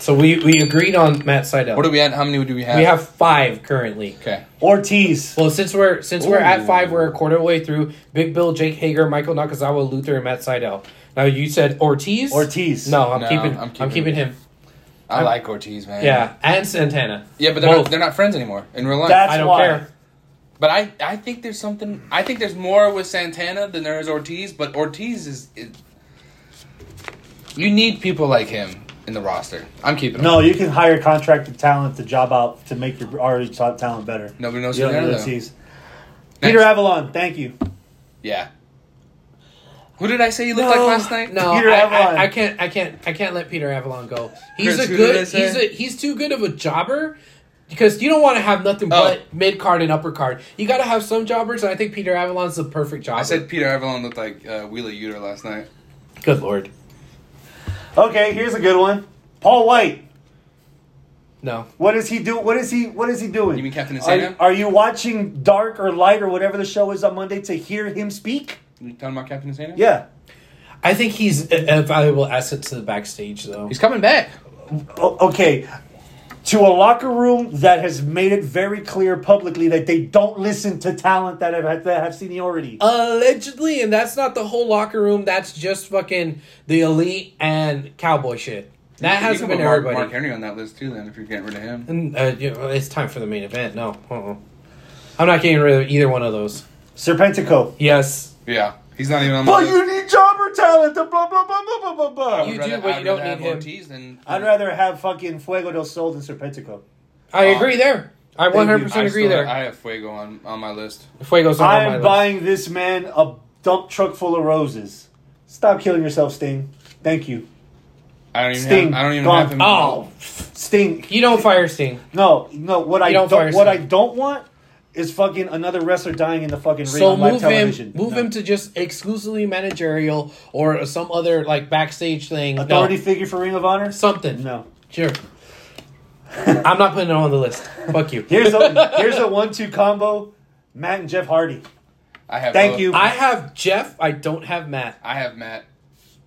Speaker 1: So we we agreed on Matt Seidel.
Speaker 3: What do we at? How many do we have?
Speaker 1: we have five currently.
Speaker 3: Okay.
Speaker 2: Ortiz.
Speaker 1: Well, since we're since we're
Speaker 3: Ooh.
Speaker 1: at five, we're a quarter of the way through. Big Bill, Jake Hager, Michael Nakazawa, Luther, and Matt Seidel. Now you said Ortiz.
Speaker 2: Ortiz.
Speaker 1: No, I'm
Speaker 3: No,
Speaker 1: keeping.
Speaker 3: I'm
Speaker 1: I'm
Speaker 3: keeping-
Speaker 1: keeping, him.
Speaker 3: I like Ortiz, man.
Speaker 1: Yeah, and Santana.
Speaker 3: Yeah, but they're not,
Speaker 1: Both.
Speaker 3: they're not friends anymore in real life.
Speaker 2: That's
Speaker 1: I don't
Speaker 2: why.
Speaker 1: care.
Speaker 3: but I, I think there's something. I think there's more with Santana than there is Ortiz. But Ortiz is. is you need people like him in the roster. I'm keeping him.
Speaker 2: No, you can hire contracted talent to job out to make your already top talent better.
Speaker 3: Nobody knows
Speaker 2: You
Speaker 3: who
Speaker 2: don't
Speaker 3: they
Speaker 2: need
Speaker 3: are,
Speaker 2: those
Speaker 3: though.
Speaker 2: teas. Peter Avalon, thank you.
Speaker 3: Yeah. Who did I say you looked like last night?
Speaker 1: No,
Speaker 2: Peter
Speaker 1: I, I-
Speaker 2: Avalon.
Speaker 1: I can't. I can't. I can't let Peter Avalon go. He's
Speaker 3: Chris,
Speaker 1: a
Speaker 3: who
Speaker 1: good.
Speaker 3: did I say?
Speaker 1: He's a, he's too good of a jobber. Because you don't want to have nothing but
Speaker 3: Oh.
Speaker 1: mid card and upper card. You got to have some jobbers, and I think Peter Avalon's the perfect jobber.
Speaker 3: I said Peter Avalon looked like uh, Wheelie Uter last night.
Speaker 1: "Good lord,
Speaker 2: Okay, here's a good one. Paul White.
Speaker 1: no."
Speaker 2: What is he do? What is he? What is he doing?
Speaker 3: You mean Captain Insano?
Speaker 2: Are, are you watching Dark or Light or whatever the show is on Monday to hear him speak?
Speaker 3: You talking about Captain Insano?
Speaker 2: Yeah.
Speaker 1: I think he's a, a valuable asset to the backstage, though.
Speaker 3: He's coming back.
Speaker 2: O- okay. To a locker room that has made it very clear publicly that they don't listen to talent that have that have seniority.
Speaker 1: Allegedly, and that's not the whole locker room. That's just fucking the elite and cowboy shit. That
Speaker 3: You
Speaker 1: hasn't
Speaker 3: can
Speaker 1: been
Speaker 3: put Mark,
Speaker 1: everybody.
Speaker 3: Mark Henry on that list too. Then if you're getting rid of him,
Speaker 1: And uh, you know, it's time for the main event. No, uh-uh. I'm not getting rid of either one of those.
Speaker 2: Serpentico.
Speaker 1: Yes,
Speaker 3: yeah, he's not even on.
Speaker 2: But
Speaker 3: the
Speaker 2: you need jobber talent. Blah blah blah blah blah blah blah.
Speaker 1: You
Speaker 3: I'd
Speaker 1: do,
Speaker 3: rather-
Speaker 1: but you
Speaker 3: I'd
Speaker 1: don't
Speaker 3: rather
Speaker 1: need
Speaker 3: have
Speaker 1: him.
Speaker 3: Ortiz than
Speaker 2: I'd rather have fucking Fuego del Sol than Serpentico.
Speaker 1: I agree there. I 100 percent
Speaker 3: I
Speaker 1: agree
Speaker 3: still-
Speaker 1: there.
Speaker 3: I have Fuego on on my list.
Speaker 1: Fuego's not on my
Speaker 2: I'm
Speaker 1: list.
Speaker 2: buying this man a dump truck full of roses. Stop killing yourself, Sting. Thank you.
Speaker 3: I don't even.
Speaker 2: Sting,
Speaker 3: have, I don't even
Speaker 2: gone.
Speaker 3: have him.
Speaker 1: Oh,
Speaker 2: Sting.
Speaker 1: you don't fire Sting.
Speaker 2: No, no. What I
Speaker 1: You don't
Speaker 2: don't,
Speaker 1: fire
Speaker 2: what I
Speaker 1: Sting.
Speaker 2: don't want is fucking another wrestler dying in the fucking ring
Speaker 1: So
Speaker 2: on live
Speaker 1: move
Speaker 2: television.
Speaker 1: him, move him to just exclusively managerial or some other like backstage thing. No.
Speaker 2: authority figure for Ring of Honor.
Speaker 1: something.
Speaker 2: No.
Speaker 1: sure. I'm not putting it on the list. Fuck you.
Speaker 2: Here's a here's a one-two combo. Matt and Jeff Hardy.
Speaker 3: I have.
Speaker 2: Thank
Speaker 3: both.
Speaker 2: you.
Speaker 1: I have Jeff. I don't have Matt.
Speaker 3: I have Matt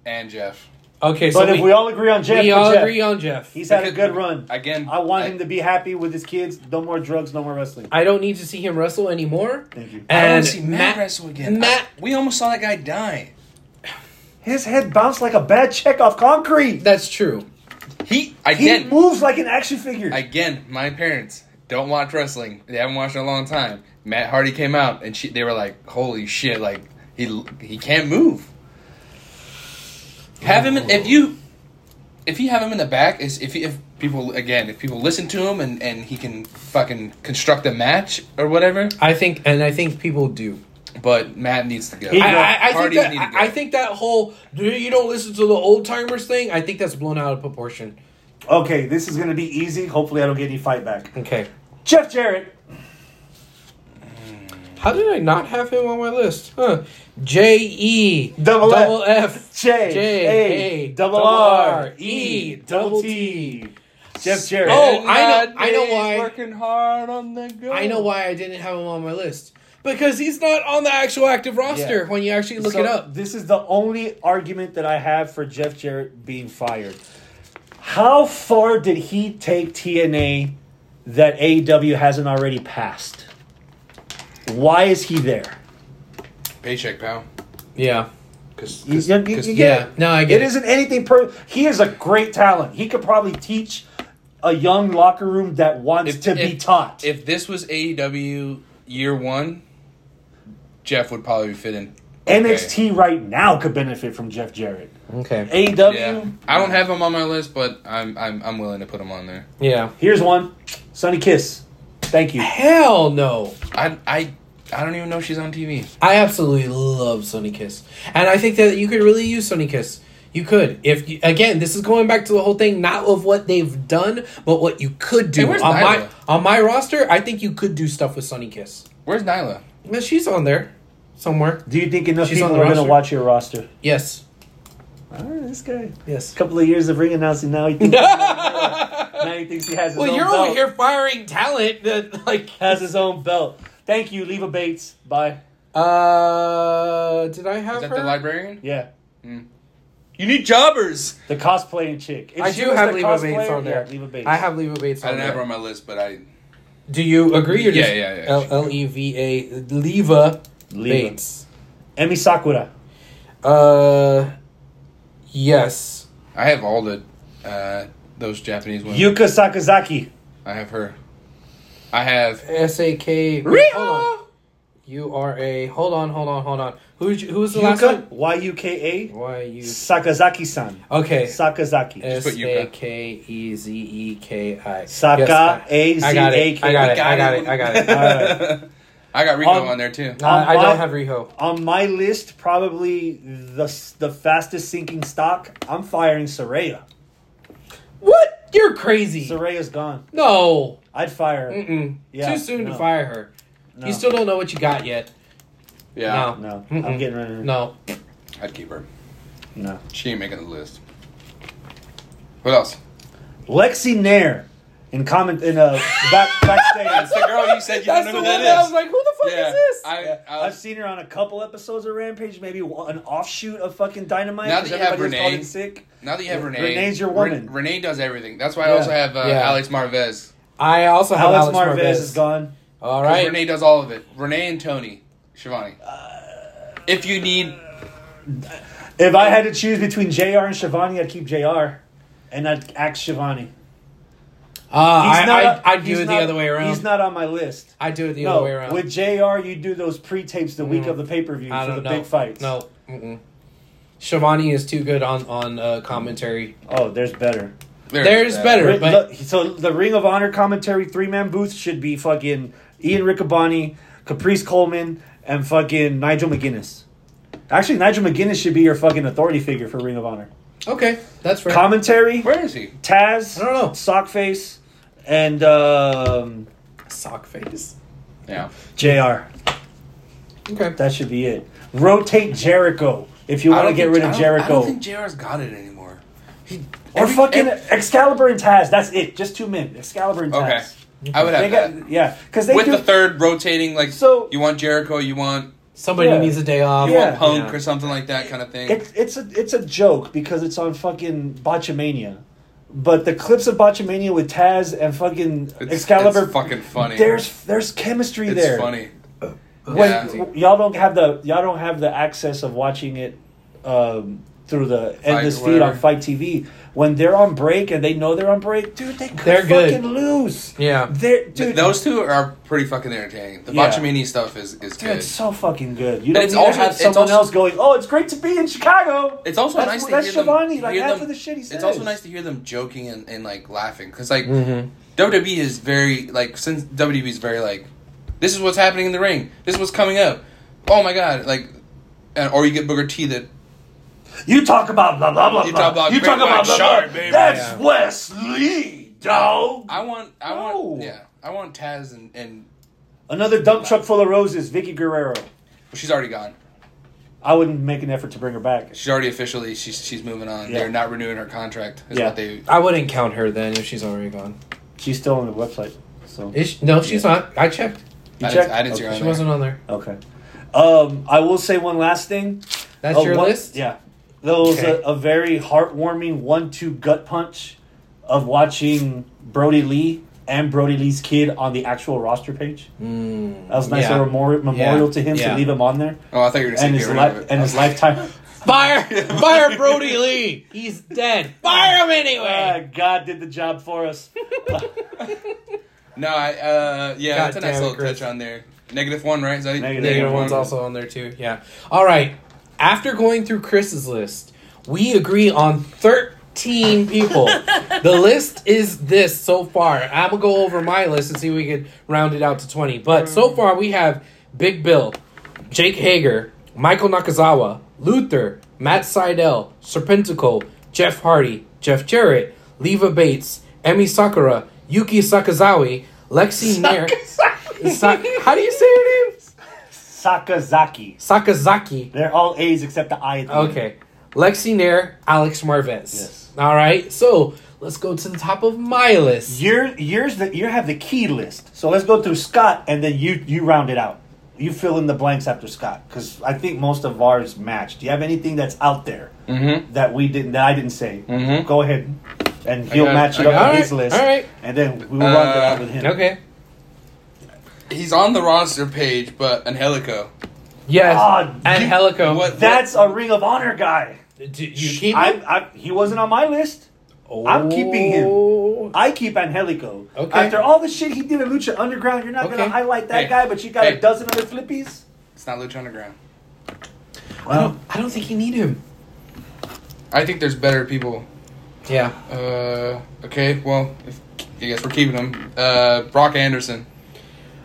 Speaker 3: and Jeff.
Speaker 1: Okay, so
Speaker 2: But if
Speaker 1: we,
Speaker 2: we, all agree on Jeff,
Speaker 1: we
Speaker 2: for
Speaker 1: all
Speaker 2: Jeff,
Speaker 1: agree on Jeff.
Speaker 2: he's had a
Speaker 3: Because-
Speaker 2: good run.
Speaker 3: Again,
Speaker 2: I want
Speaker 3: I-
Speaker 2: him to be happy with his kids. No more drugs. No more wrestling.
Speaker 1: I don't need to see him wrestle anymore.
Speaker 2: Thank you.
Speaker 3: I don't
Speaker 1: And
Speaker 3: wanna see Matt, wrestle again.
Speaker 1: Matt,
Speaker 3: I- we almost saw that guy die.
Speaker 2: His head bounced like a bad check off concrete.
Speaker 1: that's true.
Speaker 2: He
Speaker 3: He again.
Speaker 2: moves like an action figure.
Speaker 3: again, my parents don't watch wrestling. They haven't watched in a long time. Matt Hardy came out, and she, they were like, "Holy shit! Like he he can't move." Have him if you if you have him in the back is if he, if people again if people listen to him and and he can fucking construct a match or whatever.
Speaker 1: I think, and I think people do.
Speaker 3: But Matt needs to go.
Speaker 2: He-
Speaker 1: I, I, I think
Speaker 3: Parties
Speaker 1: that
Speaker 3: need to go.
Speaker 1: I, I think that whole "Do you don't listen to the old timers thing. I think that's blown out of proportion.
Speaker 2: okay, this is gonna be easy. Hopefully, I don't get any fight back.
Speaker 1: Okay,
Speaker 2: Jeff Jarrett.
Speaker 1: how did I not have him on my list? Huh? J E
Speaker 2: Double F.
Speaker 1: double F
Speaker 2: J,
Speaker 1: J
Speaker 2: A, double R, E, double T. Jeff Jarrett.
Speaker 1: Oh, I know- I know
Speaker 3: Nowadays,
Speaker 1: why.
Speaker 3: Working hard on the go.
Speaker 1: I know why I didn't have him on my list because he's not on the actual active roster
Speaker 2: Yeah.
Speaker 1: when you actually look
Speaker 2: So,
Speaker 1: it up.
Speaker 2: This is the only argument that I have for Jeff Jarrett being fired. How far did he take TNA that AEW hasn't already passed? Why is he there?
Speaker 3: Paycheck, pal.
Speaker 1: Yeah,
Speaker 3: Because
Speaker 2: You- you- you get
Speaker 1: yeah.
Speaker 2: it.
Speaker 1: No, I get
Speaker 2: It
Speaker 1: it.
Speaker 2: isn't anything per. He is a great talent. He could probably teach a young locker room that wants
Speaker 3: If-
Speaker 2: to be
Speaker 3: if-
Speaker 2: taught.
Speaker 3: if this was AEW year one, Jeff would probably fit in.
Speaker 2: NXT right now could benefit from Jeff Jarrett. E
Speaker 1: Okay.
Speaker 2: AEW.
Speaker 3: Yeah, I don't have him on my list, but I'm I'm, I'm willing to put him on there.
Speaker 1: Yeah.
Speaker 2: Here's one. Sunny Kiss. Thank you.
Speaker 1: Hell no.
Speaker 3: I I I don't even know if she's on TV.
Speaker 1: I absolutely love Sunny Kiss, and I think that you could really use Sunny Kiss. You could, if you, again, this is going back to the whole thing, not of what they've done, but what you could do
Speaker 3: Hey, where's
Speaker 1: on my
Speaker 3: Nyla?
Speaker 1: on my roster. I think you could do stuff with Sunny Kiss.
Speaker 3: Where's Nyla?
Speaker 1: But she's on there somewhere.
Speaker 2: Do you think enough
Speaker 1: She's on
Speaker 2: people
Speaker 1: the
Speaker 2: are going to
Speaker 1: roster?
Speaker 2: watch your roster?
Speaker 1: Yes,
Speaker 2: All right, this guy.
Speaker 1: yes.
Speaker 2: couple of years of ring announcing. Now he thinks, now he, thinks he has his
Speaker 1: Well,
Speaker 2: own
Speaker 1: you're
Speaker 2: belt.
Speaker 1: over here firing talent that like.
Speaker 2: Has his own belt. Thank you, Leva Bates. Bye.
Speaker 1: Uh, did I have
Speaker 3: Is that
Speaker 1: her?
Speaker 3: the librarian?
Speaker 2: Yeah.
Speaker 3: You need jobbers.
Speaker 2: The cosplaying chick. If
Speaker 1: I
Speaker 2: she
Speaker 1: do
Speaker 2: was
Speaker 1: have
Speaker 2: the
Speaker 1: Leva Bates
Speaker 2: cosplayer-
Speaker 1: on there.
Speaker 2: Yeah, Leva Bates.
Speaker 1: I have Leva Bates.
Speaker 3: I
Speaker 1: on
Speaker 3: didn't have
Speaker 1: there.
Speaker 3: her on my list, but I
Speaker 1: Do you agree? Or
Speaker 3: Yeah,
Speaker 1: just
Speaker 3: yeah, yeah.
Speaker 1: L L E V A Leva
Speaker 2: Leva.
Speaker 1: Bates.
Speaker 2: Emi Sakura.
Speaker 1: Uh, yes.
Speaker 3: I have all the uh, those Japanese women.
Speaker 2: Yuka Sakazaki.
Speaker 3: I have her. I have
Speaker 1: S A K.
Speaker 3: Riho.
Speaker 1: U R A. Hold on, hold on, hold on. Who's who was the last
Speaker 2: Yuka.
Speaker 1: one?
Speaker 2: Y U K
Speaker 1: Why
Speaker 2: A.
Speaker 1: you?
Speaker 2: Sakazaki san.
Speaker 1: Okay.
Speaker 2: Sakazaki.
Speaker 1: S
Speaker 3: put Yuka.
Speaker 1: A K E Z E K Eh. I.
Speaker 2: Saka
Speaker 1: Yes, I- I got it. I got it. I got it. I got it.
Speaker 2: All right.
Speaker 3: I got Rico
Speaker 2: Um,
Speaker 3: on there too.
Speaker 1: Uh, I don't have Riho.
Speaker 2: On my list, probably the the fastest sinking stock. I'm firing Soraya.
Speaker 1: What? You're crazy.
Speaker 2: Soraya's gone.
Speaker 1: No.
Speaker 2: I'd fire. her.
Speaker 1: Mm-mm.
Speaker 2: Yeah,
Speaker 1: Too soon
Speaker 2: no.
Speaker 1: to fire her.
Speaker 2: No.
Speaker 1: Mm. You still don't know what you got yet.
Speaker 3: Yeah,
Speaker 2: No,
Speaker 1: Mm-mm.
Speaker 2: I'm getting rid of her.
Speaker 1: No.
Speaker 3: I'd keep her.
Speaker 2: no.
Speaker 3: She ain't making the list. What else?
Speaker 2: Lexi Nair in comment in a back
Speaker 3: That's the
Speaker 2: backstage.
Speaker 3: girl you said you
Speaker 1: That's
Speaker 3: don't
Speaker 1: the
Speaker 3: know
Speaker 1: one
Speaker 3: who that
Speaker 1: that I was
Speaker 3: is.
Speaker 1: like, who the fuck
Speaker 3: yeah,
Speaker 1: is this?
Speaker 3: I,
Speaker 2: Yeah.
Speaker 3: I
Speaker 2: I've
Speaker 3: was,
Speaker 2: seen her on a couple episodes of Rampage, maybe one- an offshoot of fucking Dynamite.
Speaker 3: Now
Speaker 2: 'cause
Speaker 3: that you have
Speaker 2: everybody was
Speaker 3: Renee-
Speaker 2: calling sick.
Speaker 3: now that you have
Speaker 2: Re-
Speaker 3: Renee,
Speaker 2: Renee's your
Speaker 3: Re-
Speaker 2: woman.
Speaker 3: Renee does everything. That's why I
Speaker 2: Yeah.
Speaker 3: also have uh,
Speaker 1: Yeah.
Speaker 3: Alex Marvez.
Speaker 1: I also have
Speaker 2: Alex,
Speaker 1: Alex,
Speaker 2: Marvez,
Speaker 1: Marvez.
Speaker 2: is gone.
Speaker 1: All
Speaker 3: 'Cause
Speaker 1: right.
Speaker 3: Renee does all of it. Renee and Tony, Shivani. if you need,
Speaker 2: If I had to choose between Jr. and Shivani, I'd keep Jr. and I'd ask Shivani.
Speaker 1: Uh, I,
Speaker 2: not-
Speaker 1: I, I do
Speaker 2: he's
Speaker 1: it the
Speaker 2: not-
Speaker 1: other way
Speaker 2: He's
Speaker 1: around.
Speaker 2: not on my list.
Speaker 1: I do it the
Speaker 2: no,
Speaker 1: other way around. Mm.
Speaker 2: with Jr. You do those pre-tapes the week of the pay-per-view
Speaker 1: I
Speaker 2: for
Speaker 1: don't
Speaker 2: the
Speaker 1: know.
Speaker 2: big fights.
Speaker 1: No. Mm-mm. Shivani is too good on on uh, commentary.
Speaker 2: oh, there's better.
Speaker 1: There's better.
Speaker 2: Ri-
Speaker 1: but-
Speaker 2: the- so the Ring of Honor commentary three-man booth should be fucking Ian Riccaboni, Caprice Coleman, and fucking Nigel McGuinness. Actually, Nigel McGuinness should be your fucking authority figure for Ring of Honor
Speaker 1: Okay, that's fair.
Speaker 2: commentary.
Speaker 3: Where is he?
Speaker 2: Taz,
Speaker 1: I don't know.
Speaker 2: Sockface, and um,
Speaker 1: Sock face.
Speaker 3: Yeah.
Speaker 2: Jr.
Speaker 1: Okay.
Speaker 2: That should be it. Rotate Jericho if you
Speaker 3: I
Speaker 2: want to get
Speaker 3: don't think-
Speaker 2: rid
Speaker 3: I
Speaker 2: of
Speaker 3: don't- I
Speaker 2: Jericho.
Speaker 3: don't think JR's got it anymore. He
Speaker 2: Or
Speaker 3: every-
Speaker 2: fucking
Speaker 3: ev-
Speaker 2: Excalibur and Taz. That's it. Just two men. Excalibur and
Speaker 3: okay.
Speaker 2: Taz.
Speaker 3: I would
Speaker 2: They
Speaker 3: have that.
Speaker 2: got, yeah, because they
Speaker 3: with
Speaker 2: do.
Speaker 3: the third rotating. Like
Speaker 2: So-
Speaker 3: you want Jericho, you want
Speaker 1: Somebody
Speaker 2: Yeah.
Speaker 1: needs a day off.
Speaker 2: You want Yeah.
Speaker 3: Punk or something like that kind of thing.
Speaker 2: it's it's a it's a joke because it's on fucking Botchamania, but the clips of Botchamania with Taz and fucking
Speaker 3: It's-
Speaker 2: Excalibur.
Speaker 3: it's fucking funny.
Speaker 2: There's there's chemistry
Speaker 3: it's
Speaker 2: there.
Speaker 3: funny.
Speaker 2: When-
Speaker 3: Yeah.
Speaker 2: y'all don't have the y'all don't have the access of watching it um, through the endless
Speaker 3: or
Speaker 2: feed on
Speaker 3: whatever.
Speaker 2: Fight TV. When they're on break and they know they're on break, dude, they could
Speaker 1: They're good.
Speaker 2: fucking lose.
Speaker 1: Yeah.
Speaker 2: they're, dude,
Speaker 3: Th- Those two are pretty fucking entertaining. The
Speaker 2: Yeah.
Speaker 3: Botchamini stuff is is
Speaker 2: dude,
Speaker 3: good.
Speaker 2: it's so fucking good. You don't
Speaker 3: it's
Speaker 2: need to
Speaker 3: also-
Speaker 2: have
Speaker 3: it's
Speaker 2: someone
Speaker 3: also-
Speaker 2: else going. Oh, it's great to be in Chicago.
Speaker 3: It's also
Speaker 2: That's-
Speaker 3: nice to
Speaker 2: that's
Speaker 3: hear them.
Speaker 2: Shivani, like,
Speaker 3: hear
Speaker 2: half
Speaker 3: them-
Speaker 2: of the shit he says. Mm-hmm.
Speaker 3: It's also nice to hear them joking and, and like laughing because like WWE is very like since WWE is very like this is what's happening in the ring. This is what's coming up. Oh my god! Like, and, or you get Booker T that
Speaker 2: You talk about blah blah blah.
Speaker 3: You
Speaker 2: blah.
Speaker 3: talk about
Speaker 2: you
Speaker 3: Great
Speaker 2: talk about
Speaker 3: White
Speaker 2: blah,
Speaker 3: Shark,
Speaker 2: blah.
Speaker 3: baby.
Speaker 2: That's
Speaker 1: Yeah.
Speaker 2: Wes Lee, dog.
Speaker 3: I want. I
Speaker 2: No.
Speaker 3: want. Yeah, I want Taz and and
Speaker 2: Another dump truck full of roses, Vicky Guerrero.
Speaker 3: well, she's already gone.
Speaker 2: I wouldn't make an effort to bring her back.
Speaker 3: She's already officially she's she's moving on.
Speaker 2: Yeah.
Speaker 3: They're not renewing her contract. Is
Speaker 2: Yeah.
Speaker 3: what they.
Speaker 1: I wouldn't count her then if she's already gone.
Speaker 2: She's still on the website, so
Speaker 1: Is she- no, she's not. I checked.
Speaker 2: You
Speaker 3: I didn't,
Speaker 2: checked?
Speaker 3: I didn't see her
Speaker 2: Okay.
Speaker 3: on
Speaker 1: She
Speaker 3: there.
Speaker 1: wasn't on there.
Speaker 2: Okay. Um, I will say one last thing.
Speaker 1: That's
Speaker 2: Uh,
Speaker 1: your
Speaker 2: one-
Speaker 1: list.
Speaker 2: Yeah. There was
Speaker 1: Okay.
Speaker 2: a, a very heartwarming one-two gut punch of watching Brody Lee and Brody Lee's kid on the actual roster page.
Speaker 1: Mm,
Speaker 2: That was nice.
Speaker 1: yeah.
Speaker 2: A memori- memorial to him
Speaker 1: Yeah.
Speaker 2: to leave him on there
Speaker 3: Oh, I thought you were going
Speaker 2: and
Speaker 3: to
Speaker 2: his
Speaker 3: say get rid of
Speaker 2: li-
Speaker 3: it.
Speaker 2: and his lifetime.
Speaker 1: Fire! Fire Brody Lee! He's dead. Fire him
Speaker 2: Ah,
Speaker 1: anyway!
Speaker 2: God did the job for us.
Speaker 3: No, I. Uh, yeah,
Speaker 1: God
Speaker 3: that's a nice
Speaker 1: damn it,
Speaker 3: little
Speaker 1: Chris.
Speaker 3: touch on there. Negative one, right? Is that
Speaker 2: Negative
Speaker 1: Negative
Speaker 2: one.
Speaker 1: one's also on there too. Yeah. All right. After going through Chris's list, we agree on thirteen people. the list is this so far. I'm gonna go over my list and see if we can round it out to twenty. But so far we have Big Bill, Jake Hager, Michael Nakazawa, Luther, Matt Seidel, Serpentico, Jeff Hardy, Jeff Jarrett, Leva Bates, Emi Sakura, Yuki Sakazawa, Lexi Nair. Sa- How do you say her name?
Speaker 2: Sakazaki.
Speaker 1: Sakazaki.
Speaker 2: They're all A's except the I. At the end.
Speaker 1: Okay. Lexi Nair, Alex Marvez.
Speaker 2: Yes.
Speaker 1: All right. So let's go to the top of my list.
Speaker 2: You're, yours that you have the key list. So let's go through Scott, and then you you round it out. You fill in the blanks after Scott because I think most of ours match. Do you have anything that's out there
Speaker 1: Mm-hmm.
Speaker 2: that we didn't that I didn't say?
Speaker 3: Mhm.
Speaker 2: Go ahead, and he'll
Speaker 3: got it.
Speaker 2: match it
Speaker 3: I
Speaker 2: up
Speaker 3: got
Speaker 2: with
Speaker 1: it.
Speaker 2: his list,
Speaker 1: All right. Uh,
Speaker 2: and then we will round it out with him.
Speaker 1: Okay.
Speaker 3: He's on the roster page, but Angelico.
Speaker 1: Yes.
Speaker 2: Ah,
Speaker 1: and
Speaker 2: you-
Speaker 1: Helico.
Speaker 3: what-
Speaker 2: That's a Ring of Honor guy.
Speaker 1: Do you keep
Speaker 2: I,
Speaker 1: him?
Speaker 2: I, he wasn't on my list. I'm keeping him.
Speaker 1: Oh.
Speaker 2: I keep Angelico.
Speaker 1: Okay.
Speaker 2: After all the shit he did in Lucha Underground, you're not
Speaker 1: Okay.
Speaker 2: gonna highlight that
Speaker 3: Hey.
Speaker 2: guy, but you got
Speaker 3: Hey.
Speaker 2: a dozen other flippies.
Speaker 3: It's not Lucha Underground.
Speaker 1: I don't, I don't think you need him.
Speaker 3: I think there's better people.
Speaker 1: Yeah.
Speaker 3: Uh, okay, well, if, I guess we're keeping him. Uh, Brock Anderson.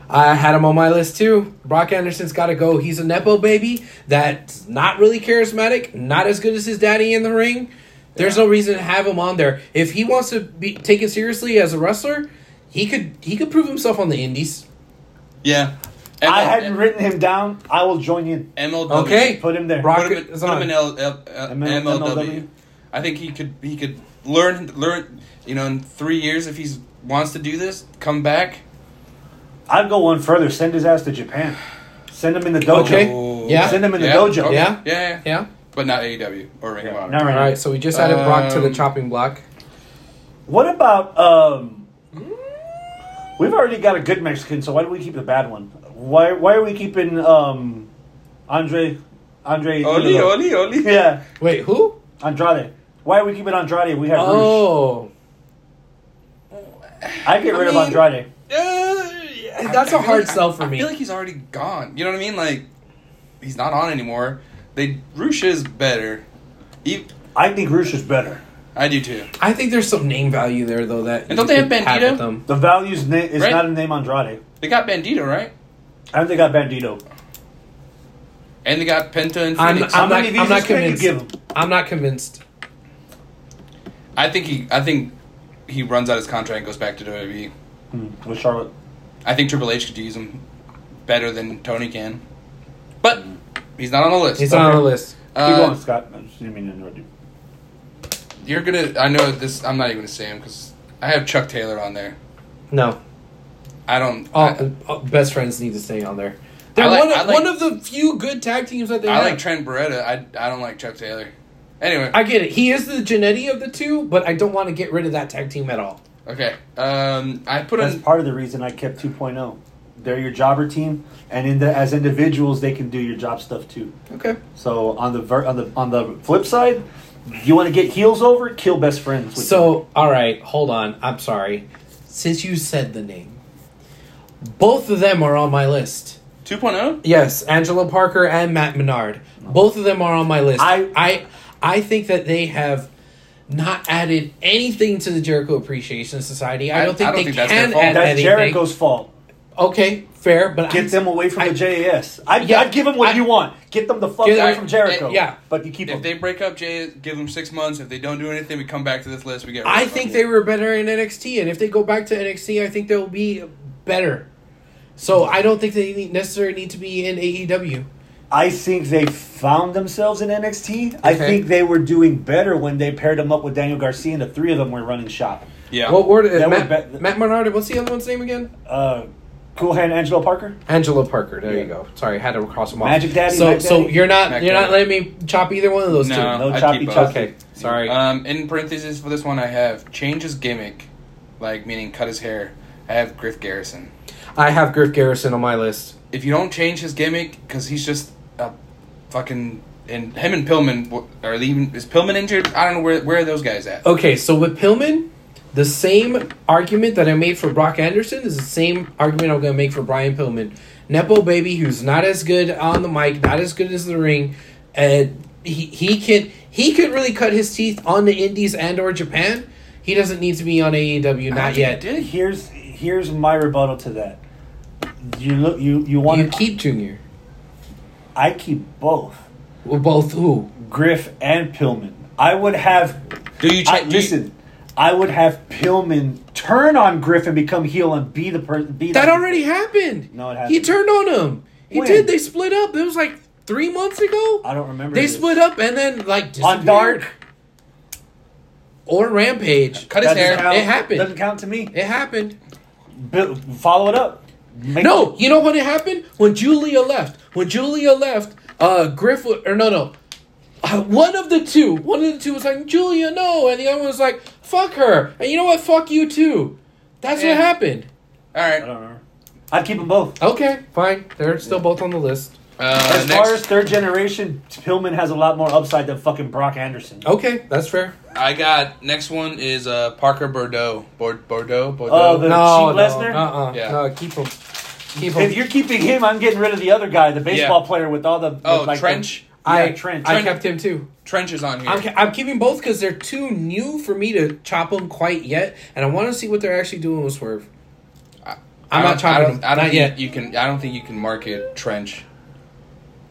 Speaker 1: I had him on my list too. Brock Anderson's got to go. He's a nepo baby that's not really charismatic, not as good as his daddy in the ring. There's no reason to have him on there. If he wants to be taken seriously as a wrestler, he could he could prove himself on the indies.
Speaker 3: Yeah.
Speaker 2: I hadn't written him down. I will join you.
Speaker 3: MLW.
Speaker 1: Okay.
Speaker 2: Put him there.
Speaker 1: Brock-
Speaker 3: Put him,
Speaker 1: Rocket is
Speaker 3: put him
Speaker 1: on.
Speaker 3: in L, L, uh,
Speaker 2: ML-
Speaker 3: MLW. I think he could he could learn learn you know in three years if he wants to do this come back.
Speaker 2: I'd go one further. Send his ass to Japan. Send him in the dojo.
Speaker 1: Okay. Yeah.
Speaker 2: Send him in the
Speaker 3: Oh, yeah.
Speaker 2: dojo.
Speaker 3: Okay.
Speaker 1: Yeah.
Speaker 3: Yeah. yeah, yeah.
Speaker 1: Yeah.
Speaker 3: But not AEW or Ring of
Speaker 2: Yeah.
Speaker 3: Honor.
Speaker 2: Not
Speaker 1: All
Speaker 2: right. now.
Speaker 1: right. So we just added Brock to the
Speaker 3: Um,
Speaker 1: chopping block.
Speaker 2: What about um? We've already got a good Mexican, so why do we keep the bad one? Why Why are we keeping um, Andre Andre?
Speaker 3: Oli, Oli, Oli.
Speaker 2: Yeah,
Speaker 1: Wait, who?
Speaker 2: Andrade. Why are we keeping Andrade? We have Rush.
Speaker 1: Oh,
Speaker 2: I get
Speaker 3: I
Speaker 2: rid
Speaker 3: mean-
Speaker 2: of Andrade.
Speaker 1: Uh,
Speaker 3: I-
Speaker 1: that's a
Speaker 3: I feel
Speaker 1: hard
Speaker 3: like-
Speaker 1: sell
Speaker 3: I-
Speaker 1: for
Speaker 3: I
Speaker 1: me.
Speaker 3: feel like he's already gone. You know what I mean? Like he's not on anymore. They Rush is better. E-
Speaker 2: I think Rush is better.
Speaker 3: I do too.
Speaker 1: I think there's some name value there though. That
Speaker 3: And don't they have
Speaker 1: you could have
Speaker 3: Bandito?
Speaker 1: with them.
Speaker 2: The value's name is
Speaker 3: Right.
Speaker 2: not a name Andrade.
Speaker 3: They got Bandito right,
Speaker 2: I don't think I got Bandito.
Speaker 3: and they got Penta and
Speaker 1: I'm,
Speaker 3: Phoenix.
Speaker 2: How
Speaker 1: I'm not.
Speaker 2: many
Speaker 1: I'm
Speaker 2: visas
Speaker 1: not
Speaker 2: can you
Speaker 1: convinced.
Speaker 2: give him?
Speaker 1: I'm not convinced.
Speaker 3: I think he. I think he runs out his contract and goes back to WWE.
Speaker 2: Hmm, with Charlotte.
Speaker 3: I think Triple H could use him better than Tony can, but he's not on the list.
Speaker 1: He's not on
Speaker 2: Okay.
Speaker 1: the list.
Speaker 3: Uh,
Speaker 2: Keep going, Scott. I just didn't mean to interrupt you.
Speaker 3: You're gonna. I know this. I'm not even gonna say him because I have Chuck Taylor on there.
Speaker 1: No,
Speaker 3: I don't.
Speaker 2: Oh.
Speaker 1: all,
Speaker 3: I,
Speaker 1: all uh, best friends need to stay on there. They're
Speaker 3: Oh, I like-
Speaker 1: one, of,
Speaker 3: I like-
Speaker 1: one of the few good tag teams that they
Speaker 3: I
Speaker 1: have.
Speaker 3: like Trent Beretta. I, I don't like Chuck Taylor. Anyway,
Speaker 1: I get it. He is the Genetti of the two, but I don't want to get rid of that tag team at all.
Speaker 3: okay. Um, I put
Speaker 2: That's
Speaker 3: in.
Speaker 2: part of the reason I kept 2.0. They're your jobber team, and in the, as individuals, they can do your job stuff too.
Speaker 1: Okay.
Speaker 2: So on the ver- on the on the flip side, you want to get heels over, kill best friends. with them.
Speaker 1: So, all right, hold on. I'm sorry. Since you said the name, both of them are on my list.
Speaker 3: 2.0?
Speaker 1: Yes, Angela Parker and Matt Menard. Both of them are on my list.
Speaker 2: I-
Speaker 1: I, I think that they have not added anything to the Jericho Appreciation Society. I
Speaker 3: I-
Speaker 1: don't think
Speaker 3: I don't
Speaker 1: they
Speaker 3: think
Speaker 1: can
Speaker 3: that's their fault.
Speaker 1: add
Speaker 2: that's
Speaker 1: anything.
Speaker 2: Jericho's fault.
Speaker 1: Okay, fair, but I,
Speaker 2: Get them away from
Speaker 1: I-
Speaker 2: the JAS. I,
Speaker 1: Yeah,
Speaker 2: I'd give them what
Speaker 1: I-
Speaker 2: you want. Get them the fuck
Speaker 1: Get-
Speaker 2: away
Speaker 1: I-
Speaker 2: from Jericho.
Speaker 3: eh,
Speaker 1: yeah.
Speaker 2: but you keep them.
Speaker 3: If they break up, Jay, give them six months. If they don't do anything, we come back to this list. We get. rid
Speaker 1: I
Speaker 3: of
Speaker 1: think
Speaker 3: them.
Speaker 1: they were better in NXT, and if they go back to NXT, I think they'll be better. So I don't think they need, necessarily need to be in E AEW.
Speaker 2: I think they found themselves in NXT. I
Speaker 3: Okay.
Speaker 2: think they were doing better when they paired them up with Daniel Garcia, and the three of them were running shop.
Speaker 3: Yeah.
Speaker 1: What word? uh,
Speaker 2: That would
Speaker 1: Matt,
Speaker 2: be-
Speaker 1: Matt Menard. What's the other one's name again?
Speaker 2: Uh, cool hand, Angelo Parker.
Speaker 1: Angela Parker. There
Speaker 2: Yeah.
Speaker 1: you go. Sorry, I had to cross them off.
Speaker 2: Magic Daddy,
Speaker 1: So,
Speaker 2: Mac
Speaker 1: so
Speaker 2: Daddy.
Speaker 1: you're not
Speaker 3: Mac
Speaker 1: you're not
Speaker 3: Daddy.
Speaker 1: letting me chop either one of those
Speaker 3: no,
Speaker 2: No
Speaker 3: I'd
Speaker 2: choppy
Speaker 3: keep both.
Speaker 2: choppy. Uh,
Speaker 1: two. Okay, sorry.
Speaker 3: Um, in parentheses for this one, I have change his gimmick, like meaning cut his hair. I have Griff Garrison.
Speaker 1: I have Griff Garrison on my list.
Speaker 3: If you don't change his gimmick, because he's just a fucking and him and Pillman w- are they even is Pillman injured? I don't know where where are those guys
Speaker 2: Oh,
Speaker 3: at.
Speaker 1: Okay, so with Pillman, the same argument that I made for Brock Anderson is the same argument I'm going to make for Brian Pillman. Nepo baby, who's not as good on the mic, not as good as the ring, and he he can he could really cut his teeth on the Indies and or Japan. He doesn't need to be on AEW,
Speaker 3: I
Speaker 1: not
Speaker 3: think
Speaker 1: yet.
Speaker 3: he did.
Speaker 2: Here's here's my rebuttal to that. You look you you want
Speaker 1: You keep Junior.
Speaker 2: I keep both
Speaker 1: Well, both who?
Speaker 2: Griff and Pillman. I would have.
Speaker 3: Do you
Speaker 2: I,
Speaker 3: change?
Speaker 2: listen, I would have Pillman turn on Griff and become heel and be the person. Be
Speaker 1: That
Speaker 2: the-
Speaker 1: already happened.
Speaker 2: No, it
Speaker 1: He
Speaker 2: hasn't.
Speaker 1: turned on him. He
Speaker 2: When?
Speaker 1: did. They split up. It was like three months ago.
Speaker 2: I don't remember.
Speaker 1: They
Speaker 2: this.
Speaker 1: split up and then like
Speaker 2: on
Speaker 1: disappeared.
Speaker 2: Dark.
Speaker 1: or Rampage.
Speaker 3: cut his
Speaker 2: Doesn't
Speaker 3: hair.
Speaker 2: count.
Speaker 1: It happened.
Speaker 2: Doesn't count to me.
Speaker 1: It happened.
Speaker 2: Bu- follow it up. Make-
Speaker 1: No, you know when it happened? When Julia left. When Julia left, uh, Griff wa- or no, no, Uh, one of the two. One of the two was like Julia, no, and the other one was like fuck her. And you know what? Fuck you too. That's what
Speaker 3: Yeah.
Speaker 1: happened.
Speaker 3: All
Speaker 2: I
Speaker 3: right.
Speaker 2: don't remember. I'd keep them both.
Speaker 1: Okay, fine. They're still both on the list.
Speaker 3: Uh,
Speaker 2: As
Speaker 3: next,
Speaker 2: far as third generation, Pillman has a lot more upside than fucking Brock Anderson.
Speaker 3: Oh,
Speaker 1: Okay, that's fair.
Speaker 3: I got next one is uh, Parker Bordeaux. Bor- Bordeaux. Bordeaux.
Speaker 2: Oh, the-
Speaker 1: No,
Speaker 2: Sheep
Speaker 1: no,
Speaker 2: Lesnar?
Speaker 1: uh-uh,
Speaker 3: Yeah.
Speaker 1: no, keep him, keep him.
Speaker 2: If you're keeping him, I'm getting rid of the other guy, the baseball player with all the with,
Speaker 3: Oh,
Speaker 2: like,
Speaker 3: Trench.
Speaker 2: The, yeah,
Speaker 1: I,
Speaker 2: Trench.
Speaker 1: I kept him too.
Speaker 3: Trench is on here.
Speaker 1: I'm, I'm keeping both because they're too new for me to chop them quite yet, and I want to see what they're actually doing with Swerve. I'm
Speaker 3: I
Speaker 1: not
Speaker 3: don't-
Speaker 1: chopping
Speaker 3: I don't,
Speaker 1: him.
Speaker 3: I don't
Speaker 1: Not
Speaker 3: think
Speaker 1: yet.
Speaker 3: You can. I don't think you can market Trench.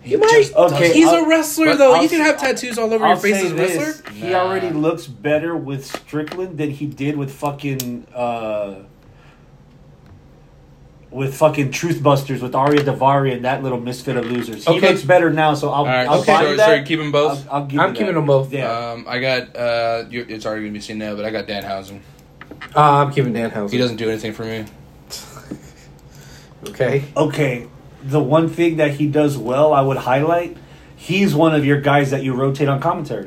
Speaker 1: He might.
Speaker 3: just
Speaker 2: Okay,
Speaker 1: He's
Speaker 2: I'll-
Speaker 1: a wrestler,
Speaker 3: but
Speaker 1: though.
Speaker 2: I'll
Speaker 1: you can
Speaker 2: s-
Speaker 1: have tattoos all over
Speaker 2: I'll
Speaker 1: your face
Speaker 2: say
Speaker 1: as a wrestler.
Speaker 2: this, He
Speaker 3: Nah.
Speaker 2: already looks better with Strickland than he did with fucking uh, with fucking Truth Busters with Arya Davari and that little misfit of losers. He
Speaker 1: Okay.
Speaker 2: looks better now, so I'll,
Speaker 3: All right.
Speaker 2: I'll
Speaker 3: okay.
Speaker 2: buy
Speaker 3: So,
Speaker 2: that.
Speaker 3: so you're keeping both.
Speaker 2: I'll, I'll give
Speaker 1: I'm
Speaker 2: you that.
Speaker 1: keeping them both.
Speaker 2: Yeah.
Speaker 3: Um, I got. Uh, you it's already gonna be seen now, but I got Danhausen.
Speaker 1: Uh, I'm keeping Dan Housen.
Speaker 3: He doesn't do anything for me.
Speaker 1: Okay.
Speaker 2: okay, the one thing that he does well, I would highlight, he's one of your guys that you rotate on commentary.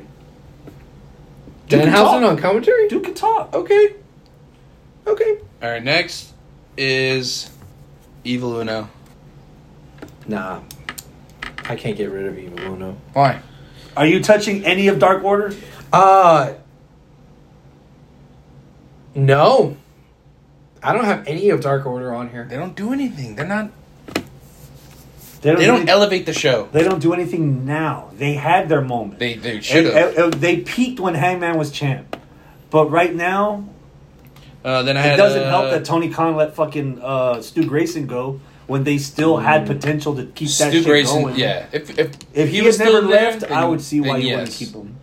Speaker 2: Duke
Speaker 1: Dan
Speaker 2: can
Speaker 1: Housen
Speaker 2: talk.
Speaker 1: on commentary?
Speaker 2: Duke can talk.
Speaker 1: Okay. Okay.
Speaker 3: All right. Next is Evil Uno.
Speaker 1: Nah. I can't get rid of Evil Uno.
Speaker 3: Why?
Speaker 2: Are you touching any of Dark Order?
Speaker 1: Uh No. I don't have any of Dark Order on here.
Speaker 3: They don't do anything. They're not.
Speaker 2: don't.
Speaker 3: They don't
Speaker 2: really-
Speaker 3: elevate the show.
Speaker 2: they don't do anything now. They had their moment.
Speaker 3: They they should
Speaker 2: And-
Speaker 3: have.
Speaker 2: and- and they peaked when Hangman was champ, but right now
Speaker 3: Uh, then I
Speaker 2: it
Speaker 3: had.
Speaker 2: doesn't
Speaker 3: uh,
Speaker 2: help that Tony Khan let fucking uh, Stu Grayson go when they still had potential to keep that
Speaker 3: Mm. Stu
Speaker 2: shit
Speaker 3: Grayson.
Speaker 2: going.
Speaker 3: Yeah. If if,
Speaker 2: If he,
Speaker 3: was
Speaker 2: had never
Speaker 3: still there,
Speaker 2: left,
Speaker 3: then-
Speaker 2: I would see why
Speaker 3: then
Speaker 2: you
Speaker 3: yes.
Speaker 2: want to keep him.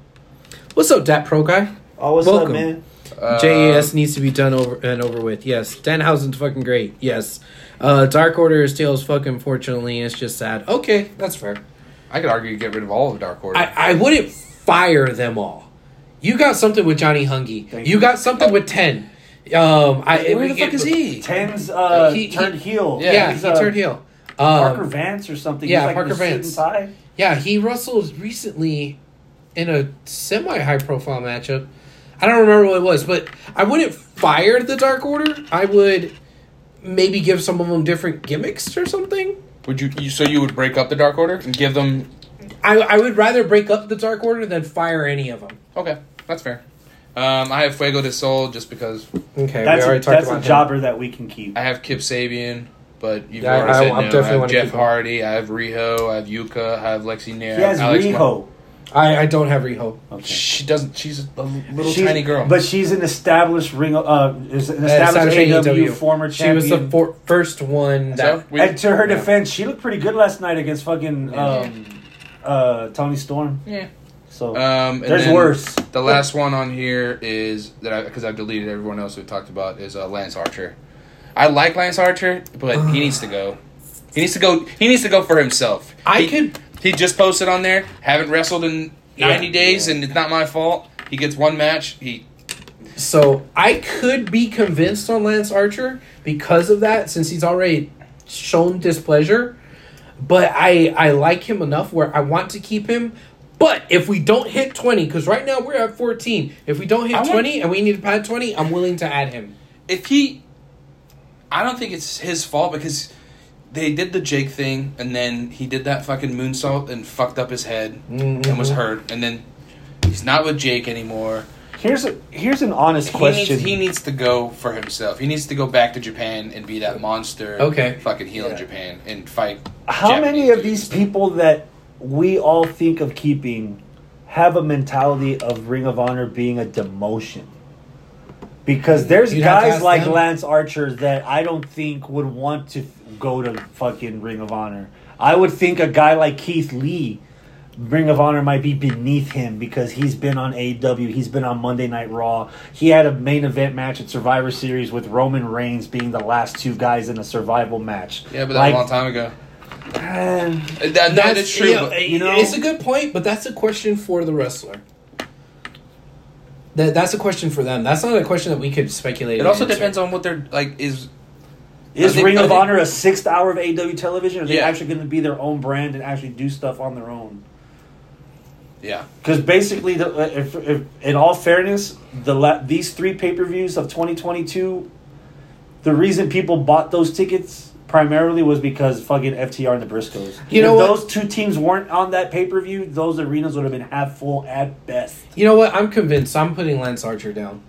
Speaker 1: What's up, Dat Pro guy?
Speaker 2: Oh, what's
Speaker 1: Welcome.
Speaker 2: up, man?
Speaker 3: Uh,
Speaker 1: JES E needs to be done over and over with. Yes, Danhausen's fucking great. Yes, uh, Dark Order is still as fucking. Fortunately, it's just sad. Okay, that's fair.
Speaker 3: I could argue to get rid of all of Dark Order.
Speaker 1: I, I wouldn't fire them all. You got something with Johnny Hungy.
Speaker 2: Thank
Speaker 1: you
Speaker 2: you.
Speaker 1: got something with Ten. Um, I,
Speaker 3: Where the fuck is he?
Speaker 2: Tens uh,
Speaker 1: He- he-
Speaker 2: turned heel.
Speaker 1: Yeah,
Speaker 3: Yeah,
Speaker 1: he
Speaker 2: He's, uh,
Speaker 1: turned heel. Um,
Speaker 2: Parker Vance or something.
Speaker 1: yeah,
Speaker 2: He's like in
Speaker 1: Parker
Speaker 2: a suit and
Speaker 1: Vance.
Speaker 2: tie.
Speaker 1: Yeah, he wrestled recently in a semi high profile matchup. I don't remember what it was, but I wouldn't fire the Dark Order. I would maybe give some of them different gimmicks or something.
Speaker 3: would you, you? So you would break up the Dark Order and give them?
Speaker 1: I, I would rather break up the Dark Order than fire any of them.
Speaker 3: Okay, that's fair. Um, I have Fuego de Sol just because
Speaker 1: Okay,
Speaker 2: That's,
Speaker 1: we
Speaker 2: a,
Speaker 1: already talked
Speaker 2: that's a
Speaker 1: about
Speaker 2: jobber that we can keep.
Speaker 3: I have Kip Sabian, but you've
Speaker 1: Yeah,
Speaker 3: already
Speaker 1: I-
Speaker 3: said
Speaker 1: I'm
Speaker 3: no.
Speaker 1: definitely
Speaker 3: I have
Speaker 1: wanna
Speaker 3: Jeff
Speaker 1: keep him.
Speaker 3: Hardy. I have Riho. I have Yuka. I have Lexi Nair.
Speaker 2: He has
Speaker 3: Alex Mar-
Speaker 2: Riho.
Speaker 1: I, I don't have Riho.
Speaker 2: Okay.
Speaker 3: She doesn't. She's a little
Speaker 2: She's-
Speaker 3: tiny girl.
Speaker 2: but she's an established ring. Uh, is an
Speaker 1: Uh,
Speaker 2: established
Speaker 1: Saturday
Speaker 2: AEW
Speaker 1: AEW.
Speaker 2: former
Speaker 1: She
Speaker 2: champion.
Speaker 1: was the for, first one
Speaker 3: so
Speaker 1: that.
Speaker 3: we,
Speaker 2: and to her
Speaker 1: yeah.
Speaker 2: defense, she looked pretty good last night against fucking
Speaker 3: Yeah.
Speaker 2: um, uh, Tony Storm.
Speaker 3: yeah.
Speaker 2: So
Speaker 3: Um, and
Speaker 2: there's
Speaker 3: then
Speaker 2: worse.
Speaker 3: The last one on here is that I because I've deleted everyone else we talked about is uh, Lance Archer. I like Lance Archer, but he needs to go. He needs to go. He needs to go for himself.
Speaker 1: I
Speaker 3: he,
Speaker 1: could-
Speaker 3: He just posted on there. Haven't wrestled in
Speaker 1: Yeah.
Speaker 3: ninety days, and it's not my fault. He gets one match. He
Speaker 1: So I could be convinced on Lance Archer because of that, since he's already shown displeasure. But I I like him enough where I want to keep him. But if we don't hit twenty, because right now we're at fourteen, if we don't hit
Speaker 3: I want-
Speaker 1: twenty and we need to pad twenty, I'm willing to add him.
Speaker 3: if he I don't think it's his fault because they did the Jake thing and then he did that fucking moonsault and fucked up his head and was hurt and then he's not with Jake anymore.
Speaker 2: Here's a, here's an honest
Speaker 3: He needs,
Speaker 2: question.
Speaker 3: he needs to go for himself. He needs to go back to Japan and be that monster
Speaker 1: Okay.
Speaker 3: fucking heel in
Speaker 2: Yeah.
Speaker 3: Japan and fight.
Speaker 2: How many
Speaker 3: Japanese
Speaker 2: of
Speaker 3: dudes.
Speaker 2: these people that we all think of keeping have a mentality of Ring of Honor being a demotion? Because there's
Speaker 1: You'd have to
Speaker 2: guys
Speaker 1: ask
Speaker 2: like
Speaker 1: them.
Speaker 2: Lance Archer that I don't think would want to go to fucking Ring of Honor. I would think a guy like Keith Lee, Ring of Honor might be beneath him because he's been on AEW, he's been on Monday Night Raw. He had a main event match at Survivor Series with Roman Reigns being the last two guys in a survival match. eh,
Speaker 3: Yeah, but that was a long time ago.
Speaker 2: time.
Speaker 3: Uh, That, no, that's true.
Speaker 1: yeah,
Speaker 3: but,
Speaker 2: you know?
Speaker 1: it's a good point, but that's a question for the wrestler. That that's a question for them. That's not a question that we could speculate.
Speaker 3: it also depends on what they're like. Is
Speaker 2: Is
Speaker 3: Are they-
Speaker 2: Ring
Speaker 3: are
Speaker 2: of
Speaker 3: they-
Speaker 2: Honor a sixth hour of AEW television? Or are they
Speaker 3: Yeah.
Speaker 2: actually going to be their own brand and actually do stuff on their own?
Speaker 3: yeah.
Speaker 2: Because basically, the, uh, if, if, in all fairness, the la- these three pay per views of 2022, the reason people bought those tickets primarily was because fucking FTR and the Briscoes.
Speaker 1: You know
Speaker 2: if
Speaker 1: what?
Speaker 2: those two teams weren't on that pay per view, those arenas would have been half full at best.
Speaker 1: You know what? I'm convinced. I'm putting Lance Archer down.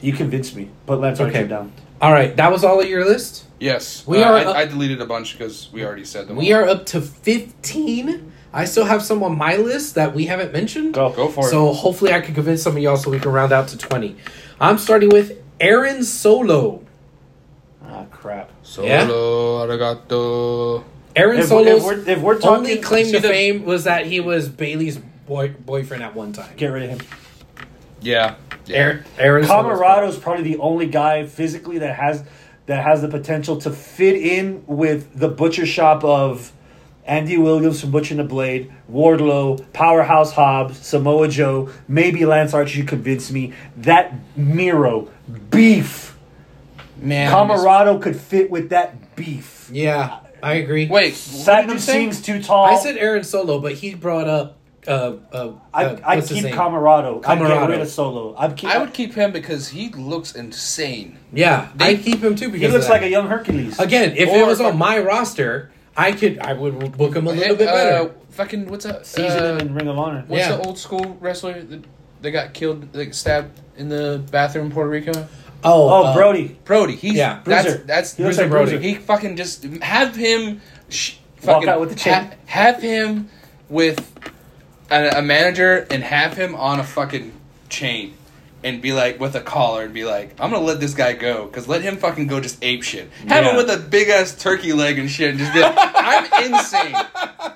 Speaker 2: You convinced me. Put Lance
Speaker 1: Okay.
Speaker 2: Archer down.
Speaker 1: All right, that was all of your list.
Speaker 3: Yes,
Speaker 1: We
Speaker 3: Uh,
Speaker 1: are
Speaker 3: I,
Speaker 1: up-
Speaker 3: I deleted a bunch because we already said them.
Speaker 1: We
Speaker 3: all.
Speaker 1: are up to 15. I still have some on my list that we haven't mentioned.
Speaker 2: Oh,
Speaker 3: go for it.
Speaker 1: So hopefully I can convince some of y'all so we can round out to 20. I'm starting with Aaron Solo.
Speaker 2: Ah, crap.
Speaker 3: Solo
Speaker 1: Yeah.
Speaker 3: arigato.
Speaker 1: Aaron
Speaker 2: If,
Speaker 1: Solo's
Speaker 2: if we're, if we're talking.
Speaker 1: only claim
Speaker 3: See
Speaker 1: to
Speaker 3: the-
Speaker 1: fame was that he was Bailey's boy, boyfriend at one time.
Speaker 2: Get rid of him.
Speaker 3: Yeah. yeah.
Speaker 1: Aaron, Aaron Solo's-
Speaker 2: Camarado is probably the only guy physically that has that has the potential to fit in with the butcher shop of Andy Williams from Butcher and the Blade, Wardlow, Powerhouse Hobbs, Samoa Joe, maybe Lance Archer. You convinced me that Miro beef.
Speaker 3: Man.
Speaker 2: Camarado could fit with that beef.
Speaker 1: Yeah, I agree.
Speaker 3: Wait. oh. What did
Speaker 2: Satnam
Speaker 3: you say?
Speaker 2: Singh's too tall.
Speaker 1: I said Aaron Solo, but he brought up. Uh, uh, uh,
Speaker 2: I, I
Speaker 1: what's his
Speaker 2: keep
Speaker 1: name?
Speaker 2: Camarado. I
Speaker 1: Camarado.
Speaker 2: get rid of Solo. I'm keep,
Speaker 3: I would keep him because he looks insane.
Speaker 1: Yeah, I
Speaker 3: They-
Speaker 1: keep him too because
Speaker 2: he
Speaker 1: of
Speaker 2: looks
Speaker 1: that.
Speaker 2: like a young Hercules.
Speaker 1: Again, if it
Speaker 3: Or-
Speaker 1: was on my roster, I could I would book him a little
Speaker 3: Uh,
Speaker 1: bit better.
Speaker 3: fucking what's that?
Speaker 2: Season
Speaker 3: uh,
Speaker 2: him in Ring of Honor.
Speaker 3: what's
Speaker 1: Yeah.
Speaker 3: the old school wrestler? that- that got killed, like stabbed in the bathroom in Puerto Rico?
Speaker 2: Oh,
Speaker 1: uh,
Speaker 2: Brody.
Speaker 3: Brody, he's
Speaker 1: Yeah.
Speaker 3: that's
Speaker 2: Bruiser.
Speaker 3: that's
Speaker 2: He looks
Speaker 3: Bruiser
Speaker 2: like
Speaker 3: Brody.
Speaker 2: Bruiser.
Speaker 3: He fucking just have him sh-
Speaker 2: Walk
Speaker 3: fucking
Speaker 2: out with the chain.
Speaker 3: ha- have him with a, a manager and have him on a fucking chain and be like with a collar and be like, I'm gonna let this guy go because let him fucking go just ape shit. Have him
Speaker 2: Yeah.
Speaker 3: with a big ass turkey leg and shit and just be like, I'm insane.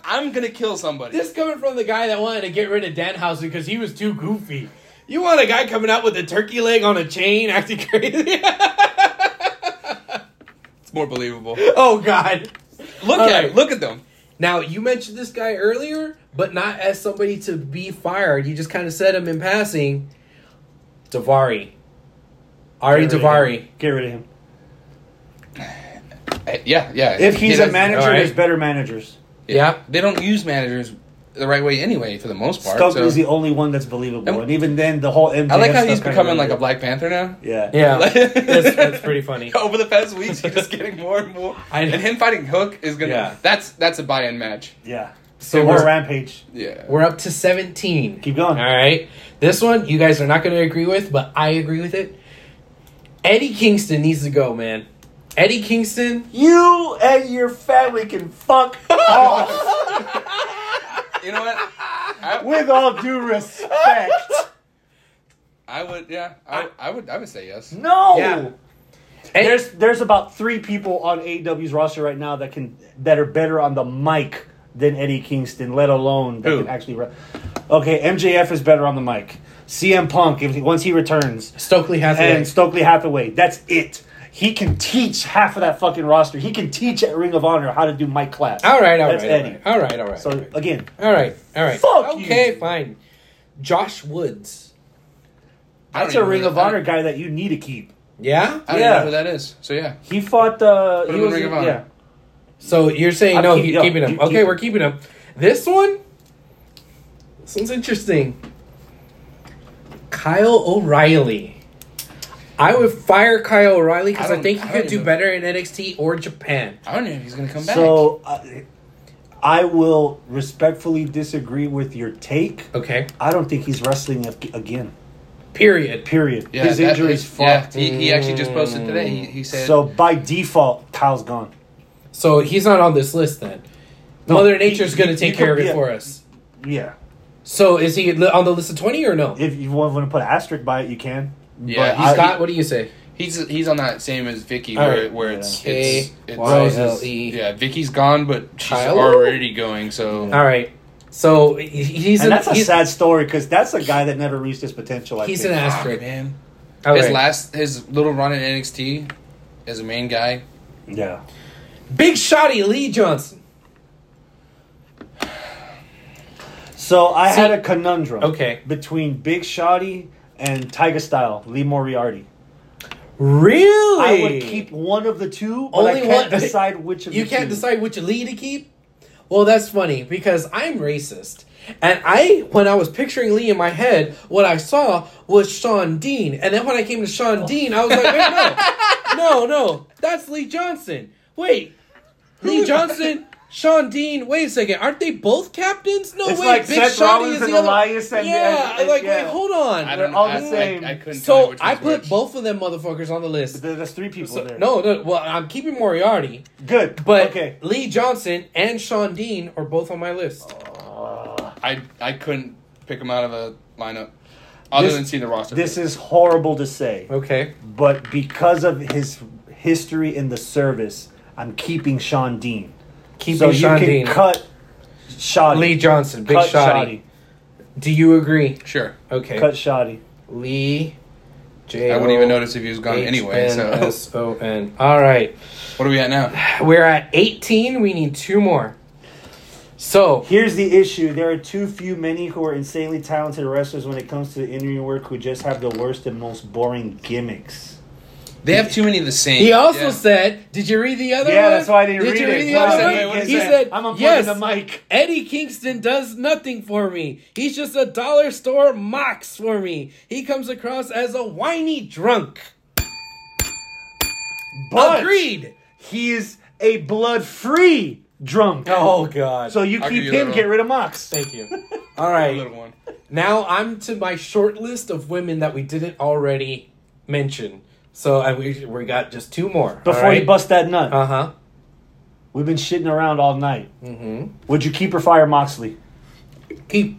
Speaker 3: I'm gonna kill somebody.
Speaker 1: This coming from the guy that wanted to get rid of Danhausen because he was too goofy. You want a guy coming out with a turkey leg on a chain acting crazy?
Speaker 3: It's more believable.
Speaker 1: oh God!
Speaker 3: Look
Speaker 1: All
Speaker 3: at
Speaker 1: right.
Speaker 3: him. Look at them.
Speaker 1: Now you mentioned this guy earlier, but not as somebody to be fired. You just kind of said him in passing. Davari, Ari
Speaker 2: Get rid of
Speaker 1: Davari.
Speaker 2: him. Get rid of him.
Speaker 3: Uh, Yeah, yeah.
Speaker 2: If he's
Speaker 3: Yeah,
Speaker 2: a manager,
Speaker 1: all right.
Speaker 2: there's better managers.
Speaker 1: Yeah.
Speaker 3: They don't use managers the right way anyway, for the most part.
Speaker 2: Stump
Speaker 3: so-
Speaker 2: is the only one that's believable,
Speaker 3: And-
Speaker 2: and, even then, the whole MJF
Speaker 3: I like how
Speaker 2: stuff
Speaker 3: he's
Speaker 2: kinda
Speaker 3: becoming like a
Speaker 2: ruined
Speaker 3: Black Panther now.
Speaker 2: it. yeah.
Speaker 1: Yeah,
Speaker 3: Like-
Speaker 1: that's, that's pretty funny.
Speaker 3: Over the past weeks, he's just getting more and more.
Speaker 1: I-
Speaker 3: and him fighting Hook is gonna.
Speaker 1: Yeah.
Speaker 3: That's that's a buy-in match.
Speaker 2: yeah.
Speaker 1: So
Speaker 2: So more
Speaker 1: we're-
Speaker 2: rampage.
Speaker 3: Yeah.
Speaker 1: We're up to 17.
Speaker 2: Keep going.
Speaker 1: All right. This one you guys are not going to agree with, but I agree with it. Eddie Kingston needs to go, man. Eddie Kingston.
Speaker 2: You and your family can fuck off.
Speaker 3: you know what? I,
Speaker 2: With all due respect,
Speaker 3: I would. Yeah. I, I would. I would say yes.
Speaker 2: no.
Speaker 1: Yeah. Ed-
Speaker 2: There's there's about three people on AEW's roster right now that can that are better on the mic than Eddie Kingston, let alone that
Speaker 3: Who?
Speaker 2: can actually. Re- okay, MJF is better on the mic. CM Punk, if he, once he returns,
Speaker 1: Stokely Hathaway.
Speaker 2: and Stokely Hathaway. That's it. He can teach half of that fucking roster. He can teach at Ring of Honor how to do mic clap.
Speaker 1: all right, all right,
Speaker 2: That's
Speaker 1: all
Speaker 2: Eddie.
Speaker 1: right, all right, all right.
Speaker 2: So again,
Speaker 1: all right, all right.
Speaker 2: Fuck you.
Speaker 1: okay, fine. Josh Woods.
Speaker 3: I don't
Speaker 2: that's a
Speaker 3: even
Speaker 2: Ring
Speaker 3: know-
Speaker 2: of
Speaker 3: I don't-
Speaker 2: Honor guy that you need to keep.
Speaker 1: Yeah.
Speaker 3: I don't
Speaker 2: Yeah.
Speaker 3: know who that is. So yeah.
Speaker 2: He fought. Uh,
Speaker 3: him
Speaker 2: he
Speaker 3: in
Speaker 2: was,
Speaker 3: Ring of Honor.
Speaker 2: Yeah.
Speaker 1: So you're saying
Speaker 2: I'm
Speaker 1: no?
Speaker 2: keep-
Speaker 1: Keep,
Speaker 2: yo,
Speaker 1: keeping him.
Speaker 2: keep-
Speaker 1: okay,
Speaker 2: keep-
Speaker 1: we're keeping him. This one. This one's interesting. Kyle O'Reilly. I would fire Kyle O'Reilly because
Speaker 3: I
Speaker 1: I,
Speaker 3: don't-
Speaker 1: think
Speaker 3: I
Speaker 1: he
Speaker 3: don't
Speaker 1: could do
Speaker 3: even-
Speaker 1: better in NXT or Japan.
Speaker 3: I don't know if he's gonna come back.
Speaker 2: So I, I will respectfully disagree with your take.
Speaker 1: Okay.
Speaker 2: I don't think he's wrestling ag- again.
Speaker 1: Period.
Speaker 2: Period.
Speaker 3: yeah,
Speaker 2: His
Speaker 3: that
Speaker 2: injury's
Speaker 3: is-
Speaker 2: fucked.
Speaker 3: Yeah, he, he actually just posted today. He, he said.
Speaker 2: So by default, Kyle's gone.
Speaker 1: So he's not on this list then.
Speaker 2: No,
Speaker 1: Mother
Speaker 2: he-
Speaker 1: Nature's going
Speaker 2: he-
Speaker 1: to take
Speaker 2: he
Speaker 1: care of
Speaker 2: could-
Speaker 1: it
Speaker 2: yeah.
Speaker 1: for us.
Speaker 2: Yeah.
Speaker 1: So is he li- on the list of twenty or no?
Speaker 2: If you want to put an asterisk by it, you can.
Speaker 3: Yeah,
Speaker 2: But
Speaker 3: he's
Speaker 2: I-
Speaker 1: Scott, what do you say?
Speaker 3: He's he's on that same as Vicky,
Speaker 1: All
Speaker 3: where,
Speaker 1: right.
Speaker 3: where it's
Speaker 1: Yeah.
Speaker 3: it's,
Speaker 1: K
Speaker 3: it's
Speaker 1: Y
Speaker 2: L
Speaker 1: E.
Speaker 3: Yeah, Vicky's gone, but she's
Speaker 1: Kyle?
Speaker 3: already going. So
Speaker 1: All right. So he- he's
Speaker 2: and
Speaker 1: an,
Speaker 2: that's a
Speaker 1: he's,
Speaker 2: sad story because that's a guy that never reached his potential. I
Speaker 1: he's an
Speaker 2: think.
Speaker 3: Fuck,
Speaker 1: asterisk.
Speaker 3: man.
Speaker 1: All
Speaker 3: His
Speaker 1: right.
Speaker 3: last his little run in NXT as a main guy.
Speaker 2: yeah.
Speaker 1: Big Shotty Lee Johnson.
Speaker 2: So I
Speaker 1: See-
Speaker 2: had a conundrum.
Speaker 1: Okay.
Speaker 2: Between Big Shoddy and Tiger Style, Lee Moriarty.
Speaker 1: Really?
Speaker 2: I would keep one of the two, but
Speaker 1: Only
Speaker 2: I can't
Speaker 1: one-
Speaker 2: decide which of
Speaker 1: You
Speaker 2: the
Speaker 1: can't
Speaker 2: two.
Speaker 1: decide which Lee to keep? Well, that's funny because I'm racist. And I, when I was picturing Lee in my head, what I saw was Sean Dean. And then when I came to Sean
Speaker 2: Oh.
Speaker 1: Dean, I was like, wait, no. No, no. That's Lee Johnson. Wait. Lee Johnson, Sean Dean. Wait a second. Aren't they both captains? No,
Speaker 2: It's
Speaker 1: wait.
Speaker 2: like Seth
Speaker 1: Shotty
Speaker 2: Rollins and
Speaker 1: other-
Speaker 2: Elias and-
Speaker 1: yeah.
Speaker 2: and- and-
Speaker 1: like,
Speaker 2: yeah.
Speaker 1: wait, hold on.
Speaker 3: I
Speaker 2: They're
Speaker 3: don't
Speaker 2: all
Speaker 3: I-
Speaker 2: the same.
Speaker 3: I, I couldn't tell you
Speaker 1: so
Speaker 3: which
Speaker 1: I
Speaker 3: one's
Speaker 1: put
Speaker 3: which.
Speaker 1: both of them motherfuckers on the list.
Speaker 2: There- There's three people
Speaker 1: So-
Speaker 2: there.
Speaker 1: no, no. Well, I'm keeping Moriarty,
Speaker 2: Good.
Speaker 1: but
Speaker 2: okay.
Speaker 1: Lee Johnson and Sean Dean are both on my list.
Speaker 3: I I couldn't pick them out of a lineup other
Speaker 2: This-
Speaker 3: than seeing the roster.
Speaker 2: This is horrible to say,
Speaker 1: Okay.
Speaker 2: but because of his history in the service, I'm keeping Sean Dean.
Speaker 1: Keeping
Speaker 2: so
Speaker 1: Sean
Speaker 2: you can
Speaker 1: Dean.
Speaker 2: cut Shoddy.
Speaker 1: Lee Johnson, big
Speaker 2: cut
Speaker 1: shotty. Do you agree?
Speaker 3: sure.
Speaker 1: Okay.
Speaker 2: Cut Shoddy.
Speaker 1: Lee J.
Speaker 3: I wouldn't even notice if he was gone anyway. So
Speaker 1: S O N. All right.
Speaker 3: what are we at now?
Speaker 1: We're at 18. We need two more. So
Speaker 2: Here's the issue: there are too few many who are insanely talented wrestlers when it comes to the in-ring work who just have the worst and most boring gimmicks.
Speaker 3: They have too many of the same.
Speaker 1: he also
Speaker 3: Yeah.
Speaker 1: said, "Did you read the other
Speaker 2: yeah,
Speaker 1: one?"
Speaker 2: that's why I didn't
Speaker 1: Did
Speaker 2: read
Speaker 1: you
Speaker 2: it.
Speaker 1: read the
Speaker 2: Well,
Speaker 1: other
Speaker 3: I
Speaker 1: one?
Speaker 3: said, wait, what
Speaker 1: he
Speaker 3: is that?
Speaker 1: said,
Speaker 2: "I'm unplugging
Speaker 1: "Yes,
Speaker 2: the mic."
Speaker 1: Eddie Kingston does nothing for me. He's just a dollar store mox for me. He comes across as a whiny drunk.
Speaker 2: But
Speaker 1: Agreed.
Speaker 2: He is a blood-free drunk.
Speaker 1: Oh God.
Speaker 2: So you
Speaker 3: I'll give
Speaker 2: keep
Speaker 3: you that
Speaker 2: him,
Speaker 3: one.
Speaker 2: get rid of Mox.
Speaker 1: Thank you. All
Speaker 3: A little
Speaker 1: right.
Speaker 3: one.
Speaker 1: Now I'm to my short list of women that we didn't already mention. So I, we, we got just two more.
Speaker 2: Before you bust that nut.
Speaker 1: Uh huh.
Speaker 2: We've been shitting around all night. Mm-hmm. Would you keep or fire Moxley?
Speaker 1: Keep.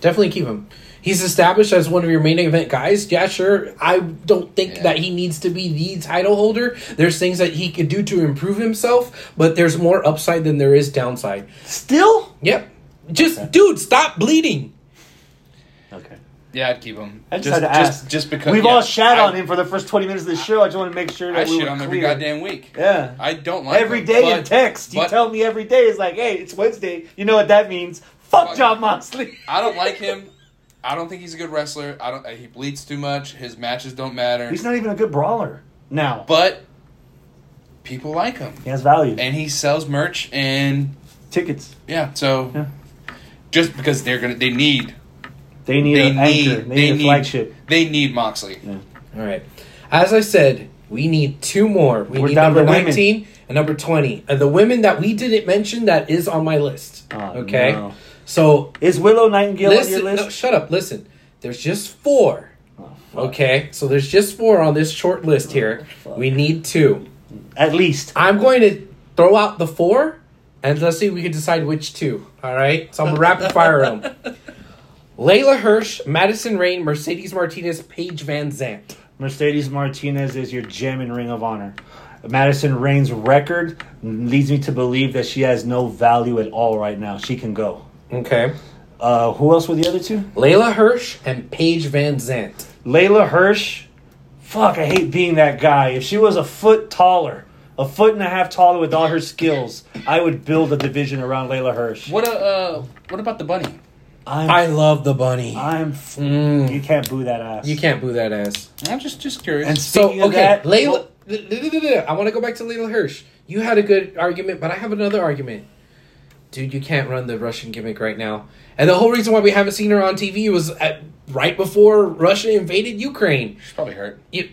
Speaker 1: Definitely keep him. He's established as one of your main event guys. Yeah, sure. I don't think
Speaker 3: Yeah.
Speaker 1: that he needs to be the title holder. There's things that he could do to improve himself, but there's more upside than there is downside.
Speaker 2: Still?
Speaker 1: Yep. Just, dude, stop bleeding.
Speaker 2: Okay.
Speaker 3: Yeah, I'd keep him.
Speaker 2: I just, had to ask.
Speaker 3: Just, just because
Speaker 2: We've
Speaker 3: yeah,
Speaker 2: all shat
Speaker 3: I-
Speaker 2: on him for the first twenty minutes of the show. I just want to make sure that
Speaker 3: I
Speaker 2: we
Speaker 3: shit
Speaker 2: were
Speaker 3: on
Speaker 2: clear.
Speaker 3: him every goddamn week.
Speaker 2: Yeah.
Speaker 3: I don't like
Speaker 2: every
Speaker 3: him,
Speaker 2: day in
Speaker 3: but-
Speaker 2: text, you
Speaker 3: but
Speaker 2: tell me every day is like, "Hey, it's Wednesday." You know what that means? Fuck
Speaker 3: Fuck.
Speaker 2: John Moxley.
Speaker 3: I don't like him. I don't think he's a good wrestler. I don't. He bleeds too much. His matches don't matter.
Speaker 2: He's not even a good brawler now.
Speaker 3: but people like him,
Speaker 2: he has value.
Speaker 3: and he sells merch. And
Speaker 2: Tickets.
Speaker 3: yeah, so
Speaker 2: Yeah.
Speaker 3: just because they're gonna, they need.
Speaker 2: They need
Speaker 3: They
Speaker 2: an
Speaker 3: need.
Speaker 2: anchor. They,
Speaker 3: they
Speaker 2: need a flagship.
Speaker 3: They need Moxley.
Speaker 1: All right. As I said, we need two more. We
Speaker 2: We're
Speaker 1: need
Speaker 2: down
Speaker 1: number
Speaker 2: to women.
Speaker 1: 19 and number 20. And the women that we didn't mention that is on my list.
Speaker 2: Oh,
Speaker 1: okay.
Speaker 2: no.
Speaker 1: So,
Speaker 2: Is Willow Nightingale
Speaker 1: listen,
Speaker 2: on your
Speaker 1: no,
Speaker 2: list?
Speaker 1: shut up. Listen. There's just four.
Speaker 2: Oh, Fuck. Oh,
Speaker 1: Okay. So there's just four on this short list here.
Speaker 2: fuck.
Speaker 1: we need two.
Speaker 2: At least.
Speaker 1: I'm going to throw out the four and let's see if we can decide which two. All right. So I'm going to rapid fire them. Layla Hirsch, Madison Rain, Mercedes Martinez, Paige Van Zant.
Speaker 2: Mercedes Martinez is your gem in Ring of Honor. Madison Rain's record leads me to believe that she has no value at all right now. She can go.
Speaker 1: Okay.
Speaker 2: Uh, who else were the other two?
Speaker 1: Layla Hirsch and Paige Van Zant.
Speaker 2: Layla Hirsch. Fuck, I hate being that guy. If she was a foot taller, a foot and a half taller with all her skills, I would build a division around Layla Hirsch.
Speaker 3: What a, uh, what about the bunny?
Speaker 2: I'm,
Speaker 1: I
Speaker 2: I,
Speaker 1: love the bunny.
Speaker 2: am f- You can't boo that ass.
Speaker 1: You can't boo that ass.
Speaker 3: I'm just just curious.
Speaker 2: And
Speaker 1: So
Speaker 2: speaking of
Speaker 1: okay,
Speaker 2: that,
Speaker 1: Layla.
Speaker 2: what-
Speaker 1: I want to go back to Layla Hirsch. You had a good argument, but I have another argument. Dude, you can't run the Russian gimmick right now. And the whole reason why we haven't seen her on TV was at, right before Russia invaded Ukraine.
Speaker 3: She's probably hurt.
Speaker 1: You,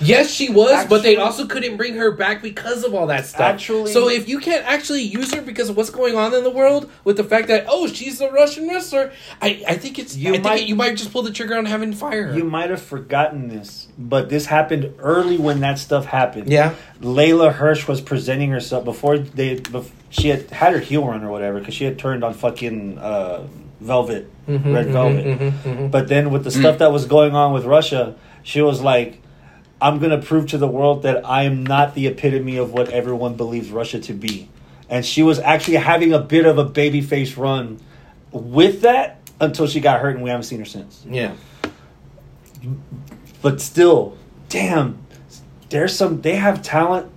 Speaker 1: yes, she was, but they
Speaker 2: Actually-
Speaker 1: also couldn't bring her back because of all that stuff.
Speaker 2: Actually-
Speaker 1: so if you can't actually use her because of what's going on in the world, with the fact that oh she's a Russian wrestler, I, I think it's you
Speaker 2: You
Speaker 1: I might
Speaker 2: might-
Speaker 1: think you might just pull the trigger on having fire. her.
Speaker 2: You might have forgotten this, but this happened early when that stuff happened.
Speaker 1: Yeah.
Speaker 2: Layla Hirsch was presenting herself before they. Bef- she had had her heel run or whatever because she had turned on fucking uh, Velvet, Red Velvet. But then with the stuff that was going on with Russia, she was like, "I'm gonna prove to the world that I am not the epitome of what everyone believes Russia to be." And she was actually having a bit of a babyface run with that until she got hurt, and we haven't seen her since
Speaker 1: yeah,
Speaker 2: but still, damn, there's some. They have talent.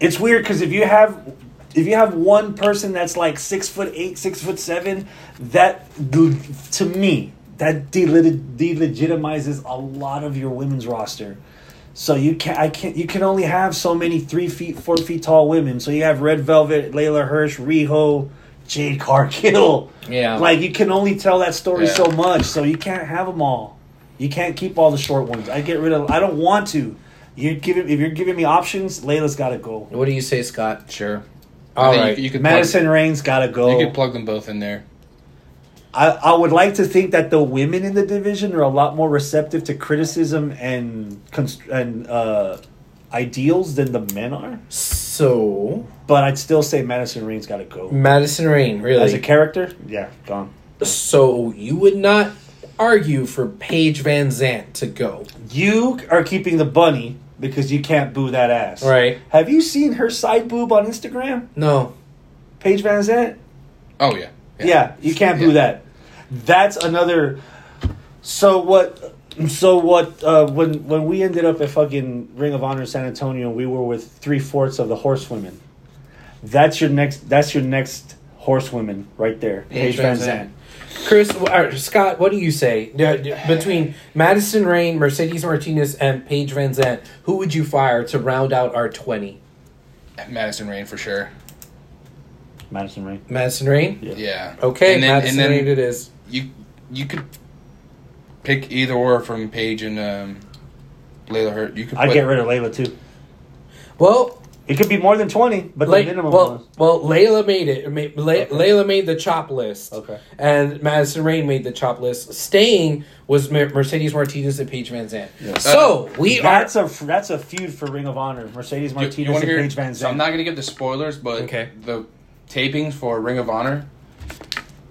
Speaker 2: It's weird because if you have if you have one person that's like six foot eight, six foot seven, that to me that delit- delegitimizes a lot of your women's roster. So you can I can't you can only have so many three feet, four feet tall women. So you have Red Velvet, Layla Hirsch, Riho, Jade Cargill.
Speaker 1: Yeah.
Speaker 2: like you can only tell that story
Speaker 3: Yeah.
Speaker 2: so much. So you can't have them all. You can't keep all the short ones. I get rid of. I don't want to. You're giving if you're giving me options, Layla's got to go.
Speaker 1: what do you say, Scott? Sure.
Speaker 3: I
Speaker 1: All
Speaker 3: think
Speaker 1: right,
Speaker 3: you, you could
Speaker 2: Madison Rain's got to
Speaker 3: Plug,
Speaker 2: go.
Speaker 3: You could plug them both in there.
Speaker 2: I, I would like to think that the women in the division are a lot more receptive to criticism and const- and uh, ideals than the men are.
Speaker 1: so
Speaker 2: But I'd still say Madison Rain's got to go
Speaker 1: Madison Rain,
Speaker 2: as a
Speaker 1: really?
Speaker 2: character. Yeah, gone.
Speaker 1: so you would not argue for Paige Van Zant to go?
Speaker 2: You are keeping the bunny because you can't boo that ass.
Speaker 1: Right.
Speaker 2: Have you seen her side boob on Instagram?
Speaker 1: No.
Speaker 2: Paige Van Zant?
Speaker 3: Oh yeah.
Speaker 2: Yeah, you can't do
Speaker 3: Yeah.
Speaker 2: that. That's another. So what? So what? Uh, when when we ended up at fucking Ring of Honor in San Antonio, we were with three fourths of the horsewomen. That's your next. That's your next horsewomen right there. Paige Van Zant.
Speaker 1: Chris or Scott, what do you say Yeah, yeah, between Madison Rain, Mercedes Martinez, and Paige Van Zant? Who would you fire to round out our twenty?
Speaker 3: Madison Rain for sure.
Speaker 2: Madison Rain.
Speaker 1: Madison Rain.
Speaker 2: Yeah.
Speaker 3: Yeah.
Speaker 1: Okay,
Speaker 3: And then,
Speaker 1: Madison
Speaker 3: and
Speaker 1: Rain.
Speaker 3: then
Speaker 1: It is.
Speaker 3: you you could pick either or from Paige and um, Layla Hurt. You could.
Speaker 2: I'd
Speaker 3: put-
Speaker 2: get rid of Layla too.
Speaker 1: Well,
Speaker 2: It could be more than twenty, but
Speaker 1: Lay-
Speaker 2: the minimum
Speaker 1: well,
Speaker 2: was.
Speaker 1: well, Layla made it. Ma- Lay- Layla made the chop list.
Speaker 2: Okay.
Speaker 1: And Madison Rain made the chop list. Staying was Mer- Mercedes Martinez and Paige Van Zandt. So we
Speaker 2: That's
Speaker 1: are.
Speaker 2: a that's a feud for Ring of Honor. Mercedes
Speaker 3: You-
Speaker 2: Martinez
Speaker 3: you want
Speaker 2: and
Speaker 3: to hear?
Speaker 2: Paige Van
Speaker 3: So
Speaker 2: Zandt.
Speaker 3: I'm not gonna give the spoilers, but
Speaker 1: Okay.
Speaker 3: the tapings for Ring of Honor,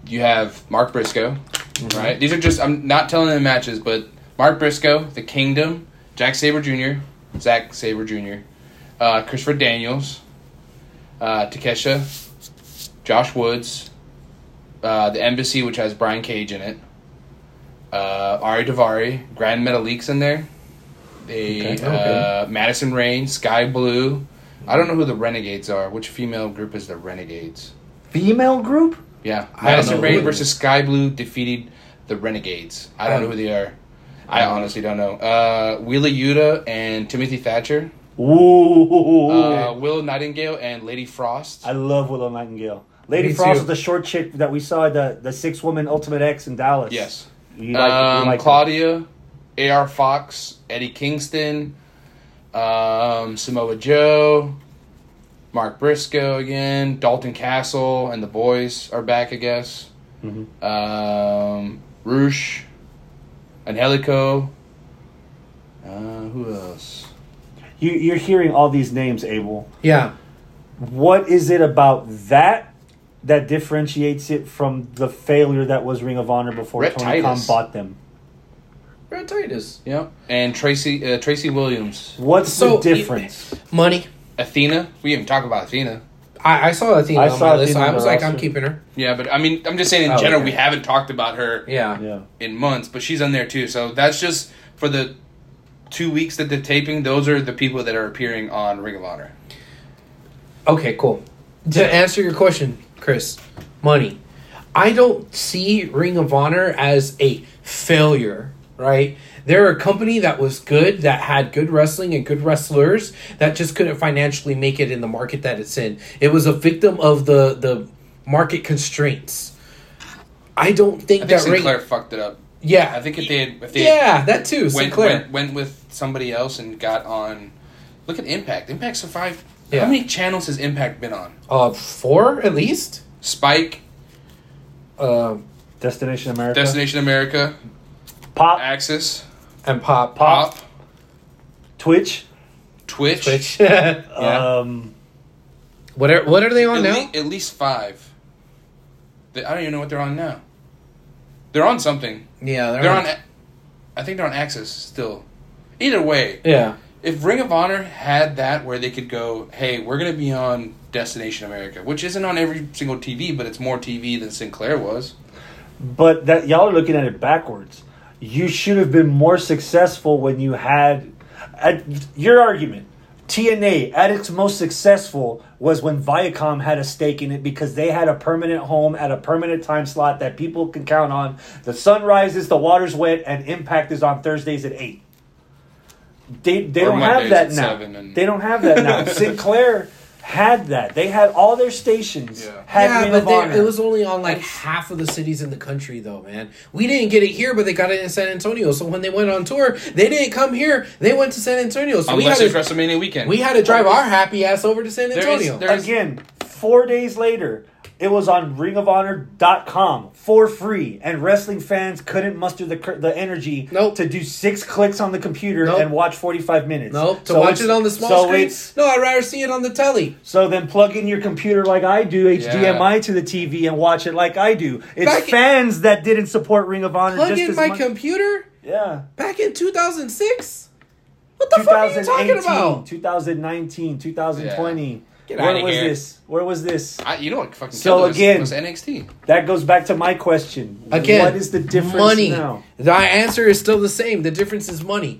Speaker 3: you have Mark Briscoe,
Speaker 2: Mm-hmm.
Speaker 3: right? These are just I'm not telling the matches, but Mark Briscoe, The Kingdom, Jack Saber Jr., Zach Saber Jr., uh, Christopher Daniels, uh, Takesha, Josh Woods, uh, The Embassy, which has Brian Cage in it, uh, Ari Davari, Grand Metalik in there. They
Speaker 1: Okay.
Speaker 3: uh, Madison Rain, Sky Blue. I don't know who the Renegades are. Which female group is the Renegades?
Speaker 2: Female group?
Speaker 3: Yeah,
Speaker 1: don't know
Speaker 3: Madison Rain
Speaker 1: who.
Speaker 3: versus Sky Blue defeated the Renegades. I don't know who they are. I
Speaker 1: Um,
Speaker 3: honestly don't know. Uh, Wheeler Yuta and Timothy Thatcher.
Speaker 2: Ooh.
Speaker 3: Uh, Will Nightingale and Lady Frost.
Speaker 2: I love Willow Nightingale. Lady
Speaker 1: Me
Speaker 2: Frost
Speaker 1: too.
Speaker 2: is the short chick that we saw at the the six woman Ultimate X in Dallas.
Speaker 3: Yes.
Speaker 2: You like, you
Speaker 3: Um,
Speaker 2: like her.
Speaker 3: Claudia, AR Fox, Eddie Kingston, um, Samoa Joe, Mark Briscoe again, Dalton Castle, and the boys are back, I guess.
Speaker 2: Mm-hmm.
Speaker 3: Um, Roosh, Angelico. Uh, who else?
Speaker 2: You, you're hearing all these names, Abel.
Speaker 1: Yeah.
Speaker 2: What is it about that that differentiates it from the failure that was Ring of Honor before
Speaker 3: Rhett
Speaker 2: Tony Khan
Speaker 3: Titus.
Speaker 2: bought them?
Speaker 1: Red Titus.
Speaker 3: Yep. And Tracy uh, Tracy Williams,
Speaker 2: What's
Speaker 1: So,
Speaker 2: the difference?
Speaker 1: Money.
Speaker 3: Athena. We didn't talk about Athena.
Speaker 1: I, I saw Athena
Speaker 2: I
Speaker 1: on
Speaker 2: saw
Speaker 1: my list.
Speaker 2: Athena on
Speaker 1: I was
Speaker 2: my
Speaker 1: like, I'm
Speaker 2: roster.
Speaker 1: keeping her.
Speaker 3: Yeah, but I mean, I'm just saying in
Speaker 1: Oh,
Speaker 3: general,
Speaker 1: okay.
Speaker 3: we haven't talked about her.
Speaker 1: Yeah.
Speaker 2: yeah.
Speaker 3: in months, but she's on there too. So that's just for the two weeks that they're taping. Those are the people that are appearing on Ring of Honor.
Speaker 1: Okay, cool. To answer your question, Chris, money. I don't see Ring of Honor as a failure, right? They're a company that was good, that had good wrestling and good wrestlers, that just couldn't financially make it in the market that it's in. It was a victim of the the market constraints. I don't think,
Speaker 3: I think
Speaker 1: that Ring.
Speaker 3: Sinclair fucked it up.
Speaker 1: yeah,
Speaker 3: I think if they had, if they had
Speaker 1: yeah, that too.
Speaker 3: went,
Speaker 1: Sinclair.
Speaker 3: went went with somebody else and got on, look at Impact. Impact survived.
Speaker 1: Yeah.
Speaker 3: How many channels has Impact been on?
Speaker 1: uh, four at least.
Speaker 3: Spike,
Speaker 1: Um,
Speaker 2: Destination America.
Speaker 3: Destination America,
Speaker 2: Pop,
Speaker 3: Axis,
Speaker 1: and pop,
Speaker 3: Pop,
Speaker 2: Twitch.
Speaker 3: Twitch.
Speaker 1: Twitch. Uh,
Speaker 3: Yeah.
Speaker 2: Um,
Speaker 1: what are what are they
Speaker 3: at,
Speaker 1: on now?
Speaker 3: le- at least five. They- I don't even know what they're on now. They're on something.
Speaker 1: Yeah, E-
Speaker 3: They're on. I think they're on Axis still. Either way,
Speaker 1: Yeah.
Speaker 3: if Ring of Honor had that where they could go, hey, we're going to be on Destination America, which isn't on every single TV, but it's more TV than Sinclair was.
Speaker 2: but that y'all are looking at it backwards. You should have been more successful when you had at your argument. TNA at its most successful was when Viacom had a stake in it because they had a permanent home at a permanent time slot that people can count on. The sun rises, the water's wet, and Impact is on Thursdays at eight. They they
Speaker 3: Or
Speaker 2: don't have
Speaker 3: Mondays
Speaker 2: that
Speaker 3: at
Speaker 2: now.
Speaker 3: seven and-
Speaker 2: They don't have that now. Sinclair had that. They had all their stations.
Speaker 3: Yeah.
Speaker 2: Had Ring
Speaker 1: yeah,
Speaker 2: of
Speaker 1: but
Speaker 2: Honor.
Speaker 1: they, it was only on like half of the cities in the country, though, man. We didn't get it here, but they got it in San Antonio. So when they went on tour, they didn't come here; they went to San Antonio. So
Speaker 3: Unless
Speaker 1: we
Speaker 3: it's
Speaker 1: had to,
Speaker 3: WrestleMania weekend.
Speaker 1: we had to drive our happy ass over to San
Speaker 3: There is-
Speaker 1: Antonio.
Speaker 3: there is-
Speaker 2: Again, four days later, it was on ringofhonor.com for free, and wrestling fans couldn't muster the cur- the energy
Speaker 1: Nope.
Speaker 2: to do six clicks on the computer
Speaker 1: Nope.
Speaker 2: and watch 45 minutes.
Speaker 1: no, to
Speaker 2: So
Speaker 1: watch
Speaker 2: it's-
Speaker 1: it on the small
Speaker 2: so
Speaker 1: screen.
Speaker 2: it's-
Speaker 1: No, I'd rather see it on the telly.
Speaker 2: so then plug in your computer like I do, HDMI to the TV, and watch it like I do. It's
Speaker 1: Back in-
Speaker 2: fans that didn't support Ring of Honor
Speaker 1: Plug
Speaker 2: just
Speaker 1: in
Speaker 2: as
Speaker 1: my
Speaker 2: much.
Speaker 1: computer
Speaker 2: yeah.
Speaker 1: back in two thousand six. What the fuck are you talking about?
Speaker 2: 2019, 2020.
Speaker 3: Get
Speaker 2: Where
Speaker 3: outta
Speaker 2: was
Speaker 3: here.
Speaker 2: this? Where was this?
Speaker 3: I, you know what fucking
Speaker 2: So
Speaker 3: killed it was-
Speaker 2: again-
Speaker 3: was NXT.
Speaker 2: That goes back to my question.
Speaker 1: Again,
Speaker 2: what is the difference
Speaker 1: Money.
Speaker 2: now?
Speaker 1: My answer is still the same. The difference is money.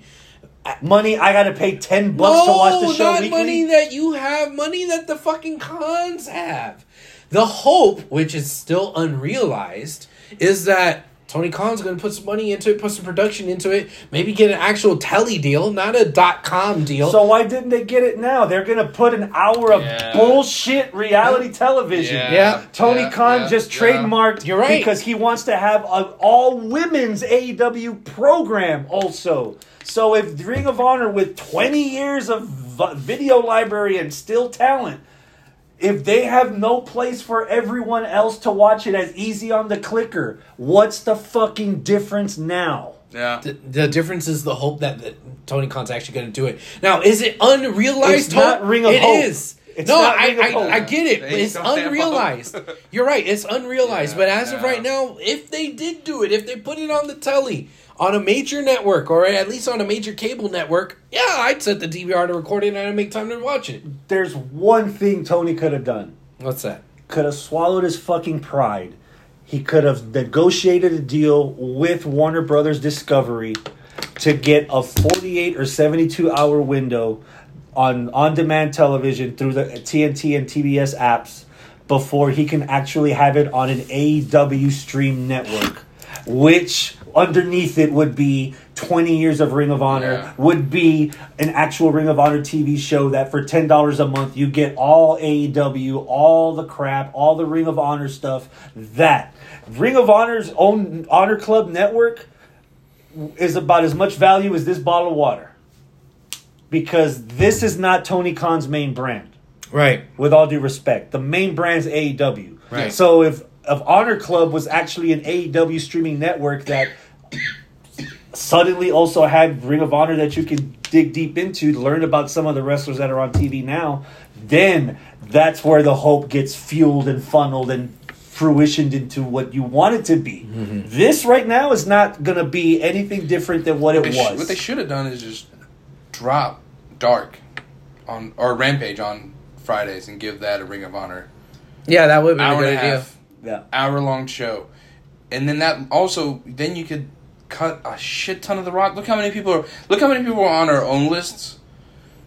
Speaker 2: Money. I gotta pay ten bucks to watch the show
Speaker 1: not
Speaker 2: weekly.
Speaker 1: money that you have, money that the fucking cons have. The hope, which is still unrealized, is that Tony Khan's going to put some money into it, put some production into it, maybe get an actual telly deal, not a dot com deal.
Speaker 2: so why didn't they get it now? They're gonna put an hour of
Speaker 3: Yeah.
Speaker 2: bullshit reality television.
Speaker 1: Yeah.
Speaker 2: Tony
Speaker 3: yeah,
Speaker 2: Khan
Speaker 3: yeah,
Speaker 2: just
Speaker 3: yeah.
Speaker 2: trademarked
Speaker 1: You're right.
Speaker 2: because he wants to have an all women's E AEW program also. So if Ring of Honor with 20 years of v- video library and still talent. If they have no place for everyone else to watch it as easy on the clicker, what's the fucking difference now?
Speaker 3: Yeah.
Speaker 1: The, the difference is the hope that, that Tony Khan's actually going to do it. Now, is it unrealized?
Speaker 2: It's not
Speaker 1: hope?
Speaker 2: Ring of
Speaker 1: It
Speaker 2: Hope.
Speaker 1: is.
Speaker 2: It's
Speaker 1: no,
Speaker 2: not
Speaker 1: I,
Speaker 2: Ring of
Speaker 1: I,
Speaker 2: Hope.
Speaker 1: I get it,
Speaker 3: They
Speaker 1: but it's
Speaker 3: don't have hope.
Speaker 1: unrealized. You're right, it's unrealized.
Speaker 3: Yeah,
Speaker 1: but as of
Speaker 3: no.
Speaker 1: right now, if they did do it, if they put it on the telly, on a major network, or at least on a major cable network, yeah, I'd set the DVR to record it and I'd make time to watch it.
Speaker 2: There's one thing Tony could have done.
Speaker 1: What's that?
Speaker 2: could have swallowed his fucking pride. He could have negotiated a deal with Warner Brothers Discovery to get a 48 or 72 hour window on on demand television through the TNT and TBS apps before he can actually have it on an AEW stream network, which underneath it would be 20 years of Ring of Honor,
Speaker 3: Yeah.
Speaker 2: would be an actual Ring of Honor TV show that for ten dollars a month you get all AEW, all the crap, all the Ring of Honor stuff. That Ring of Honor's own Honor Club network is about as much value as this bottle of water, because this is not Tony Khan's main brand.
Speaker 1: Right.
Speaker 2: With all due respect, the main brand's AEW.
Speaker 1: Right.
Speaker 2: So if if Honor Club was actually an AEW streaming network that suddenly also had Ring of Honor that you can dig deep into, learn about some of the wrestlers that are on TV now, then that's where the hope gets fueled and funneled and fruitioned into what you want it to be.
Speaker 3: Mm-hmm.
Speaker 2: This right now is not going to be anything different than what it
Speaker 3: They sh-
Speaker 2: was.
Speaker 3: what they should have done is just drop Dark on or Rampage on Fridays and give that a Ring of Honor
Speaker 1: Yeah, that would be a
Speaker 3: hour
Speaker 1: good
Speaker 3: and a
Speaker 1: idea.
Speaker 3: half
Speaker 2: yeah.
Speaker 3: hour long show, and then that also then you could cut a shit ton of the Rock. Look how many people are look how many people are on our own lists,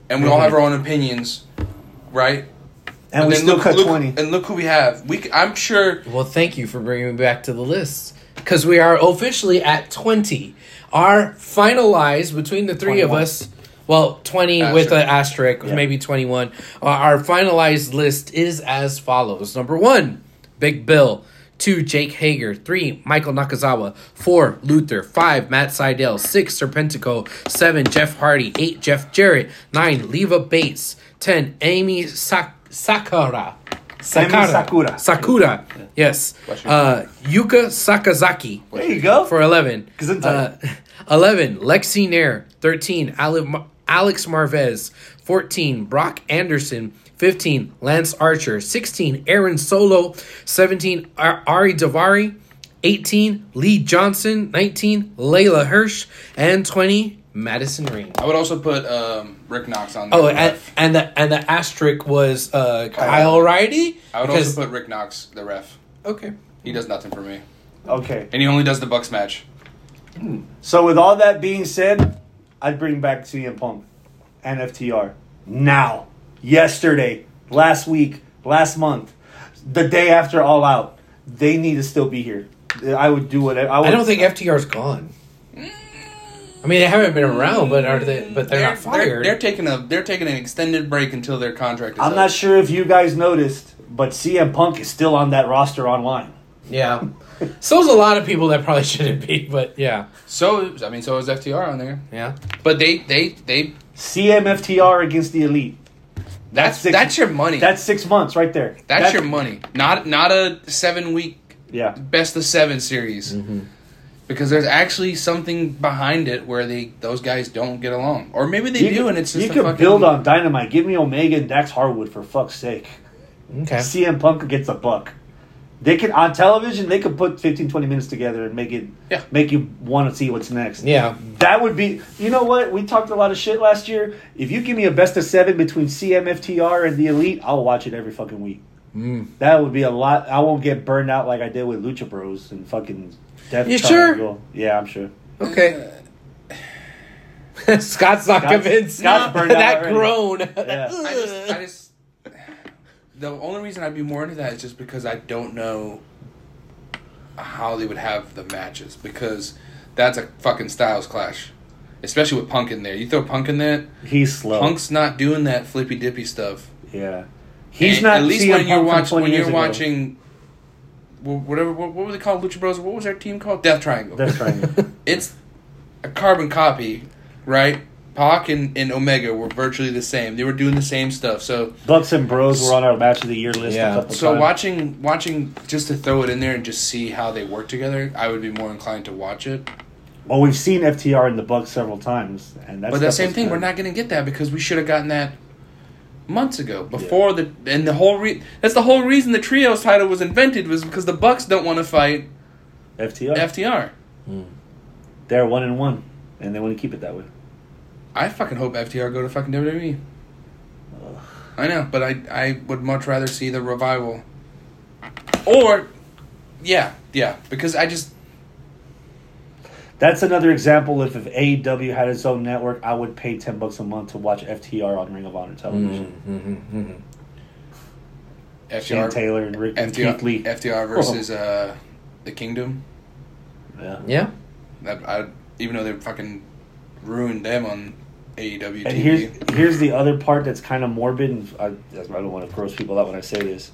Speaker 3: and we all have our own opinions, right?
Speaker 2: And we
Speaker 3: then
Speaker 2: still
Speaker 3: look-
Speaker 2: cut
Speaker 3: look-
Speaker 2: 20.
Speaker 3: And look who we have. We c- I'm sure
Speaker 1: Well, thank you for bringing me back to the list because we are officially at 20. Our finalized between the three of
Speaker 2: 21.
Speaker 1: us, well, 20 with an asterisk, maybe 21. Uh, our finalized list is as follows Number one, Big Bill. Two, Jake Hager. Three, Michael Nakazawa. Four, Luther. Five, Matt Seidel. Six, Serpentico. Seven, Jeff Hardy. Eight, Jeff Jarrett. Nine, Leva Bates. Ten, Amy Sak- Sakura.
Speaker 2: Sakura.
Speaker 1: Sakura. Yes. Uh, Yuka Sakazaki
Speaker 2: There you go.
Speaker 1: for 11. Uh,
Speaker 2: Gesundheit.
Speaker 1: 11, Lexi Nair. 13, Ale- Alex Marvez. 14, Brock Anderson. 15, Lance Archer. 16, Aaron Solo. 17, Ar- Ari Davari. 18, Lee Johnson. 19, Layla Hirsch. And 20, Madison Rain.
Speaker 3: I would also put um, Rick Knox on.
Speaker 1: Oh,
Speaker 3: there.
Speaker 1: and, and the and the asterisk was uh, Kyle O'Reilly.
Speaker 3: I would
Speaker 1: because-
Speaker 3: also put Rick Knox the ref.
Speaker 1: okay.
Speaker 3: He does nothing for me,
Speaker 2: Okay.
Speaker 3: and he only does the Bucks match.
Speaker 2: So with all that being said, I'd bring back CM Punk and FTR now, yesterday, last week, last month, the day after All Out. They need to still be here. I would do whatever. I, would,
Speaker 1: I don't think FTR's gone. I mean, they haven't been around, but are they? But they're, not
Speaker 3: They're,
Speaker 1: fired.
Speaker 3: they're taking a they're taking an extended break until their contract. is
Speaker 2: I'm
Speaker 3: up.
Speaker 2: not sure if you guys noticed, but CM Punk is still on that roster online.
Speaker 1: yeah. So's a lot of people that probably shouldn't be, but yeah,
Speaker 3: So I mean, so is FTR on there,
Speaker 1: yeah.
Speaker 3: but they they they
Speaker 2: CM FTR against the Elite.
Speaker 3: that's
Speaker 2: Six-
Speaker 3: that's your money.
Speaker 2: That's six months right there.
Speaker 3: that's, your money. Not not a seven week
Speaker 2: yeah.
Speaker 3: best of seven series.
Speaker 2: Mm-hmm.
Speaker 3: Because there's actually something behind it where they those guys don't get along, or maybe they
Speaker 2: You
Speaker 3: do,
Speaker 2: could-
Speaker 3: and it's just
Speaker 2: you
Speaker 3: a
Speaker 2: could
Speaker 3: fucking-
Speaker 2: build on Dynamite. Give me Omega and Dax Harwood for fuck's sake.
Speaker 1: Okay.
Speaker 2: CM Punk gets a buck. They can on television. They could put 15, 20 minutes together and make it
Speaker 3: Yeah.
Speaker 2: make you want to see what's next.
Speaker 1: Yeah.
Speaker 2: that would be. You know what? We talked a lot of shit last year. If you give me a best of seven between CMFTR and the Elite, I'll watch it every fucking week.
Speaker 3: Mm.
Speaker 2: That would be a lot. I won't get burned out like I did with Lucha Bros and fucking Death
Speaker 1: You
Speaker 2: Triangle. Yeah, I'm sure.
Speaker 1: Okay. Scott's not
Speaker 2: Scott's-
Speaker 1: convinced.
Speaker 2: Scott's burned out
Speaker 1: that
Speaker 2: already.
Speaker 1: groan.
Speaker 2: Yeah.
Speaker 3: I just, I just. The only reason I'd be more into that is just because I don't know how they would have the matches because that's a fucking Styles clash, especially with Punk in there. You throw Punk in there,
Speaker 2: He's slow.
Speaker 3: Punk's not doing that flippy dippy stuff.
Speaker 2: yeah, he's
Speaker 3: And
Speaker 2: not.
Speaker 3: Eh, At least
Speaker 2: CM
Speaker 3: when you're
Speaker 2: Punk from
Speaker 3: watching,
Speaker 2: 20
Speaker 3: when
Speaker 2: years
Speaker 3: you're
Speaker 2: ago.
Speaker 3: watching, wh- whatever what, what were they called, Lucha Bros? What was their team called? Death Triangle.
Speaker 2: Death Triangle.
Speaker 3: It's a carbon copy, right? Pac and, and Omega were virtually the same. They were doing the same stuff. So
Speaker 2: Bucks and Bros were on our match of the year list.
Speaker 1: Yeah.
Speaker 2: A couple
Speaker 3: so
Speaker 2: times.
Speaker 3: watching watching just to throw it in there and just see how they work together, I would be more inclined to watch it.
Speaker 2: Well, we've seen FTR in the Bucks several times, and that's
Speaker 3: But that same thing, we're not going to get that because we should have gotten that months ago. Before the and the whole re- that's the whole reason the trios title was invented was because the Bucks don't want to fight
Speaker 2: FTR.
Speaker 3: FTR.
Speaker 2: They're one and one, and they want to keep it that way.
Speaker 3: I fucking hope FTR go to fucking WWE. I know, but I I would much rather see the revival. Or, yeah, yeah, because I just
Speaker 2: That's another example. If if AEW had its own network, I would pay ten bucks a month to watch FTR on Ring of Honor television.
Speaker 3: Mm.
Speaker 1: Mm-hmm,
Speaker 2: Shane
Speaker 3: FTR
Speaker 2: Taylor and Rick and Keith Lee. Oh.
Speaker 3: FTR, FTR versus uh, the Kingdom.
Speaker 2: yeah.
Speaker 1: Yeah.
Speaker 3: That I even though they fucking ruined them on E
Speaker 2: And
Speaker 3: AEW TV.
Speaker 2: here's here's the other part that's kind of morbid, and I, I don't want to gross people out when I say this.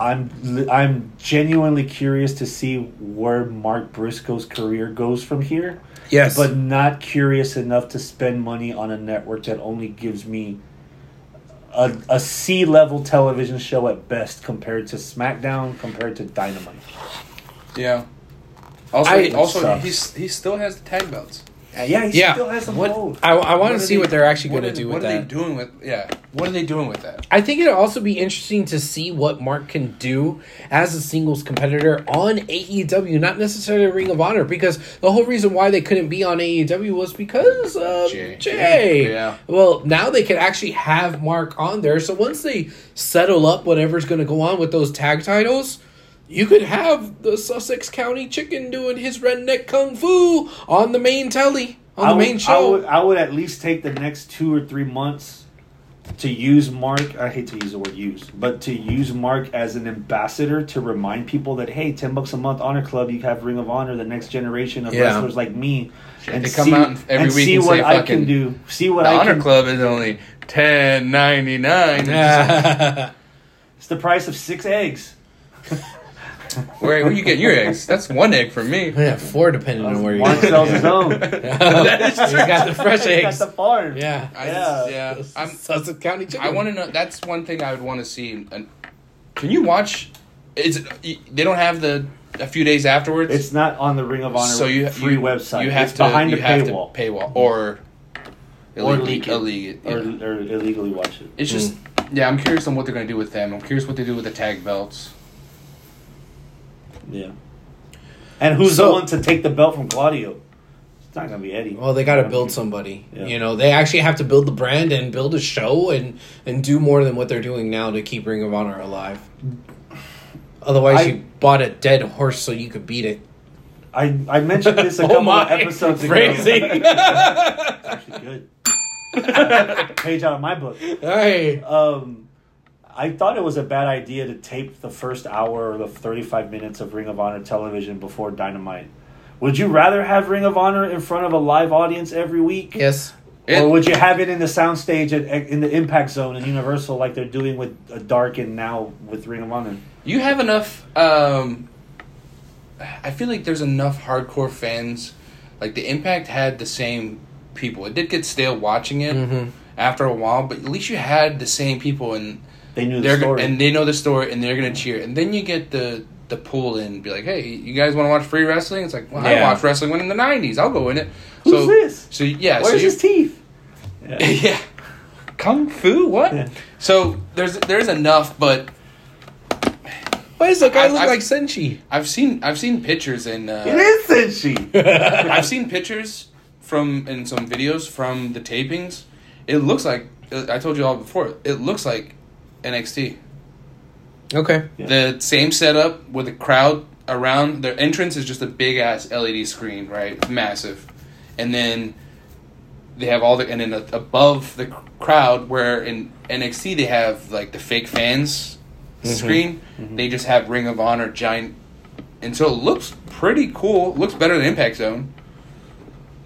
Speaker 2: I'm li- I'm genuinely curious to see where Mark Briscoe's career goes from here,
Speaker 1: Yes.
Speaker 2: but not curious enough to spend money on a network that only gives me a, a C level television show at best compared to SmackDown, compared to Dynamite.
Speaker 3: Yeah. Also,
Speaker 1: I-
Speaker 3: also
Speaker 2: Sucks.
Speaker 3: he's he still has the tag belts.
Speaker 2: Uh, Yeah, he
Speaker 1: yeah.
Speaker 2: still has some
Speaker 1: what,
Speaker 2: gold.
Speaker 1: I, I want
Speaker 3: are
Speaker 1: to see
Speaker 3: they-
Speaker 1: what they're actually
Speaker 3: what
Speaker 1: going to
Speaker 3: are-
Speaker 1: do
Speaker 3: What
Speaker 1: with
Speaker 3: are
Speaker 1: that.
Speaker 3: they doing with? Yeah. What are they doing with that?
Speaker 1: I think it'll also be interesting to see what Mark can do as a singles competitor on AEW, not necessarily Ring of Honor, because the whole reason why they couldn't be on AEW was because of
Speaker 3: Jay.
Speaker 1: Jay.
Speaker 3: Yeah.
Speaker 1: Well, now they can actually have Mark on there. So once they settle up whatever's going to go on with those tag titles, you could have the Sussex County Chicken doing his redneck kung fu on the main telly, on the
Speaker 2: would-
Speaker 1: main show.
Speaker 2: I would, I would at least take the next two or three months to use Mark. I hate to use the word use, but to use Mark as an ambassador to remind people that hey, ten bucks a month Honor Club, you have Ring of Honor, the next generation of
Speaker 1: Yeah.
Speaker 2: wrestlers like me, and
Speaker 3: They come out and every week
Speaker 2: see
Speaker 3: and
Speaker 2: what
Speaker 3: say
Speaker 2: I
Speaker 3: fucking,
Speaker 2: can do. See what
Speaker 3: The
Speaker 2: I
Speaker 3: Honor
Speaker 2: can.
Speaker 3: Club is only ten ninety nine.
Speaker 2: It's the price of six eggs.
Speaker 3: Where where you get your eggs? That's one egg from me.
Speaker 1: yeah, four depending on where you
Speaker 2: Mark sells his own.
Speaker 1: that is true. You got the fresh
Speaker 2: He got
Speaker 1: eggs.
Speaker 2: the farm.
Speaker 1: Yeah.
Speaker 3: I just,
Speaker 2: Yeah.
Speaker 3: yeah. I'm,
Speaker 1: Sussex County chicken.
Speaker 3: I want to know. That's one thing I would want to see. And can you watch? Is it, they don't have the a few days afterwards.
Speaker 2: It's not on the Ring of Honor
Speaker 3: so you
Speaker 2: free
Speaker 3: you,
Speaker 2: website.
Speaker 3: You have
Speaker 2: it's
Speaker 3: to
Speaker 2: behind
Speaker 3: you
Speaker 2: a
Speaker 3: have to
Speaker 2: paywall
Speaker 3: paywall
Speaker 2: Or
Speaker 3: or illegal-
Speaker 2: leak it.
Speaker 3: illegal-
Speaker 2: or,
Speaker 3: yeah.
Speaker 2: or illegally watch it.
Speaker 3: It's just yeah. I'm curious on what they're gonna do with them. I'm curious what they do with the tag belts.
Speaker 2: Yeah. And who's the
Speaker 1: So-
Speaker 2: one to take the belt from Claudio? It's not gonna be Eddie.
Speaker 1: Well, they got to build somebody.
Speaker 2: Yeah.
Speaker 1: You know, they actually have to build the brand and build a show and and do more than what they're doing now to keep Ring of Honor alive. Otherwise,
Speaker 2: I-
Speaker 1: you bought a dead horse so you could beat it.
Speaker 2: I I mentioned this a
Speaker 1: Oh
Speaker 2: couple
Speaker 1: my,
Speaker 2: of episodes ago.
Speaker 1: crazy.
Speaker 2: It's actually good. Page out of my book.
Speaker 1: Hey,
Speaker 2: Um, I thought it was a bad idea to tape the first hour or the thirty-five minutes of Ring of Honor television before Dynamite. Would you rather have Ring of Honor in front of a live audience every week?
Speaker 1: yes,
Speaker 3: It-
Speaker 2: or would you have it in the soundstage at, in the Impact Zone in Universal, like they're doing with uh, Dark and now with Ring of Honor?
Speaker 3: You have enough. Um, I feel like there's enough hardcore fans. Like the Impact had the same people. It did get stale watching it
Speaker 2: Mm-hmm.
Speaker 3: after a while, but at least you had the same people, and
Speaker 2: They knew the
Speaker 3: they're
Speaker 2: story.
Speaker 3: and they know the story, and they're gonna cheer. And then you get the the pull in, be like, hey, you guys want to watch free wrestling? It's like, well, I
Speaker 1: Yeah.
Speaker 3: watched wrestling when in the '90s. I'll go in it.
Speaker 2: Who's
Speaker 3: so,
Speaker 2: this?
Speaker 3: So yeah, so
Speaker 2: Where's
Speaker 3: you-
Speaker 2: his teeth?
Speaker 3: yeah. Kung Fu? What?
Speaker 2: Yeah.
Speaker 3: So there's there's enough, but
Speaker 1: why does the guy
Speaker 3: I-
Speaker 1: look
Speaker 3: I-
Speaker 1: like Senshi?
Speaker 3: I've seen I've seen pictures and uh,
Speaker 2: is she?
Speaker 3: I've seen pictures from and some videos from the tapings. It looks like I told you all before. It looks like NXT.
Speaker 1: Okay,
Speaker 3: The same setup with the crowd around. Their entrance is just a big ass LED screen, right? Massive, and then they have all the and then above the crowd where in NXT they have like the fake fans screen. They just have Ring of Honor giant, and so it looks pretty cool. looks better than Impact Zone.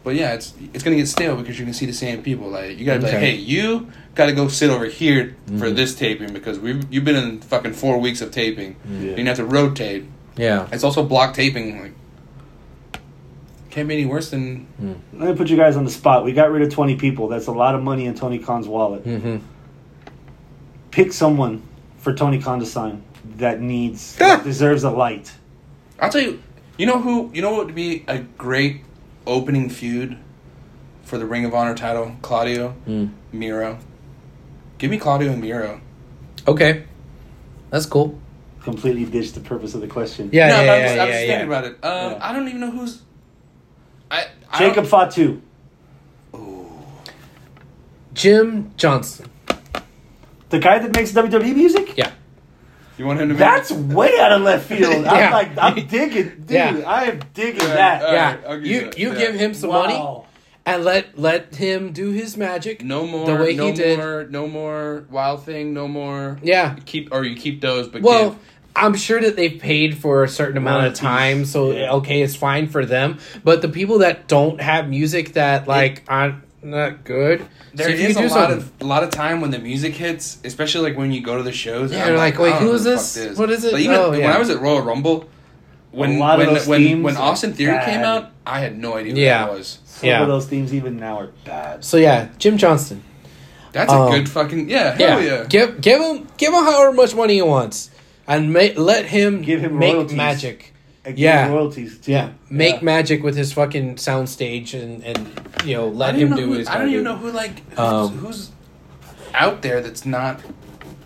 Speaker 3: But yeah, it's it's gonna get stale because you're gonna see the same people. Like you gotta be like,
Speaker 1: Okay.
Speaker 3: hey, you gotta go sit over here for
Speaker 1: Mm.
Speaker 3: this taping because we you've been in fucking four weeks of taping.
Speaker 2: Yeah.
Speaker 3: You have to rotate.
Speaker 1: yeah,
Speaker 3: It's also block taping. Like Can't be any worse than
Speaker 2: Let me put you guys on the spot. We got rid of 20 people. That's a lot of money in Tony Khan's wallet.
Speaker 3: Hmm.
Speaker 1: Mm-hmm.
Speaker 2: Pick someone for Tony Khan to sign that needs,
Speaker 3: Yeah.
Speaker 2: that deserves a light.
Speaker 3: I'll tell you. You know who? You know what would be a great opening feud for the Ring of Honor title? Claudio,
Speaker 1: Mm.
Speaker 3: Miro. Give me Claudio and Miro.
Speaker 1: Okay, that's cool.
Speaker 2: Completely ditched the purpose of the question.
Speaker 1: Yeah, yeah,
Speaker 3: no, but I'm
Speaker 1: yeah,
Speaker 3: just,
Speaker 1: yeah,
Speaker 3: I'm just
Speaker 1: yeah.
Speaker 3: thinking about it. Um,
Speaker 2: Yeah.
Speaker 3: I don't even know who's. I, I don't-
Speaker 2: Jacob Fatu.
Speaker 1: Jim Johnson.
Speaker 2: The guy that makes WWE music?
Speaker 1: Yeah,
Speaker 3: You want him to be?
Speaker 2: That's way out of left field.
Speaker 1: Yeah.
Speaker 2: I'm like, I'm digging, dude.
Speaker 1: Yeah.
Speaker 2: I am digging
Speaker 3: Yeah,
Speaker 2: that.
Speaker 3: uh,
Speaker 1: yeah.
Speaker 3: right, I'll give
Speaker 1: you
Speaker 3: you that.
Speaker 1: you
Speaker 3: Yeah.
Speaker 1: give him some money
Speaker 2: Wow.
Speaker 1: and let let him do his magic.
Speaker 3: no more.
Speaker 1: the way
Speaker 3: no
Speaker 1: he did.
Speaker 3: more. No more Wild Thing. No more.
Speaker 1: Yeah.
Speaker 3: Keep or you keep those, but
Speaker 1: Well,
Speaker 3: give-
Speaker 1: I'm sure that they've paid for a certain amount of
Speaker 2: Royalties.
Speaker 1: time, so
Speaker 2: Yeah.
Speaker 1: okay, it's fine for them. But the people that don't have music that like aren't not good, so
Speaker 3: There
Speaker 1: if you
Speaker 3: is a
Speaker 1: do
Speaker 3: lot
Speaker 1: something-
Speaker 3: of a lot of time when the music hits, especially like when you go to the shows.
Speaker 1: Yeah,
Speaker 3: I'm
Speaker 1: you're like,
Speaker 3: I
Speaker 1: wait,
Speaker 3: don't
Speaker 1: who
Speaker 3: know
Speaker 1: is
Speaker 3: the fuck
Speaker 1: this? What is it?
Speaker 3: Like, even
Speaker 1: Oh,
Speaker 3: when
Speaker 1: yeah.
Speaker 3: I was at Royal Rumble, when
Speaker 2: lot of
Speaker 3: when
Speaker 2: those
Speaker 3: when,
Speaker 2: themes
Speaker 3: when Austin Theory
Speaker 2: are
Speaker 3: came
Speaker 2: bad.
Speaker 3: out, I had no idea who
Speaker 1: Yeah.
Speaker 3: that was.
Speaker 2: Some
Speaker 1: Yeah.
Speaker 2: of those themes even now are bad.
Speaker 1: so yeah, Jim Johnston.
Speaker 3: That's
Speaker 1: Um,
Speaker 3: a good fucking yeah,
Speaker 1: Yeah.
Speaker 3: hell yeah.
Speaker 1: Give give him give him however much money he wants, and ma- let him
Speaker 2: Give him
Speaker 1: make
Speaker 2: royalties.
Speaker 1: magic.
Speaker 2: And
Speaker 1: Yeah.
Speaker 2: royalties too.
Speaker 1: Yeah, make
Speaker 2: Yeah.
Speaker 1: magic with his fucking soundstage, and and you know
Speaker 3: I
Speaker 1: let
Speaker 3: don't
Speaker 1: him
Speaker 3: even
Speaker 1: do
Speaker 3: know who-
Speaker 1: his.
Speaker 3: I don't even know who like who's,
Speaker 1: Um,
Speaker 3: who's out there that's not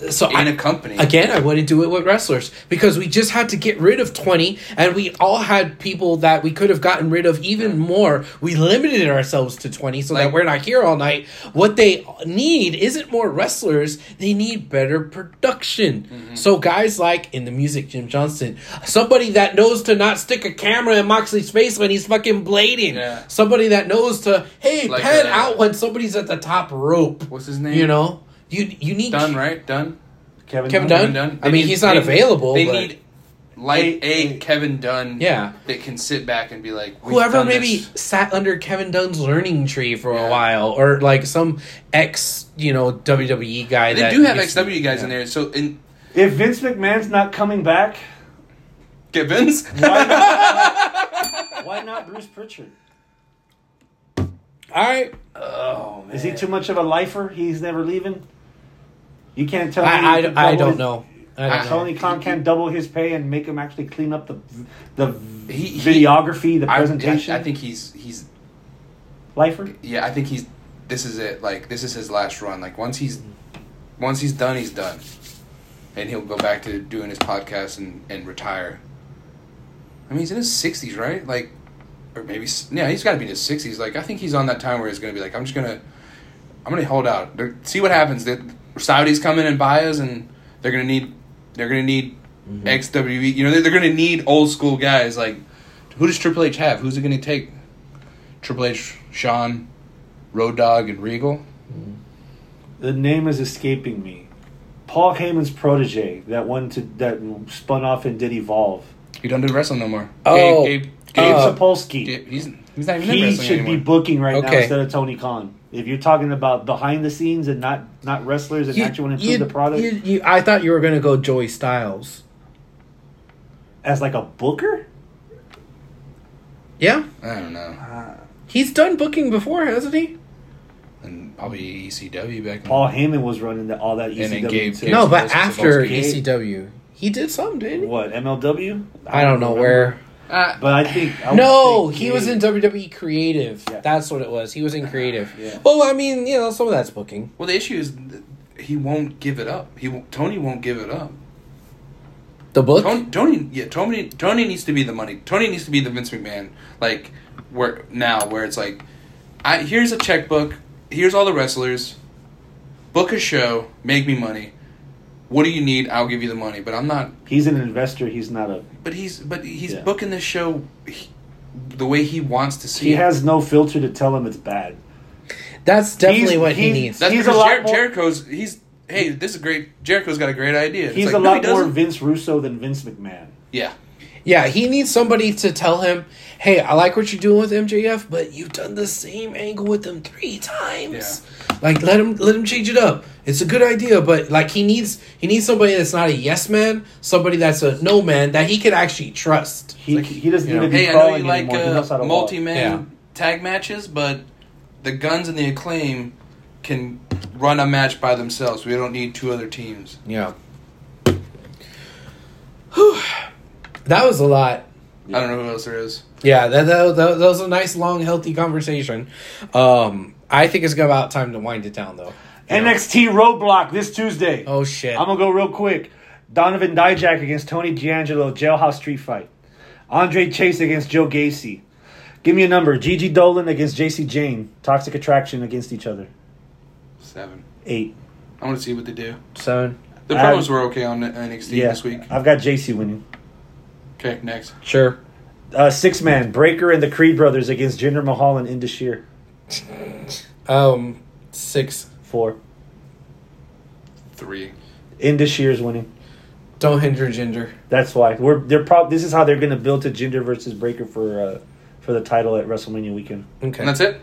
Speaker 1: So
Speaker 3: in
Speaker 1: I-
Speaker 3: a company.
Speaker 1: Again, I wouldn't do it with wrestlers because we just had to get rid of 20 and we all had people that we could have gotten rid of even more. We limited ourselves to 20 so that
Speaker 3: Like-
Speaker 1: we're not here all night. What they need isn't more wrestlers, they need better production.
Speaker 3: Mm-hmm.
Speaker 1: So, guys like in the music, Jim Johnston, somebody that knows to not stick a camera in Moxley's face when he's fucking blading,
Speaker 3: Yeah.
Speaker 1: somebody that knows to, hey,
Speaker 3: Like,
Speaker 1: pan
Speaker 3: uh,
Speaker 1: out when somebody's at the top rope.
Speaker 3: What's his name?
Speaker 1: You know? You, you need
Speaker 3: Dunn, right? Dunn.
Speaker 2: Kevin,
Speaker 1: Kevin
Speaker 2: Dunn.
Speaker 1: Dunn? I mean, he's not available,
Speaker 3: They
Speaker 1: but-
Speaker 3: need like
Speaker 2: Hey,
Speaker 3: a
Speaker 2: hey.
Speaker 3: Kevin Dunn.
Speaker 1: Yeah.
Speaker 3: that can sit back and be like "We've
Speaker 1: whoever
Speaker 3: done
Speaker 1: maybe
Speaker 3: this."
Speaker 1: sat under Kevin Dunn's learning tree for
Speaker 3: Yeah.
Speaker 1: a while, or like some ex, you know, WWE guy.
Speaker 3: They
Speaker 1: that
Speaker 3: do have
Speaker 1: used-
Speaker 3: XW guys in
Speaker 1: yeah.
Speaker 3: there, so in
Speaker 2: If Vince McMahon's not coming back,
Speaker 3: Gibbons.
Speaker 2: why not, why not Bruce Pritchard?
Speaker 1: All right,
Speaker 3: Oh man,
Speaker 2: Is he too much of a lifer? He's never leaving. You can't tell. me
Speaker 1: I
Speaker 2: he
Speaker 1: I,
Speaker 2: can
Speaker 1: I
Speaker 2: double
Speaker 1: don't
Speaker 2: his-
Speaker 1: know. I don't know.
Speaker 2: Tony Khan can double his pay and make him actually clean up the the
Speaker 3: He- he-
Speaker 2: videography, the
Speaker 3: I,
Speaker 2: presentation.
Speaker 3: I, I think he's he's
Speaker 2: lifer.
Speaker 3: yeah. I think he's this is it. Like this is his last run. Like once he's once he's done, he's done, and he'll go back to doing his podcast and and retire. I mean, he's in his sixties, right? Like, or maybe s- yeah, he's got to be in his sixties. Like I think he's on that time where he's gonna be like, I'm just gonna I'm gonna hold out. They're, see what happens. The Saudis come in and buy us, and they're gonna need they're gonna need XWB. You know, they're, they're gonna need old school guys. Like, who does Triple H have? Who's it gonna take? Triple H, Sean, Road Dog, and Regal.
Speaker 2: The name is escaping me. Paul Heyman's protege, that one to, that spun off and did evolve.
Speaker 3: He don't do wrestling no more.
Speaker 1: Oh,
Speaker 3: Gabe, Gabe,
Speaker 2: Gabe
Speaker 3: Gabe's
Speaker 1: uh,
Speaker 3: a-
Speaker 2: Sapolsky.
Speaker 3: Gabe- he's he's not even in
Speaker 2: he
Speaker 3: wrestling
Speaker 2: should
Speaker 3: anymore.
Speaker 2: be booking right now
Speaker 1: Okay.
Speaker 2: instead of Tony Khan. If you're talking about behind the scenes and not not wrestlers and
Speaker 1: You-
Speaker 2: actually want to
Speaker 1: you-
Speaker 2: improve the product
Speaker 1: you- you- I thought you were gonna go Joey Styles.
Speaker 2: as like a booker,
Speaker 1: Yeah,
Speaker 3: I don't know.
Speaker 1: he's done booking before, hasn't he?
Speaker 3: And probably ECW back.
Speaker 2: Paul Heyman was running the, all that
Speaker 3: then
Speaker 2: ECW.
Speaker 3: Gabe-
Speaker 2: too.
Speaker 3: Gabe-
Speaker 1: no, but
Speaker 3: Supposed-
Speaker 1: after
Speaker 3: supposed to.
Speaker 1: ECW, he did some, didn't he?
Speaker 2: What MLW?
Speaker 1: I don't know
Speaker 2: remember.
Speaker 1: where.
Speaker 3: Uh,
Speaker 2: but I think I
Speaker 1: No,
Speaker 2: would think
Speaker 1: he was in
Speaker 2: Gabe-
Speaker 1: WWE Creative.
Speaker 2: Yeah.
Speaker 1: That's what it was. He was in Creative.
Speaker 2: Yeah.
Speaker 1: Well, I mean, you know, some of that's booking.
Speaker 3: well, the issue is that he won't give it up. He won't, Tony won't give it up.
Speaker 1: The book.
Speaker 3: Tony, Tony, yeah, Tony, Tony needs to be the money. Tony needs to be the Vince McMahon, like where now, where it's like, I here's a checkbook, here's all the wrestlers, book a show, make me money. What do you need? I'll give you the money. But I'm not.
Speaker 2: He's an investor. He's not a.
Speaker 3: But he's but he's
Speaker 2: Yeah.
Speaker 3: booking this show he, the way he wants to see.
Speaker 2: He
Speaker 3: it.
Speaker 2: has no filter to tell him it's bad.
Speaker 1: That's definitely
Speaker 2: He's-
Speaker 1: what he
Speaker 2: he's-
Speaker 1: needs.
Speaker 3: That's
Speaker 2: he's a
Speaker 3: because
Speaker 2: lot
Speaker 3: Jer-
Speaker 2: more-
Speaker 3: Jericho's. He's hey, this is great. Jericho's got a great idea. It's
Speaker 2: He's
Speaker 3: like,
Speaker 2: a
Speaker 3: no, he
Speaker 2: lot more
Speaker 3: doesn't.
Speaker 2: Vince Russo than Vince McMahon.
Speaker 3: Yeah,
Speaker 1: Yeah, he needs somebody to tell him, "Hey, I like what you're doing with MJF, but you've done the same angle with them three times. Like, let him let him change it up. It's a good idea, but like he needs he needs somebody that's not a yes man, somebody that's a no man that he can actually trust.
Speaker 2: He,
Speaker 3: Like,
Speaker 2: he doesn't
Speaker 1: you
Speaker 2: need
Speaker 1: know,
Speaker 2: to be
Speaker 3: Hey, I know
Speaker 2: crawling
Speaker 3: you like
Speaker 2: anymore. he knows how
Speaker 3: uh,
Speaker 2: to
Speaker 3: multi
Speaker 2: walk.
Speaker 3: man
Speaker 1: Yeah.
Speaker 3: tag matches, but the guns and the acclaim can run a match by themselves. We don't need two other teams.
Speaker 1: Yeah. That was a lot.
Speaker 3: I don't know who else there is.
Speaker 1: Yeah, that, that, that, that was a nice, long, healthy conversation. Um, I think it's about time to wind it down, though.
Speaker 2: NXT Roadblock this Tuesday.
Speaker 1: Oh shit!
Speaker 2: I'm gonna go real quick. Donovan Dijak against Tony D'Angelo, jailhouse street fight. Andre Chase against Joe Gacy. Give me a number. Gigi Dolan against JC Jane. Toxic attraction against each other.
Speaker 3: Seven.
Speaker 2: Eight.
Speaker 3: I want to see what they do.
Speaker 1: Seven.
Speaker 3: The
Speaker 2: I-
Speaker 3: promos were okay on NXT
Speaker 2: Yeah.
Speaker 3: this week.
Speaker 2: I've got JC winning.
Speaker 3: Okay, next.
Speaker 1: Sure.
Speaker 2: Uh, six man, Breaker and the Creed brothers against Jinder Mahal and Indashir.
Speaker 1: Um, six.
Speaker 2: Four.
Speaker 3: Three.
Speaker 2: Indashir is winning.
Speaker 1: Don't hinder Ginger.
Speaker 2: That's why. We're they're prob this is how they're gonna build to Jinder versus Breaker for uh, for the title at WrestleMania weekend.
Speaker 1: Okay.
Speaker 3: And that's it?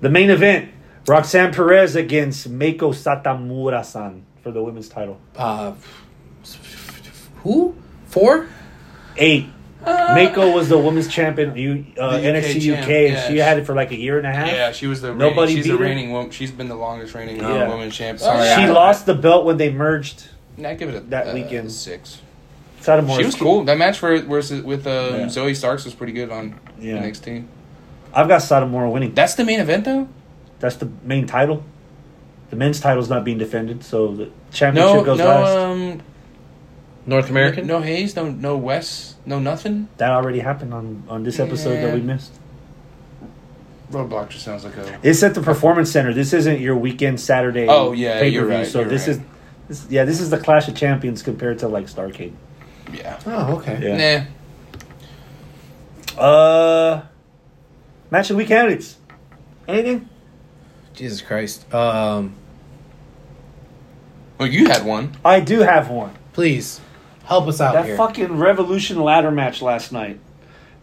Speaker 2: The main event, Roxanne Perez against Meiko Satamura-san for the women's title.
Speaker 1: uh, who? Four?
Speaker 2: Eight. Meiko was the women's champion you uh,
Speaker 3: Uh. The UK
Speaker 2: NXT
Speaker 3: champ,
Speaker 2: UK, and
Speaker 3: yeah.
Speaker 2: she had it for like a year and a half.
Speaker 3: Yeah, she was the
Speaker 2: Nobody
Speaker 3: reigning, she's
Speaker 2: beat
Speaker 3: the
Speaker 2: her?
Speaker 3: reigning woman. She's been the longest reigning uh,
Speaker 2: Yeah.
Speaker 3: woman champ.
Speaker 1: Oh,
Speaker 3: Sorry,
Speaker 1: yeah.
Speaker 2: She
Speaker 3: I-
Speaker 2: lost the belt when they merged.
Speaker 3: Nah, I give it a,
Speaker 2: that
Speaker 3: uh,
Speaker 2: weekend.
Speaker 3: six.
Speaker 2: Satamura.
Speaker 3: She was cool. That match for versus with um,
Speaker 2: Yeah.
Speaker 3: Zoe Starks was pretty good on
Speaker 2: Yeah.
Speaker 3: NXT.
Speaker 2: I've got Satamura winning.
Speaker 3: That's the main event though.
Speaker 2: That's the main title. The men's title's not being defended, so the championship
Speaker 3: No,
Speaker 2: goes
Speaker 3: no,
Speaker 2: last.
Speaker 3: um,
Speaker 1: North American?
Speaker 3: no Hayes, no, no West, no nothing.
Speaker 2: that already happened on, on this episode that we
Speaker 3: Yeah.
Speaker 2: missed.
Speaker 3: Roadblock just sounds like a.
Speaker 2: It's at the Performance Center. This isn't your weekend Saturday.
Speaker 3: Oh, yeah,
Speaker 2: pay-per-view,
Speaker 3: you're right,
Speaker 2: So
Speaker 3: you're
Speaker 2: this
Speaker 3: right.
Speaker 2: is, this, yeah, this is the Clash of Champions compared to like Starcade.
Speaker 3: Yeah.
Speaker 1: Oh, okay.
Speaker 2: Yeah.
Speaker 3: Nah.
Speaker 2: Uh, match of the week candidates. Anything?
Speaker 1: Jesus Christ. Um,
Speaker 3: Well, you had one.
Speaker 2: I do have one.
Speaker 1: please help us out
Speaker 2: that
Speaker 1: here.
Speaker 2: fucking Revolution ladder match last night.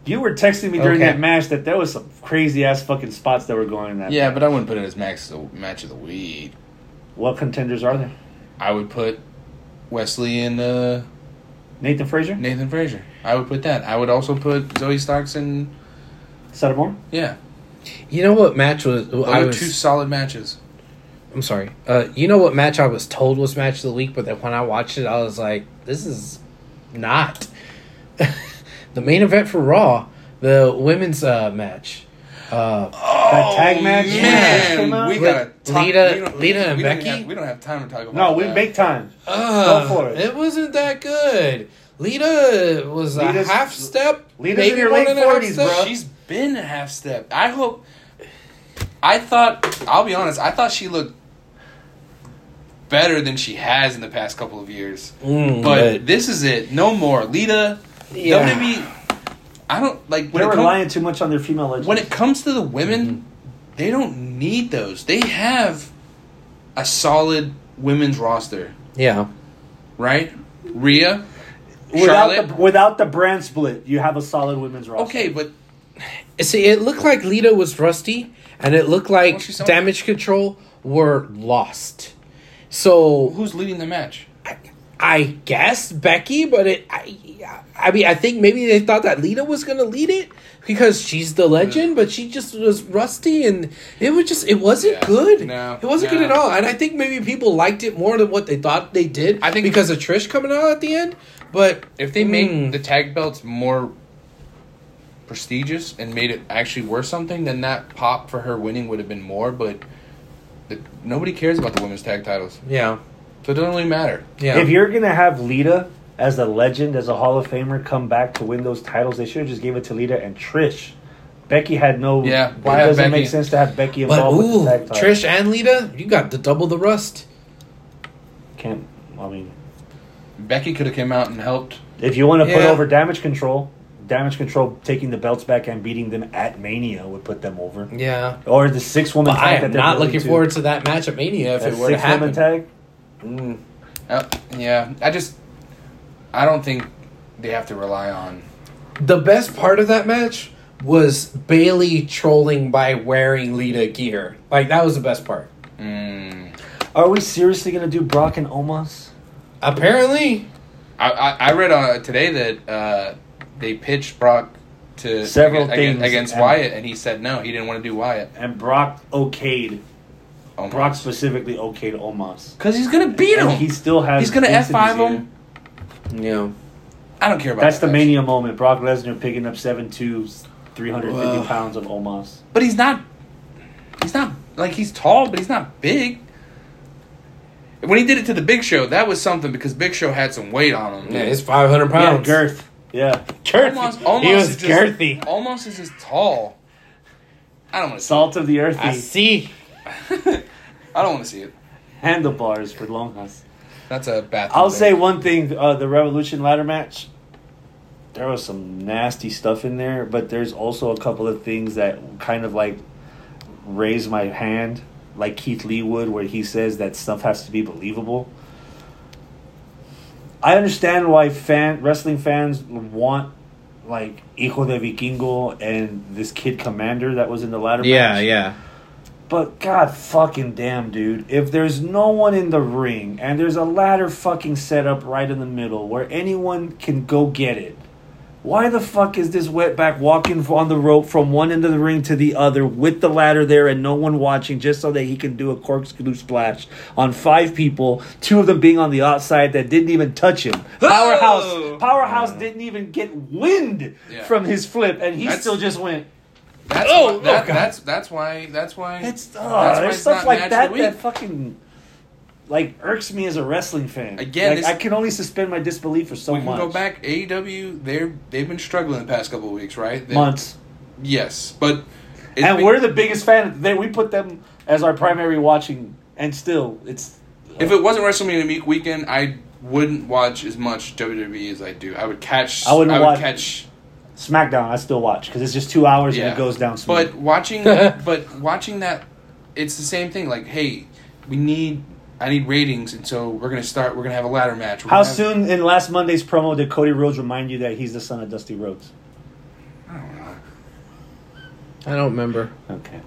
Speaker 2: You were texting me during
Speaker 1: Okay.
Speaker 2: that match that there was some crazy ass fucking spots that were going in that.
Speaker 3: Yeah, but I wouldn't put it as max the match of the week.
Speaker 2: What contenders are there?
Speaker 3: I would put Wesley and uh,
Speaker 2: Nathan Frazier,
Speaker 3: Nathan Frazier. I would put that. I would also put Zoe Starks and
Speaker 2: Suttermore.
Speaker 3: yeah.
Speaker 1: you know what match was? I
Speaker 3: Those are
Speaker 1: was
Speaker 3: Oh, two solid matches.
Speaker 1: I'm sorry. Uh, you know what match I was told was match of the week, but then when I watched it, I was like, this is not the main event for Raw, the women's uh, match. Uh,
Speaker 2: That tag match.
Speaker 1: yeah.
Speaker 3: Man,
Speaker 2: Came out?
Speaker 3: we gotta talk.
Speaker 1: Lita-
Speaker 3: we don't-
Speaker 1: Lita and
Speaker 3: we don't
Speaker 1: Becky?
Speaker 3: have- we don't have time to talk about.
Speaker 2: No, we
Speaker 3: that.
Speaker 2: make time.
Speaker 1: uh,
Speaker 2: for it.
Speaker 1: It wasn't that good. Lita was
Speaker 2: Lita's-
Speaker 1: a half step.
Speaker 2: Lita's
Speaker 1: maybe
Speaker 2: in her
Speaker 1: one
Speaker 2: late
Speaker 1: and a half
Speaker 2: 40s,
Speaker 1: step.
Speaker 2: bro.
Speaker 3: She's been a half step. I hope. I thought. I'll be honest. I thought she looked better than she has in the past couple of years.
Speaker 1: Mm,
Speaker 3: But
Speaker 1: but-
Speaker 3: this is it. No more Lita.
Speaker 1: Yeah.
Speaker 3: WWE. I don't like when
Speaker 2: They're
Speaker 3: it,
Speaker 2: relying
Speaker 3: comes,
Speaker 2: too much on their female legends.
Speaker 3: when it comes to the women.
Speaker 1: Mm-hmm.
Speaker 3: They don't need those. They have a solid women's roster,
Speaker 1: Yeah.
Speaker 3: right? Rhea,
Speaker 2: without
Speaker 3: Charlotte.
Speaker 2: the, without the brand split, you have a solid women's roster.
Speaker 3: okay, but
Speaker 1: See, it looked like Lita was rusty, and it looked like
Speaker 3: Well, she's so-
Speaker 1: damage control were lost. So
Speaker 3: who's leading the match?
Speaker 1: I guess Becky, but it. I, I mean, I think maybe they thought that Lita was gonna lead it because she's the legend, but she just was rusty, and it was just it wasn't
Speaker 3: Yeah.
Speaker 1: good.
Speaker 3: No.
Speaker 1: it wasn't good
Speaker 3: No.
Speaker 1: at all. And I think maybe people liked it more than what they thought they did.
Speaker 3: I think-
Speaker 1: because of Trish coming out at the end, but
Speaker 3: If they made
Speaker 1: Mm.
Speaker 3: the tag belts more prestigious and made it actually worth something, then that pop for her winning would have been more. But the, nobody cares about the women's tag titles,
Speaker 1: yeah,
Speaker 3: so it doesn't really matter.
Speaker 1: yeah.
Speaker 2: If you're gonna have Lita as a legend, as a Hall of Famer, come back to win those titles, they should have just gave it to Lita and Trish. Becky had no.
Speaker 3: Yeah,
Speaker 2: it
Speaker 3: why have
Speaker 2: doesn't
Speaker 3: Becky?
Speaker 2: make sense to have Becky
Speaker 1: but
Speaker 2: involved
Speaker 1: ooh,
Speaker 2: with the tag title.
Speaker 1: Trish and Lita, you got the double the rust.
Speaker 2: can't. I mean,
Speaker 3: Becky could have came out and helped.
Speaker 2: if you want to put
Speaker 1: Yeah.
Speaker 2: over Damage Control, Damage Control taking the belts back and beating them at Mania would put them over.
Speaker 1: Yeah,
Speaker 2: Or the six woman
Speaker 1: but
Speaker 2: tag.
Speaker 1: I
Speaker 2: that
Speaker 1: am
Speaker 2: they're
Speaker 1: not
Speaker 2: building
Speaker 1: looking
Speaker 2: to.
Speaker 1: forward to that match at Mania if
Speaker 2: That
Speaker 1: it were to
Speaker 2: six
Speaker 1: happen.
Speaker 2: woman tag.
Speaker 1: Mm.
Speaker 3: Oh, Uh, yeah, I just I don't think they have to rely on
Speaker 1: the best part of that match was Bailey trolling by wearing Lita gear. Like that was the best part.
Speaker 3: Mm.
Speaker 2: Are we seriously gonna do Brock and Omos?
Speaker 1: Apparently,
Speaker 3: I, I, I read on today that uh, they pitched Brock to
Speaker 2: Several
Speaker 3: against,
Speaker 2: things.
Speaker 3: against
Speaker 2: And-
Speaker 3: Wyatt, and he said no, he didn't want to do Wyatt.
Speaker 2: And Brock okayed.
Speaker 3: Oh, my.
Speaker 2: Brock specifically okayed Omos.
Speaker 3: Cause he's gonna beat him.
Speaker 2: And he still has.
Speaker 3: He's gonna
Speaker 2: things to
Speaker 3: F5
Speaker 2: do.
Speaker 3: him.
Speaker 1: yeah.
Speaker 3: I don't care about.
Speaker 2: That's
Speaker 3: that
Speaker 2: the
Speaker 3: match.
Speaker 2: mania moment. Brock Lesnar picking up 7'2", 350
Speaker 1: Wow.
Speaker 2: pounds of Omos.
Speaker 3: But he's not. He's not like he's tall, but he's not big. When he did it to the Big Show, that was something because Big Show had some weight on him.
Speaker 1: Yeah, it's five hundred
Speaker 2: Yeah,
Speaker 1: pounds.
Speaker 2: girth. Yeah,
Speaker 1: Girthy.
Speaker 3: Almost, almost
Speaker 1: he was
Speaker 3: is just,
Speaker 1: girthy.
Speaker 3: Almost is just tall. I don't want to.
Speaker 2: salt of the earthy
Speaker 1: I see.
Speaker 3: I don't want to see it.
Speaker 2: handlebars for Longhouse.
Speaker 3: That's a bad.
Speaker 2: I'll
Speaker 3: thing.
Speaker 2: say one thing: uh, the Revolution ladder match. There was some nasty stuff in there, but there's also a couple of things that kind of like raise my hand, like Keith Lee would, where he says that stuff has to be believable. I understand why fan wrestling fans want like Hijo de Vikingo and this kid Commander that was in the ladder match.
Speaker 1: yeah.
Speaker 2: But god fucking damn, dude. If there's no one in the ring and there's a ladder fucking set up right in the middle where anyone can go get it, why the fuck is this wetback walking on the rope from one end of the ring to the other with the ladder there and no one watching just so that he can do a corkscrew splash on five people, two of them being on the outside that didn't even touch him?
Speaker 3: Oh!
Speaker 2: Powerhouse Powerhouse didn't even get wind
Speaker 3: Yeah.
Speaker 2: from his flip and he
Speaker 3: That's-
Speaker 2: still just went.
Speaker 3: That's
Speaker 1: Oh,
Speaker 3: why,
Speaker 1: oh,
Speaker 3: that,
Speaker 1: God.
Speaker 3: that's that's why that's why
Speaker 2: It's uh,
Speaker 3: that's why
Speaker 2: there's
Speaker 3: it's
Speaker 2: stuff
Speaker 3: not match
Speaker 2: like
Speaker 3: of
Speaker 2: that
Speaker 3: the week.
Speaker 2: that fucking like irks me as a wrestling fan.
Speaker 3: Again,
Speaker 2: Like,
Speaker 3: this-
Speaker 2: I can only suspend my disbelief for so
Speaker 3: we can
Speaker 2: much.
Speaker 3: go back. AEW they're they've been struggling the past couple of weeks, right? They-
Speaker 2: months,
Speaker 3: Yes, but it's
Speaker 2: and
Speaker 3: be-
Speaker 2: we're the biggest fan. They, we put them as our primary watching, and still, it's
Speaker 3: If it wasn't WrestleMania week weekend, I wouldn't watch as much WWE as I do. I would catch.
Speaker 2: I
Speaker 3: I,
Speaker 2: wouldn't
Speaker 3: would
Speaker 2: watch-
Speaker 3: catch.
Speaker 2: SmackDown. I still watch because it's just two hours
Speaker 3: Yeah,
Speaker 2: and it goes down smooth.
Speaker 3: But watching, but watching that, it's the same thing. Like, hey, we need. I need ratings, and so we're gonna start. We're gonna have a ladder match. We're
Speaker 2: How
Speaker 3: gonna have-
Speaker 2: soon in last Monday's promo did Cody Rhodes remind you that he's the son of Dusty Rhodes?
Speaker 3: I don't know.
Speaker 1: I don't remember.
Speaker 2: Okay,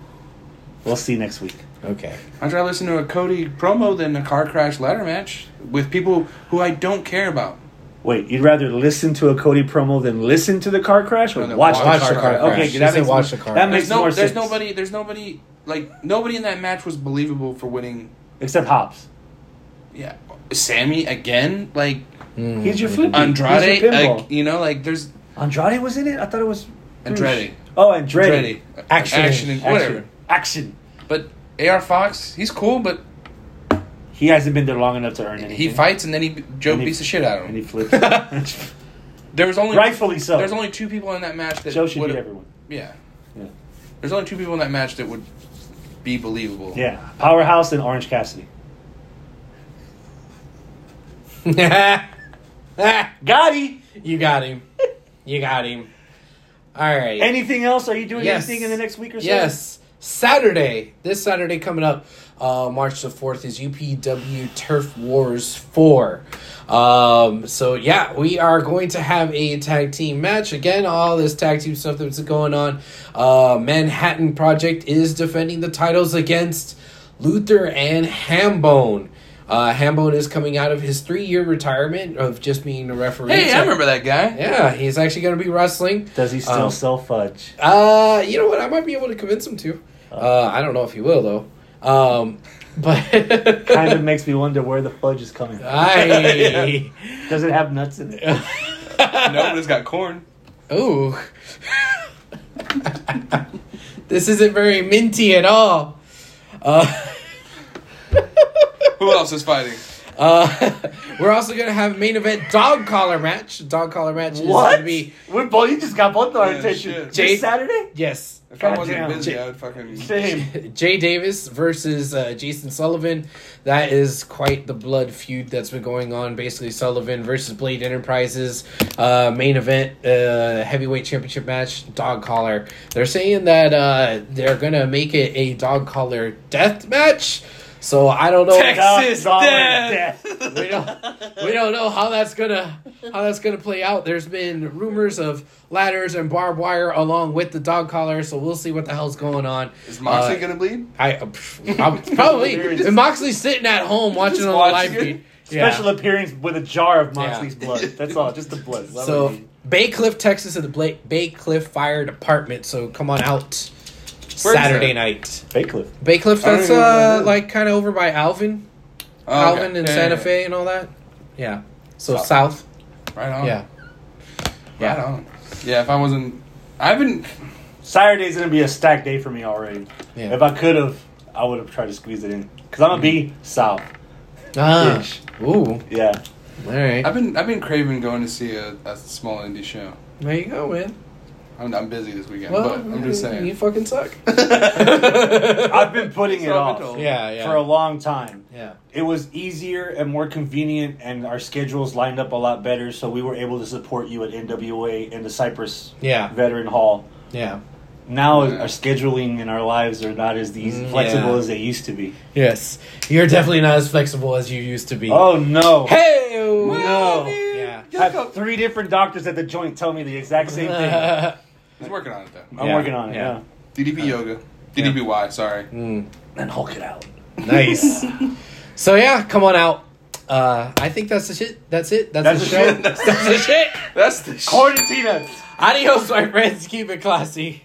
Speaker 2: we'll see next week.
Speaker 1: Okay.
Speaker 3: I'd rather listen to a Cody promo than a car crash ladder match with people who I don't care about.
Speaker 2: Wait, you'd rather listen to a Cody promo than listen to the car crash or
Speaker 3: No, no,
Speaker 2: watch,
Speaker 3: watch
Speaker 2: the car,
Speaker 3: the car
Speaker 2: crash?
Speaker 3: crash.
Speaker 2: Okay,
Speaker 1: She
Speaker 2: that
Speaker 1: said
Speaker 2: makes
Speaker 1: watch
Speaker 2: more-
Speaker 1: the car
Speaker 2: That
Speaker 1: crash.
Speaker 2: makes
Speaker 3: There's no.
Speaker 2: more
Speaker 3: there's
Speaker 2: sense.
Speaker 3: nobody. There's nobody. Like nobody in that match was believable for winning.
Speaker 2: except Hobbs.
Speaker 3: Yeah, Sammy again. Like
Speaker 1: Mm.
Speaker 2: He's your flip. He's
Speaker 3: Andrade,
Speaker 2: your
Speaker 3: uh,
Speaker 2: pinball.
Speaker 3: you know, like there's
Speaker 2: Andrade was in it. I thought it was
Speaker 3: Andrade.
Speaker 2: Oh, Andrade.
Speaker 3: Andrade.
Speaker 1: Action.
Speaker 3: action, and
Speaker 2: Action.
Speaker 3: whatever.
Speaker 2: Action.
Speaker 3: But AR Fox, he's cool, but
Speaker 2: He hasn't been there long enough to earn anything.
Speaker 3: he fights and then he Joe
Speaker 2: And he-
Speaker 3: beats the shit out of
Speaker 2: and he
Speaker 3: him.
Speaker 2: flips.
Speaker 3: There was only
Speaker 2: Rightfully so.
Speaker 3: There's only two people in that match that
Speaker 2: Joe should
Speaker 3: would
Speaker 2: beat everyone.
Speaker 3: yeah.
Speaker 2: Yeah.
Speaker 3: There's only two people in that match that would be believable.
Speaker 2: Yeah, powerhouse and Orange Cassidy. Got he.
Speaker 1: you got him. You got him. All right.
Speaker 2: Anything else? Are you doing anything in the next week or so?
Speaker 1: Yes. Saturday. This Saturday coming up, uh, March the 4th, is UPW Turf Wars 4. Um, so, yeah, we are going to have a tag team match. Again, all this tag team stuff that's going on. Uh, Manhattan Project is defending the titles against Luther and Hambone. Uh, Hambone is coming out of his three year retirement of just being a referee.
Speaker 3: Hey, I remember that guy.
Speaker 1: Yeah, he's actually going to be wrestling.
Speaker 2: Does he still
Speaker 1: Um,
Speaker 2: sell fudge?
Speaker 1: Uh, you know what? I might be able to convince him to. Uh, I don't know if he will though. Um, but
Speaker 2: kind of makes me wonder where the fudge is coming
Speaker 1: uh,
Speaker 2: from.
Speaker 1: I
Speaker 2: Does it have nuts in it?
Speaker 3: No, but it's got corn.
Speaker 1: ooh, this isn't very minty at all. Uh,
Speaker 3: Who else is fighting?
Speaker 1: uh, we're also gonna have a main event dog collar match. Dog collar match is
Speaker 2: What?
Speaker 1: gonna be
Speaker 2: We're both, you just got both our
Speaker 3: Yeah,
Speaker 2: attention.
Speaker 3: shit.
Speaker 1: Jay-
Speaker 2: This Saturday?
Speaker 1: yes.
Speaker 3: If I
Speaker 2: God
Speaker 3: wasn't
Speaker 2: damn.
Speaker 3: busy, I'd fucking.
Speaker 2: Same.
Speaker 1: Jay Davis versus uh, Jason Sullivan. That is quite the blood feud that's been going on. Basically, Sullivan versus Blade Enterprises uh, main event uh, heavyweight championship match dog collar. They're saying that uh, they're gonna make it a dog collar death match. So I don't know.
Speaker 3: Texas. Texas
Speaker 2: Dollar
Speaker 3: death.
Speaker 1: we don't we don't know how that's gonna how that's gonna play out. There's been rumors of ladders and barbed wire along with the dog collar, so we'll see what the hell's going on.
Speaker 3: Is Moxley
Speaker 1: Uh,
Speaker 3: gonna bleed?
Speaker 1: I, uh, pff, I would probably and Moxley's sitting at home watching on the live
Speaker 3: watching it.
Speaker 1: feed. Yeah.
Speaker 2: Special appearance with a jar of Moxley's blood. That's all, just the blood. That
Speaker 1: so
Speaker 2: would be-
Speaker 1: Bay Cliff, Texas, at the Bla- Bay Cliff Fire Department. So come on out
Speaker 3: Where is
Speaker 1: Saturday
Speaker 3: that?
Speaker 1: night.
Speaker 2: Baycliff.
Speaker 1: Bay Cliff,
Speaker 3: I don't
Speaker 1: that's
Speaker 3: even know where that
Speaker 1: uh,
Speaker 3: is.
Speaker 1: like kind of over by Alvin,
Speaker 3: Oh, okay.
Speaker 1: Alvin and
Speaker 3: Yeah,
Speaker 1: Santa
Speaker 3: yeah,
Speaker 1: Fe and all that. Yeah. So
Speaker 2: South.
Speaker 1: south.
Speaker 3: yeah. Right on.
Speaker 1: Yeah.
Speaker 3: Right on. Yeah. If I wasn't, I've been.
Speaker 2: Saturday's gonna be a stacked day for me already.
Speaker 1: Yeah.
Speaker 2: If I could have, I would have tried to squeeze it in because I'm gonna be south.
Speaker 1: Ah.
Speaker 2: Ish.
Speaker 1: Ooh.
Speaker 2: Yeah,
Speaker 1: All right.
Speaker 3: I've been. I've been craving going to see a, a small indie show.
Speaker 1: There you go, man.
Speaker 3: I'm, I'm busy this weekend,
Speaker 1: Well,
Speaker 3: but I'm just saying.
Speaker 1: You fucking suck.
Speaker 2: I've been putting it
Speaker 3: So I've
Speaker 2: off
Speaker 3: been told.
Speaker 1: Yeah, yeah.
Speaker 2: for a long time.
Speaker 1: yeah.
Speaker 2: It was easier and more convenient, and our schedules lined up a lot better, so we were able to support you at NWA and the Cypress
Speaker 1: Yeah.
Speaker 2: Veteran Hall.
Speaker 1: Yeah.
Speaker 2: Now
Speaker 3: Yeah.
Speaker 2: our scheduling and our lives are not as easy,
Speaker 1: Mm,
Speaker 2: flexible
Speaker 1: yeah.
Speaker 2: as they used to be.
Speaker 1: Yes. You're definitely not as flexible as you used to be.
Speaker 2: Oh no!
Speaker 1: Hey.
Speaker 2: No.
Speaker 1: Yeah.
Speaker 2: I have three different doctors at the joint tell me the exact same thing.
Speaker 1: Uh,
Speaker 3: He's working on it though.
Speaker 2: I'm
Speaker 1: Yeah,
Speaker 2: working on it.
Speaker 1: yeah.
Speaker 2: yeah.
Speaker 3: DDP yoga. DDPY. Sorry.
Speaker 1: mm,
Speaker 2: and Hulk it out.
Speaker 1: nice. so yeah, come on out. Uh, I think that's the shit. That's it. That's, the,
Speaker 2: That's the
Speaker 1: show.
Speaker 2: shit.
Speaker 1: that's the shit.
Speaker 3: That's the.
Speaker 2: Corn and peanuts.
Speaker 1: Adios, my friends. Keep it classy.